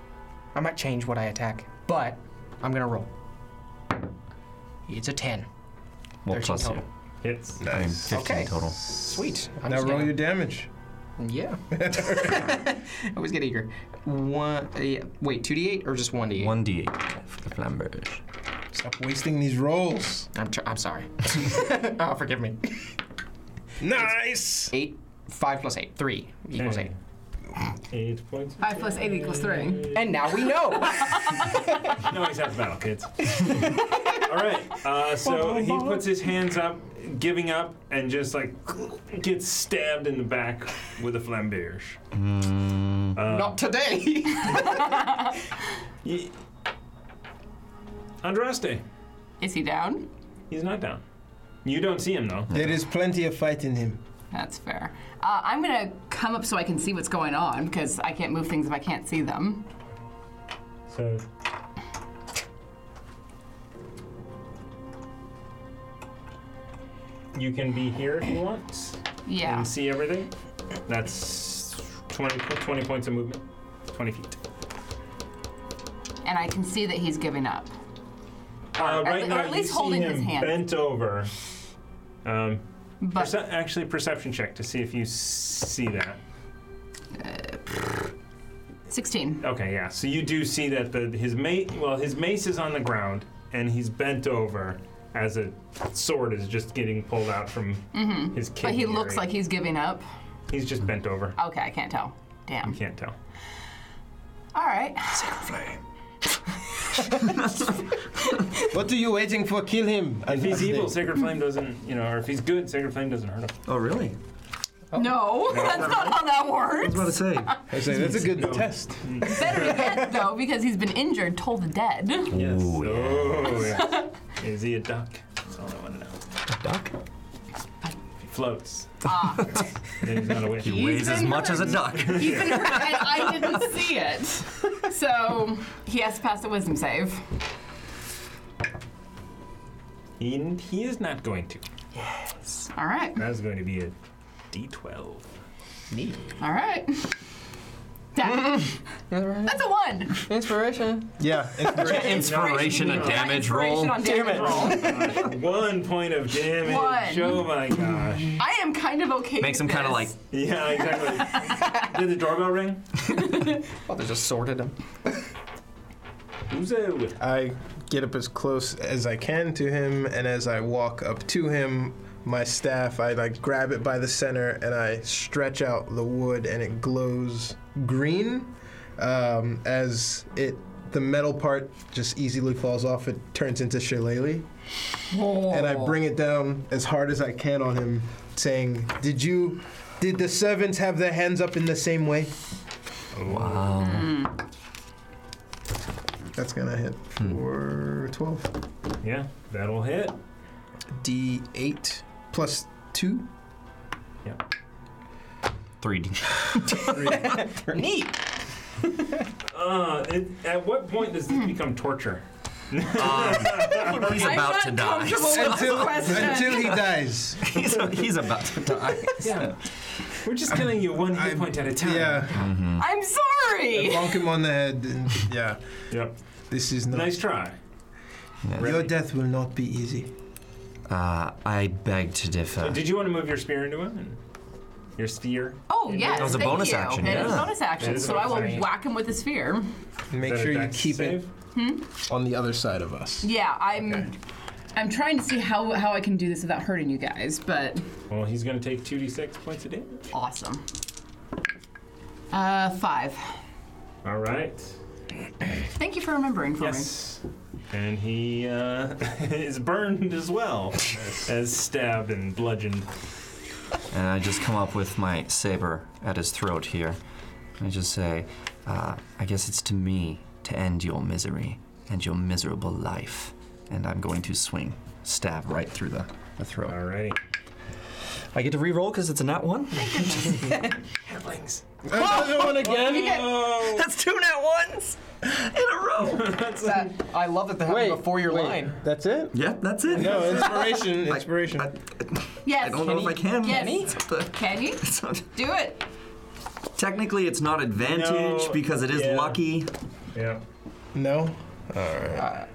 I might change what I attack, but I'm gonna roll. It's a ten. Well, 13 plus total. you. Hits. I mean, 15 Okay. total. Sweet. I'm now just roll gonna- your damage. Yeah. I always get eager. One. Uh, yeah. Wait, two d eight or just one d eight? One d eight for the flamberge. Stop wasting these rolls. I'm tr- I'm sorry. oh, forgive me. Nice. eight. Five plus eight. Three equals eight. Eight points. Five plus eight equals three. And now we know. no, he's at the battle, kids. All right. Uh, so he puts his hands up, giving up, and just like gets stabbed in the back with a flambeer. Uh, Not today. Ye- Andraste. Is he down? He's not down. You don't see him though. There is plenty of fight in him. That's fair. Uh, I'm gonna come up so I can see what's going on because I can't move things if I can't see them. So. You can be here if you want. Yeah. And see everything. That's 20, 20 points of movement. 20 feet. And I can see that he's giving up. Uh, at right le- now, or at least you holding see him his hand. bent over. Um, But- perce- actually, perception check to see if you s- see that. 16. Okay, yeah. So you do see that the his mace, well, his mace is on the ground and he's bent over as a sword is just getting pulled out from Mm-hmm. his But he kidney looks area. like he's giving up. He's just bent over. Okay, I can't tell. Damn. You can't tell. All right. What are you waiting for? Kill him. If he's Andraste. evil, Sacred Flame doesn't, you know, or if he's good, Sacred Flame doesn't hurt him. Oh, really? Oh. No, No. that's not how that works. about to say. I say that's a good test. Better yet, though, because he's been injured, told the dead. Yes. Oh, yes. Is he a duck? That's all I want to know. A duck? He floats. Ah. then he's not a witch. He weighs as much as a duck. He's been hurt, and I didn't see it. So he has to pass the wisdom save. He, he is not going to. Yes. All right. That's going to be a D12. Me. All right. That- That's a one. Inspiration. Yeah. Inspiration and damage roll. Inspiration on damage roll. One point of damage. One. Oh my gosh. I am kind of okay. Makes him with kind of this. like. Yeah, exactly. Did the doorbell ring? Well, Oh, they just sorted him. I get up as close as I can to him, and as I walk up to him, my staff, I like grab it by the center and I stretch out the wood, and it glows green um, as it. The metal part just easily falls off. It turns into shillelagh, and I bring it down as hard as I can on him, saying, "Did you? Did the servants have their hands up in the same way?" Wow. That's gonna hit for 12. Yeah, that'll hit. D8 plus 2. Yeah. 3D. Neat. Uh, it, at what point does this become torture? He's I'm about not to die. comfortable with this Until, question. until he dies. he's, he's about to die. Yeah. We're just killing you one hit point at a time. Yeah. I'm sorry. Bonk him on the head. And, yeah. Yep. This is not. Nice try. Your death will not be easy. Uh, I beg to differ. Did you want to move your spear into him? And your spear? Oh yes, That was a thank bonus you. action, It is a yeah. bonus It action, is a so I bonus will action. whack him with a sphere. Make Is that a sure you dex keep save? it on the other side of us. Yeah, I'm. I'm trying to see how how I can do this without hurting you guys, but Well, he's going to take 2d6 points of damage. awesome. Uh, five. All right. Thank you for remembering for Yes. And he uh, is burned as well as stabbed and bludgeoned. And I just come up with my saber at his throat here. And I just say, uh, I guess it's to me to end your misery and your miserable life. And I'm going to swing, stab right through the, the throat. All right. I get to re-roll because it's a nat one. Headlings. Another one again? You get- That's two nat ones in a row. That's that, I love that that happened before your line. That's it? Yeah, that's it. No, Oh, inspiration. Inspiration. Yes. I don't know if I can. Yes. Can you? Do it. Technically, it's not advantage No, because it is yeah. lucky. Yeah. No. Alright.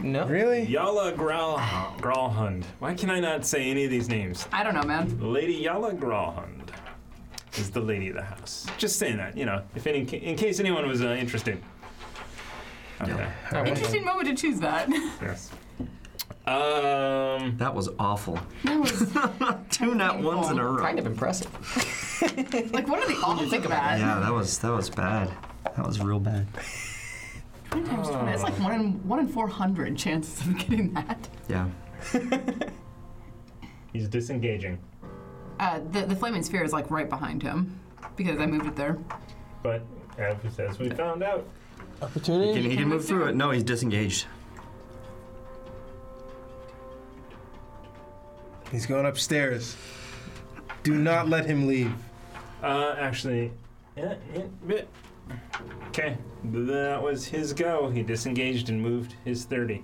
no. Really? Yala Growl Growlhund. Why can I not say any of these names? I don't know, man. Lady Yala Growlhund is the lady of the house. Just saying that, you know, if any, in case anyone was uh, interested. Okay. Interesting moment to choose that. Yes. Um, that was awful. That was two nat ones in a row. Kind of impressive. like what are the odds of that? Yeah, that was that was bad. That was real bad. Twenty times twenty. It's like one in one in four hundred chances of getting that. Yeah. He's disengaging. Uh, the the flaming sphere is like right behind him because I moved it there. But as we- as we found out, Opportunity. He can, he can move through it. No, he's disengaged. He's going upstairs. Do not let him leave. uh, actually, yeah, yeah, okay, that was his go. He disengaged and moved his 30.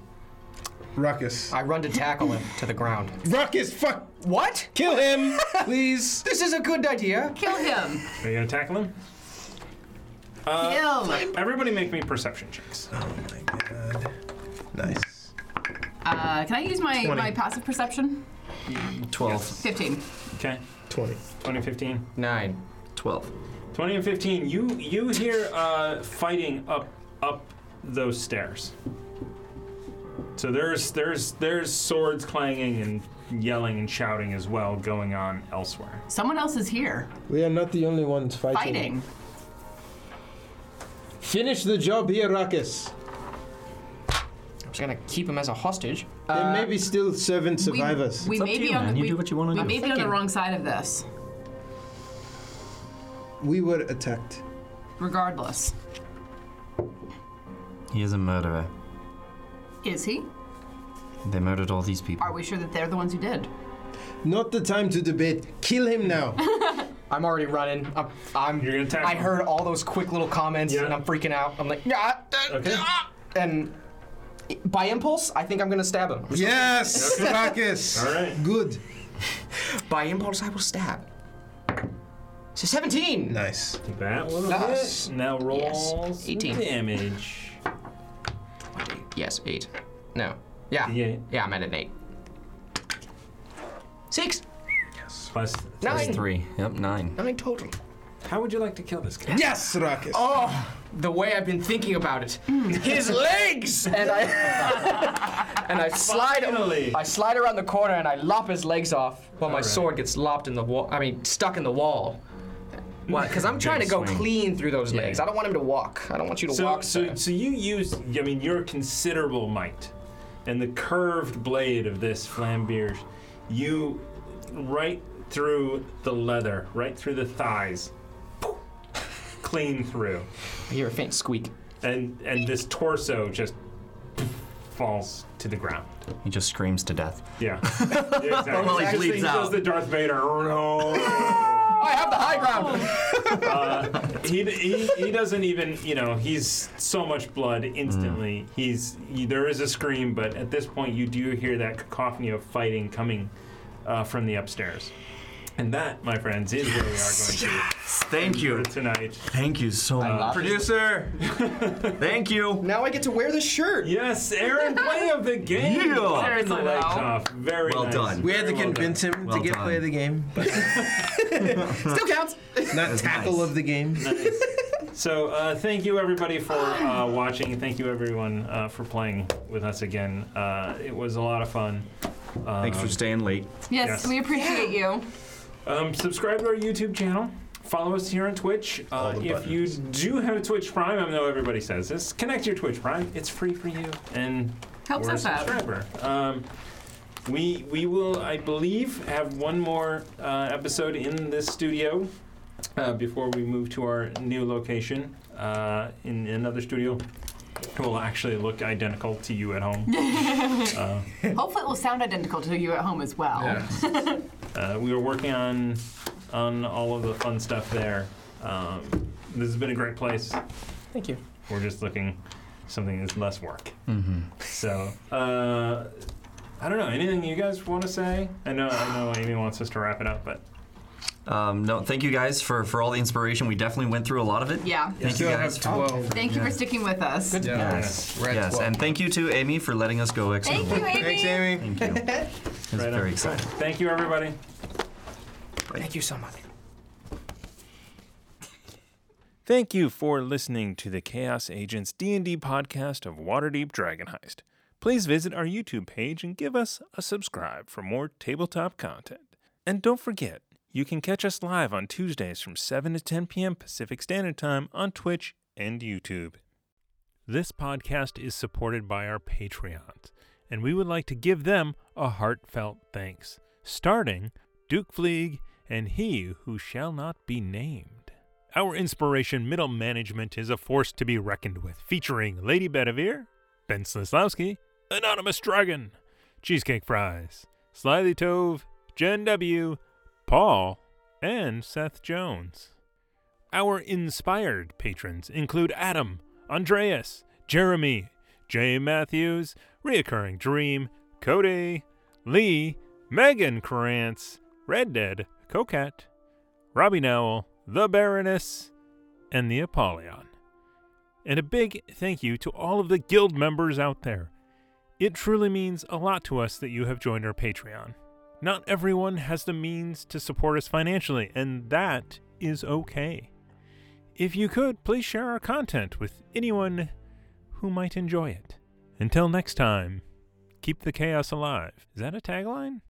Ruckus. I run to tackle him to the ground. Ruckus, fuck! What? Kill him, please. This is a good idea. Kill him. Are you gonna tackle him? Uh, Everybody make me perception checks. Oh my god. Nice. Uh, can I use my, 20. my passive perception? 12. Fifteen. Okay. 20. 20, 15. 9. 12. 20 and 15. You you hear uh, fighting up up those stairs. So there's there's there's swords clanging and yelling and shouting as well going on elsewhere. Someone else is here We are not the only ones fighting. fighting. Finish the job here, Ruckus. I'm just gonna keep him as a hostage. Uh, There may be still seven survivors. We may be on the, we, we do. may be on the wrong side of this, We were attacked. regardless. He is a murderer. Is he? They murdered all these people. Are we sure that they're the ones who did? Not the time to debate. Kill him now. I'm already running. I'm. I'm You're gonna tackle I him. heard all those quick little comments and I'm freaking out. I'm like, yeah, uh, okay. and by impulse, I think I'm gonna stab him. Yes, Ruckus. All right. Good. By impulse, I will stab. So 17. Nice. That little Nice. bit. Now roll Yes. some 18. damage. Yes, eight. No. Yeah. Yeah. Yeah, I'm at an eight. Six. Plus, Nine. Plus three. Yep, nine. Nine total. How would you like to kill this guy? Yes, Ruckus. Oh, the way I've been thinking about it. His legs. Mm. And I and I slide Finally. I slide around the corner and I lop his legs off while my sword gets lopped in the wall. I mean, stuck in the wall. Why? Because I'm trying to Big go swing. clean through those legs. I don't want him to walk. I don't want you to so, walk. So, so you use, I mean, your considerable might and the curved blade of this flambeer, you right through the leather, right through the thighs, poof, clean through. I hear a faint squeak. And and this torso just poof, falls to the ground. He just screams to death. Yeah. exactly. Well, he Just bleeds he out. does the Darth Vader. oh, Oh, I have the high ground. he, he, he doesn't even you know he's so much blood Mm. instantly he's he, there is a scream but at this point you do hear that cacophony of fighting coming uh, from the upstairs and that my friends is where we are going to Thank you. for tonight Thank you so much. Producer. Thank you. Now I get to wear this shirt. yes Aaron play of the game Yeah. Turn the Seriously, lights wow. off. very Well nice. done. We had Very well to done. convince him Well to get done. play of the game, but Still counts. not tackle of the game. So uh, thank you everybody for uh, watching. Thank you everyone uh, for playing with us again. Uh, it was a lot of fun. Thanks for Um, staying late. Yes, Yes. we appreciate you. Um, subscribe to our YouTube channel. Follow us here on Twitch. Uh, if you do have a Twitch Prime, I know everybody says this, connect your Twitch Prime. It's free for you and Helps we're us a out. subscriber. Um, we we will, I believe, have one more uh, episode in this studio uh, before we move to our new location uh, in another studio. It will actually look identical to you at home. uh, Hopefully, it will sound identical to you at home as well. Yeah. uh, we were working on on all of the fun stuff there. Um, this has been a great place. Thank you. We're just looking something that's less work. Mm-hmm. So uh, I don't know. Anything you guys want to say? I know I know Amy wants us to wrap it up, but Um, no, thank you guys for, for all the inspiration. We definitely went through a lot of it. Yeah. Thank you Oh. guys. Thank you for sticking with us. Yeah. Yes. Yes, and thank you to Amy for letting us go extra. Thank you, Amy. Thanks, Amy. Thank you. It's Right on. very exciting. Thank you, everybody. Thank you so much. Thank you for listening to the Chaos Agents D&D podcast of Waterdeep Dragon Heist. Please visit our YouTube page and give us a subscribe for more tabletop content. And don't forget, you can catch us live on Tuesdays from 7 to 10 p.m. Pacific Standard Time on Twitch and YouTube. This podcast is supported by our Patreons, and we would like to give them a heartfelt thanks, starting Duke Fleeg and He Who Shall Not Be Named. Our inspiration, Middle Management, is a force to be reckoned with, featuring Lady Bedivere, Ben Slislawski, Anonymous Dragon, Cheesecake Fries, Slyly Tove, Jen W., Paul, and Seth Jones. Our inspired patrons include Adam, Andreas, Jeremy, Jay Matthews, Reoccurring Dream, Cody, Lee, Megan Krantz, Red Dead, Coquette, Robbie Nowell, The Baroness, and the Apollyon. And a big thank you to all of the guild members out there. It truly means a lot to us that you have joined our Patreon. Not everyone has the means to support us financially, and that is okay. If you could, please share our content with anyone who might enjoy it. Until next time, keep the chaos alive. Is that a tagline?